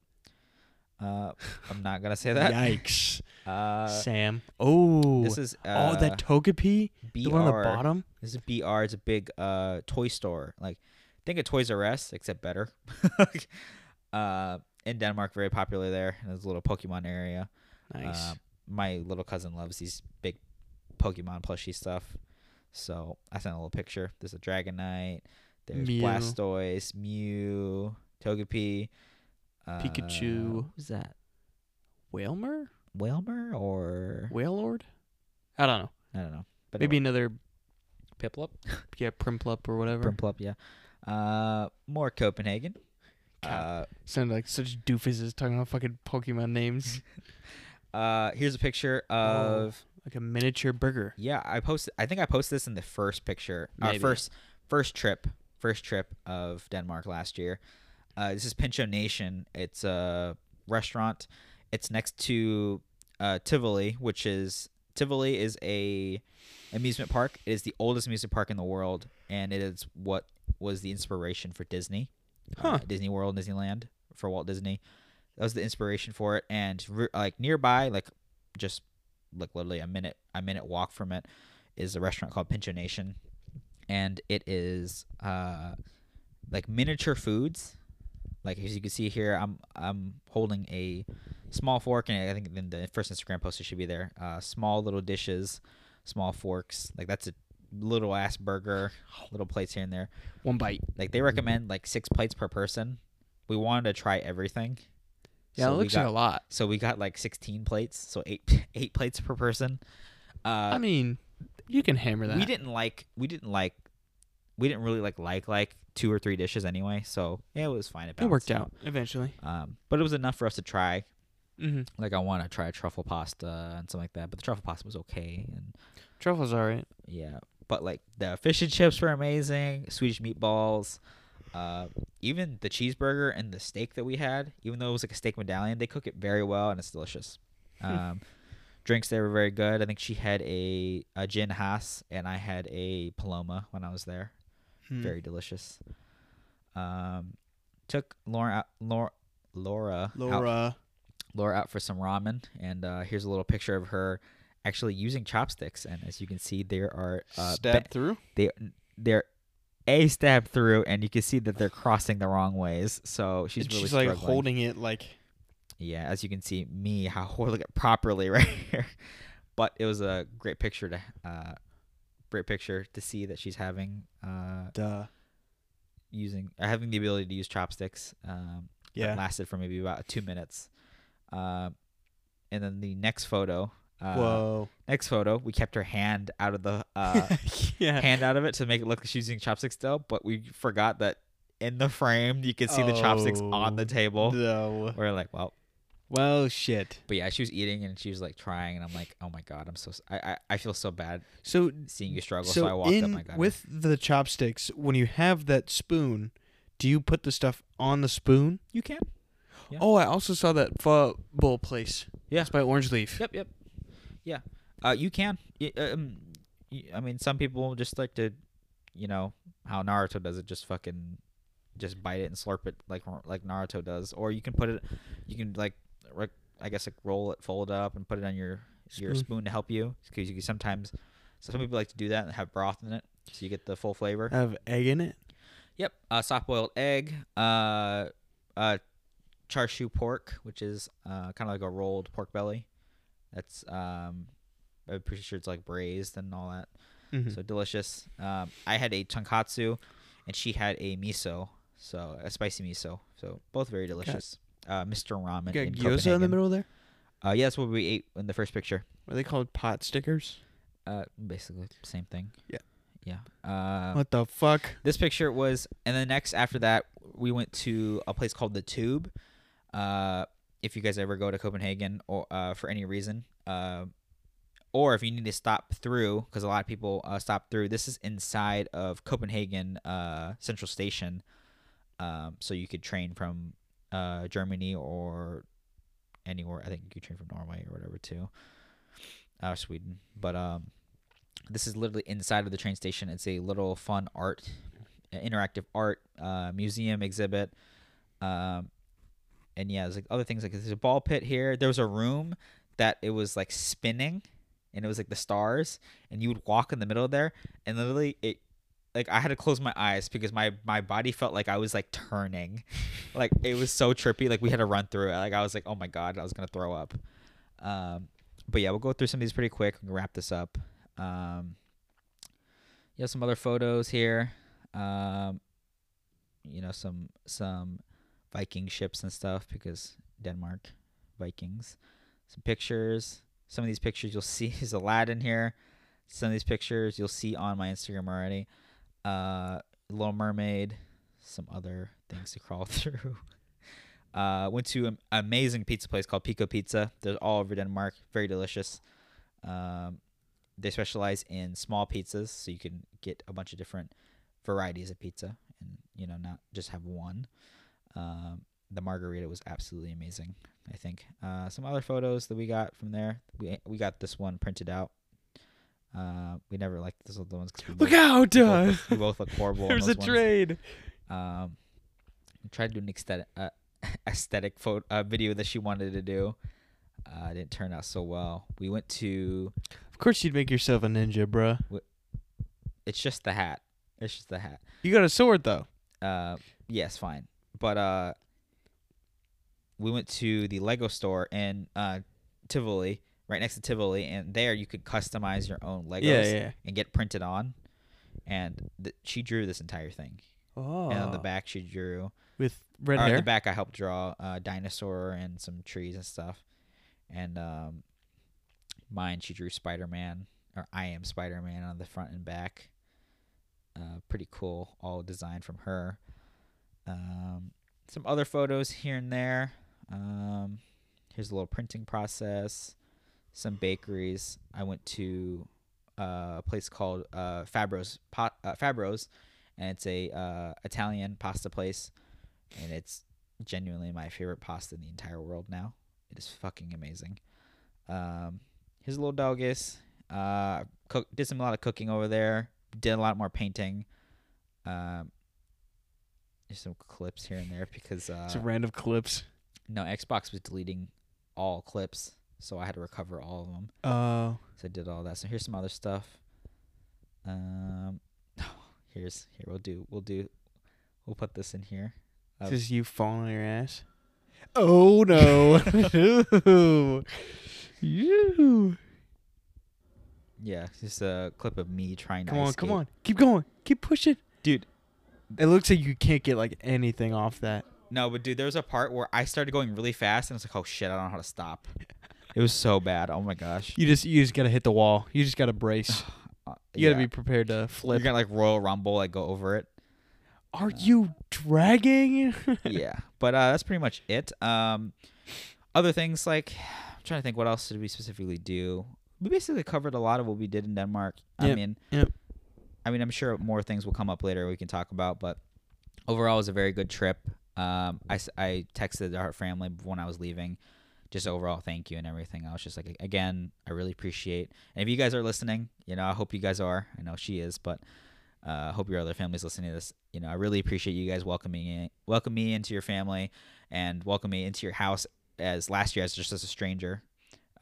uh i'm not gonna say know. [laughs] that Yikes. uh Sam. Oh. this is uh, oh, that Togepi? BR. The one on the bottom? This is BR. It's a big uh toy store. Like think of Toys R Us, except better. [laughs] uh, in Denmark, very popular there. And there's a little Pokemon area. Nice. Uh, my little cousin loves these big Pokemon plushie stuff. So I sent a little picture. There's a Dragonite. There's Mew. Blastoise, Mew, Togepi, uh, Pikachu. Who's that? Whalmer? Whalmer or Whalelord? I don't know. I don't know. But Maybe another, Piplup. yeah, Primplup or whatever. Primplup, yeah. Uh, more Copenhagen. Uh, God. Sound like such doofuses talking about fucking Pokemon names. uh, here's a picture of like a miniature burger. yeah. I posted. I think I posted this in the first picture. Our Maybe. first first trip, first trip of Denmark last year. Uh, this is Pincho Nation. It's a restaurant. It's next to uh, Tivoli, which is Tivoli is a amusement park. It is the oldest amusement park in the world, and it is what was the inspiration for Disney, uh, Huh. Disney World, Disneyland for Walt Disney. That was the inspiration for it, and re- like nearby, like just like literally a minute a minute walk from it, is a restaurant called Pincho Nation, and it is uh like miniature foods. Like as you can see here, I'm I'm holding a small fork, and I think then the first Instagram poster should be there. Uh, small little dishes, small forks. Like that's a little ass burger, little plates here and there. One bite. Like they recommend like six plates per person. We wanted to try everything. Yeah, so it we looks got, like a lot. so we got like sixteen plates, so eight [laughs] eight plates per person. Uh, I mean, you can hammer that. we didn't like we didn't like we didn't really like like like two or three dishes anyway. So yeah, it was fine. It worked balanced out eventually. Um, but it was enough for us to try. Mm-hmm. Like I want to try truffle pasta and something like that, but the truffle pasta was okay. And Truffles are right. yeah, but like the fish and chips were amazing. Swedish meatballs, uh, even the cheeseburger and the steak that we had, even though it was like a steak medallion, they cook it very well and it's delicious. Um, drinks there were very good. I think she had a, a gin haas and I had a paloma when I was there Mm. very delicious. Um, took Laura out, Laura Laura out, Laura. Laura out for some ramen, and uh, here's a little picture of her actually using chopsticks. And as you can see, there are uh, Stab ba- through. they they're a stab through, and you can see that they're crossing the wrong ways. So she's And really she's like struggling. holding it like Yeah, as you can see, me how [laughs] holding it properly [laughs] right here. But it was a great picture to uh, great picture to see that she's having uh, duh. using uh, having the ability to use chopsticks. Um, that Yeah. lasted for maybe about two minutes. Um, and then the next photo, uh, Whoa. [laughs] next photo, we kept her hand out of the uh, yeah. hand out of it to make it look like she's using chopsticks still, but we forgot that in the frame you could see the chopsticks on the Oh, table. No. We're like, well, Well, shit. but yeah, she was eating and she was like trying, and I'm like, oh my god, I'm so s- I I, I feel so bad So seeing you struggle. So, so I walked in up, and I got her. with the chopsticks, when you have that spoon, do you put the stuff on the spoon? you can. Yeah. Oh, I also saw that pho bowl place. Yeah. It's by Orange Leaf. Yep, yep. Yeah. Uh, you can. Y- um, y- I mean, some people just like to, you know, how Naruto does it, just fucking, just bite it and slurp it like like Naruto does. Or you can put it, you can like, rec- I guess like roll it, fold it up, and put it on your your Spoon. spoon to help you because you can sometimes. So some people like to do that and have broth in it. so you get the full flavor. Have egg in it. Yep. Uh, soft boiled egg, uh, uh, char siu pork, which is uh, kind of like a rolled pork belly. That's um, I'm pretty sure it's like braised and all that. Mhm. So delicious. Um, I had a tonkatsu, and she had a miso, so a spicy miso. So both very delicious. Uh, Mr. Ramen. You got in gyoza in the Copenhagen. middle there. Uh, yeah, that's what we ate in the first picture. Are they called pot stickers? Uh, basically same thing. Yeah. Yeah. Uh, what the fuck? this picture was and the next after that we went to a place called the tube uh, if you guys ever go to copenhagen or uh, for any reason uh, or if you need to stop through because a lot of people uh, stop through this is inside of copenhagen uh, central station um, so you could train from uh, germany or anywhere i think you could train from norway or whatever too uh, sweden but um, this is literally inside of the train station it's a little fun art uh, interactive art uh, museum exhibit um, and yeah there's like other things like there's a ball pit here there was a room that it was like spinning and it was like the stars and you would walk in the middle of there and literally it like i had to close my eyes because my my body felt like i was like turning [laughs] like it was so trippy like we had to run through it like i was like oh my god i was gonna throw up um but yeah we'll go through some of these pretty quick and wrap this up um you have some other photos here um, you know, some some Viking ships and stuff because Denmark, Vikings. Some pictures. Some of these pictures you'll [laughs] see is Aladdin here. Some of these pictures you'll see on my Instagram already. Uh, Little Mermaid. Some other things to crawl [laughs] through. Uh, went to an amazing pizza place called Pico Pizza. They're all over Denmark. Very delicious. Um, they specialize in small pizzas, so you can get a bunch of different varieties of pizza and you know not just have one um, the margarita was absolutely amazing i think uh, some other photos that we got from there we, we got this one printed out uh, we never liked this other ones 'cause we Look both- out! we Uh, both, look- we both look horrible on there's a those ones. trade. um I tried to do an aesthetic, uh, [laughs] aesthetic photo uh, video that she wanted to do uh, it didn't turn out so well we went to Of course you'd make yourself a ninja, bruh. it's just the hat it's just the hat You got a sword though. uh yes fine but uh we went to the lego store in uh tivoli right next to tivoli and there you could customize your own legos Yeah, yeah. and get printed on and th- she drew this entire thing Oh. and on the back she drew with red or on hair. the back i helped draw a dinosaur and some trees and stuff and um mine she drew spider-man or i am spider-man on the front and back uh, pretty cool all designed from her um, some other photos here and there um, here's a little printing process some bakeries i went to uh, a place called uh, fabro's pot uh, fabro's and it's a uh, italian pasta place and it's genuinely my favorite pasta in the entire world now. It is fucking amazing. Um, here's a little dogus. Uh, cook, did some a lot of cooking over there. Did a lot more painting. Um, there's some clips here and there because uh, It's random clips. no Xbox was deleting all clips, so I had to recover all of them. Oh. So I did all that. So here's some other stuff. Um, [laughs] here's here we'll do we'll do we'll put this in here. It's Uh, just you falling on your ass. Oh [laughs] no. Ew. Ew. Yeah, just a clip of me trying Come to. on, escape. come on. Keep going. Keep pushing. Dude. It looks like you can't get like anything off that. No, but dude, there was a part where I started going really fast, and I was like, "Oh shit, I don't know how to stop." It was so bad. Oh my gosh. You just you just gotta hit the wall. You just gotta Uh, brace. [laughs] You gotta yeah. be prepared to You're flip. gonna like Royal Rumble, like go over it. Are you dragging? [laughs] yeah, but uh, that's pretty much it. Um, other things like I'm trying to think, what else did we specifically do? We basically covered a lot of what we did in Denmark. I Yep, mean, yep. I mean, I'm sure more things will come up later we can talk about, but overall, it was a very good trip. Um, I, s- I texted our family when I was leaving, just overall thank you and everything. I was just like, again, I really appreciate. And if you guys are listening, you know, I hope you guys are. I know she is, but uh, I hope your other families listening to this. You know, I really appreciate you guys welcoming in, welcome me into your family, and welcome me into your house as last year as just as a stranger.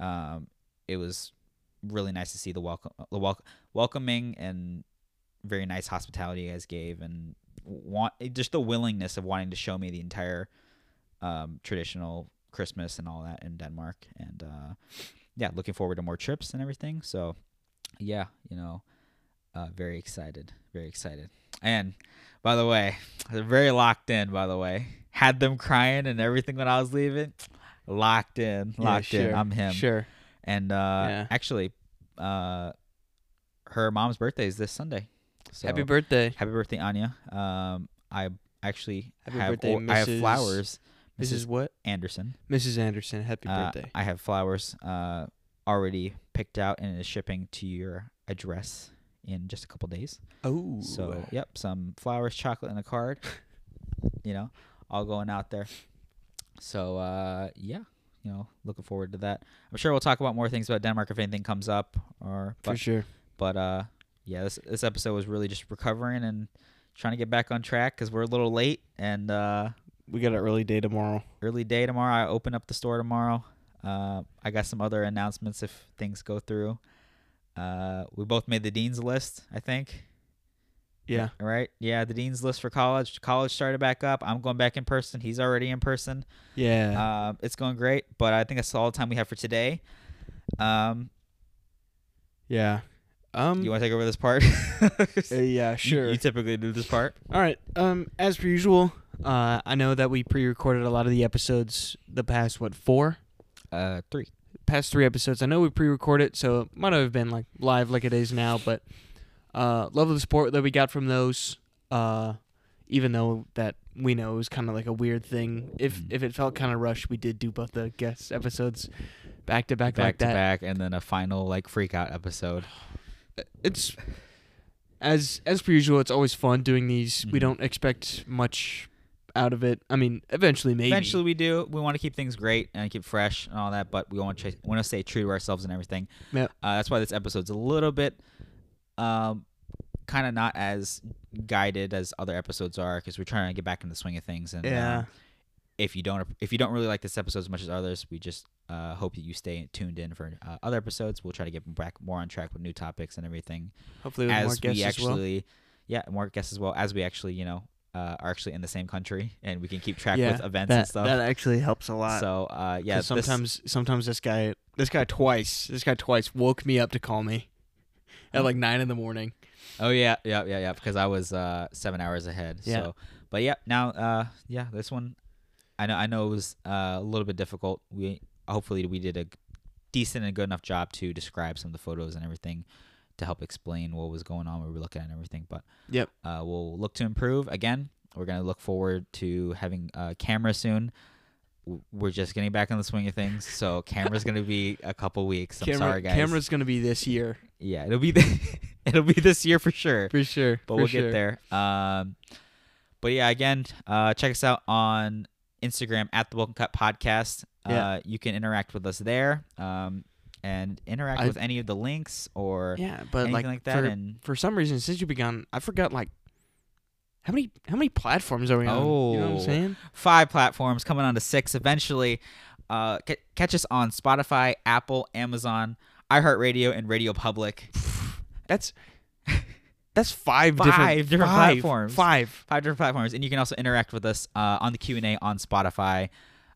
Um, it was really nice to see the welcome, the wel- welcoming and very nice hospitality you guys gave and want just the willingness of wanting to show me the entire um, traditional Christmas and all that in Denmark. And uh, yeah, looking forward to more trips and everything. So yeah, you know, uh, very excited, very excited. And by the way, they're very locked in. By the way, had them crying and everything when I was leaving. Locked in, [laughs] Yeah, locked in. sure, I'm him. Sure. And uh, Yeah. actually, uh, her mom's birthday is this Sunday. So Happy birthday, happy birthday, Anya. Um, I actually Happy have birthday, or- I have Mrs. flowers, Mrs. Mrs. What? Anderson. Mrs. Anderson. Happy Uh, birthday. I have flowers uh, already picked out and is shipping to your address in just a couple days. Oh. So, yep, some flowers, chocolate, and a card. you know, all going out there. So, uh, yeah, you know, looking forward to that. I'm sure we'll talk about more things about Denmark if anything comes up. Or for but, sure. but uh, yeah, this this episode was really just recovering and trying to get back on track because we're a little late and uh, We got an early day tomorrow. early day tomorrow. I open up the store tomorrow. Uh, I got some other announcements if things go through. Uh, we both made the dean's list, I think. Yeah. Right? Yeah, the dean's list for college. College started back up. I'm going back in person. He's already in person. Yeah. Uh, it's going great, but I think that's all the time we have for today. Um, yeah. Um. you want to take over this [laughs] part? uh, yeah. You- Sure. You, typically do this part. All right. Um, as per usual, uh, I know that we pre-recorded a lot of the episodes the past what four, Uh, three. past three episodes. I know we pre-recorded, so it might have been like live like it is now. But uh, love of the support that we got from those. Uh, even though that we know it was kind of like a weird thing. If Mhm. if it felt kind of rushed, we did do both the guest episodes back to back, Back like to that. back, and then a final like freak out episode. Uh, It's as as per usual. It's always fun doing these. We Mhm. don't expect much out of it. I mean, eventually maybe. Eventually, we do. We want to keep things great and keep fresh and all that, but we want to want to stay true to ourselves and everything. Yeah. Uh, that's why this episode's a little bit, um, kind of not as guided as other episodes are because we're trying to get back into the swing of things. And um, Yeah. if you don't if you don't really like this episode as much as others, we just uh, hope that you stay tuned in for uh, other episodes. We'll try to get back more on track with new topics and everything Hopefully, with as more guests we as well. actually yeah more guests as well as we actually you know uh, are actually in the same country and we can keep track with Yeah, events and That, stuff that actually helps a lot. so uh, 'Cause yeah this- sometimes sometimes this guy this guy twice this guy twice woke me up to call me [laughs] at like nine in the morning. oh yeah yeah yeah yeah because i was uh, seven hours ahead Yeah. so but yeah now uh, yeah this one i know i know it was uh, a little bit difficult we hopefully we did a decent and good enough job to describe some of the photos and everything to help explain what was going on what we were looking at and everything but Yep. uh, we'll look to improve again we're going to look forward to having a camera soon W- we're just getting back on the swing of things [laughs] so camera's going to be a couple weeks i'm Camera, sorry guys Camera's gonna be this year yeah it'll be [laughs] it'll be this year for sure for sure. but for we'll get sure. there. Um, but yeah, again, uh, check us out on Instagram at the Welcome Cut Podcast. Yeah. Uh, you can interact with us there um, and interact I- with any of the links or Yeah, but anything like, like, that. for, and for some reason since you've been gone, I forgot like how many how many platforms are we on? you know what Oh. I'm saying? five platforms coming on to six eventually. Uh, ca- catch us on Spotify, Apple, Amazon, iHeartRadio, and Radio Public. [laughs] That's that's five, Five different different five, platforms. Five. five different platforms and you can also interact with us uh, on the q&a on spotify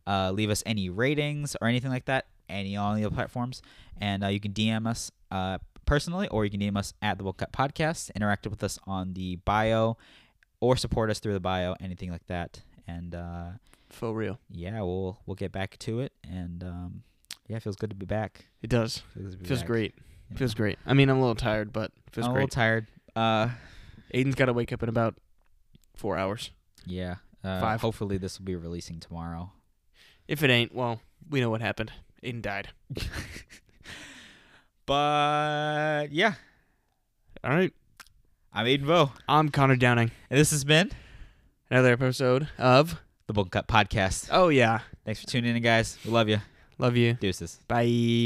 uh, leave us any ratings or anything like that any on the other platforms and uh, you can dm us uh, personally or you can dm us at the World Cup podcast interact with us on the bio or support us through the bio anything like that and uh, For real, yeah we'll we'll get back to it and um, yeah it feels good to be back it does. feels, good to be Feels back, great. you Feels know. great. I mean, I'm a little tired, but feels i'm a great. little tired uh, Aiden's got to wake up in about four hours. yeah uh, Five. hopefully this will be releasing tomorrow If it ain't, well, we know what happened. Aiden died. but yeah All right. I'm Aiden Vo, I'm Connor Downing. and this has been Another episode of. the Bunk Cut Podcast. Oh, yeah. Thanks for tuning in, guys. We love you. Love you. Deuces. Bye.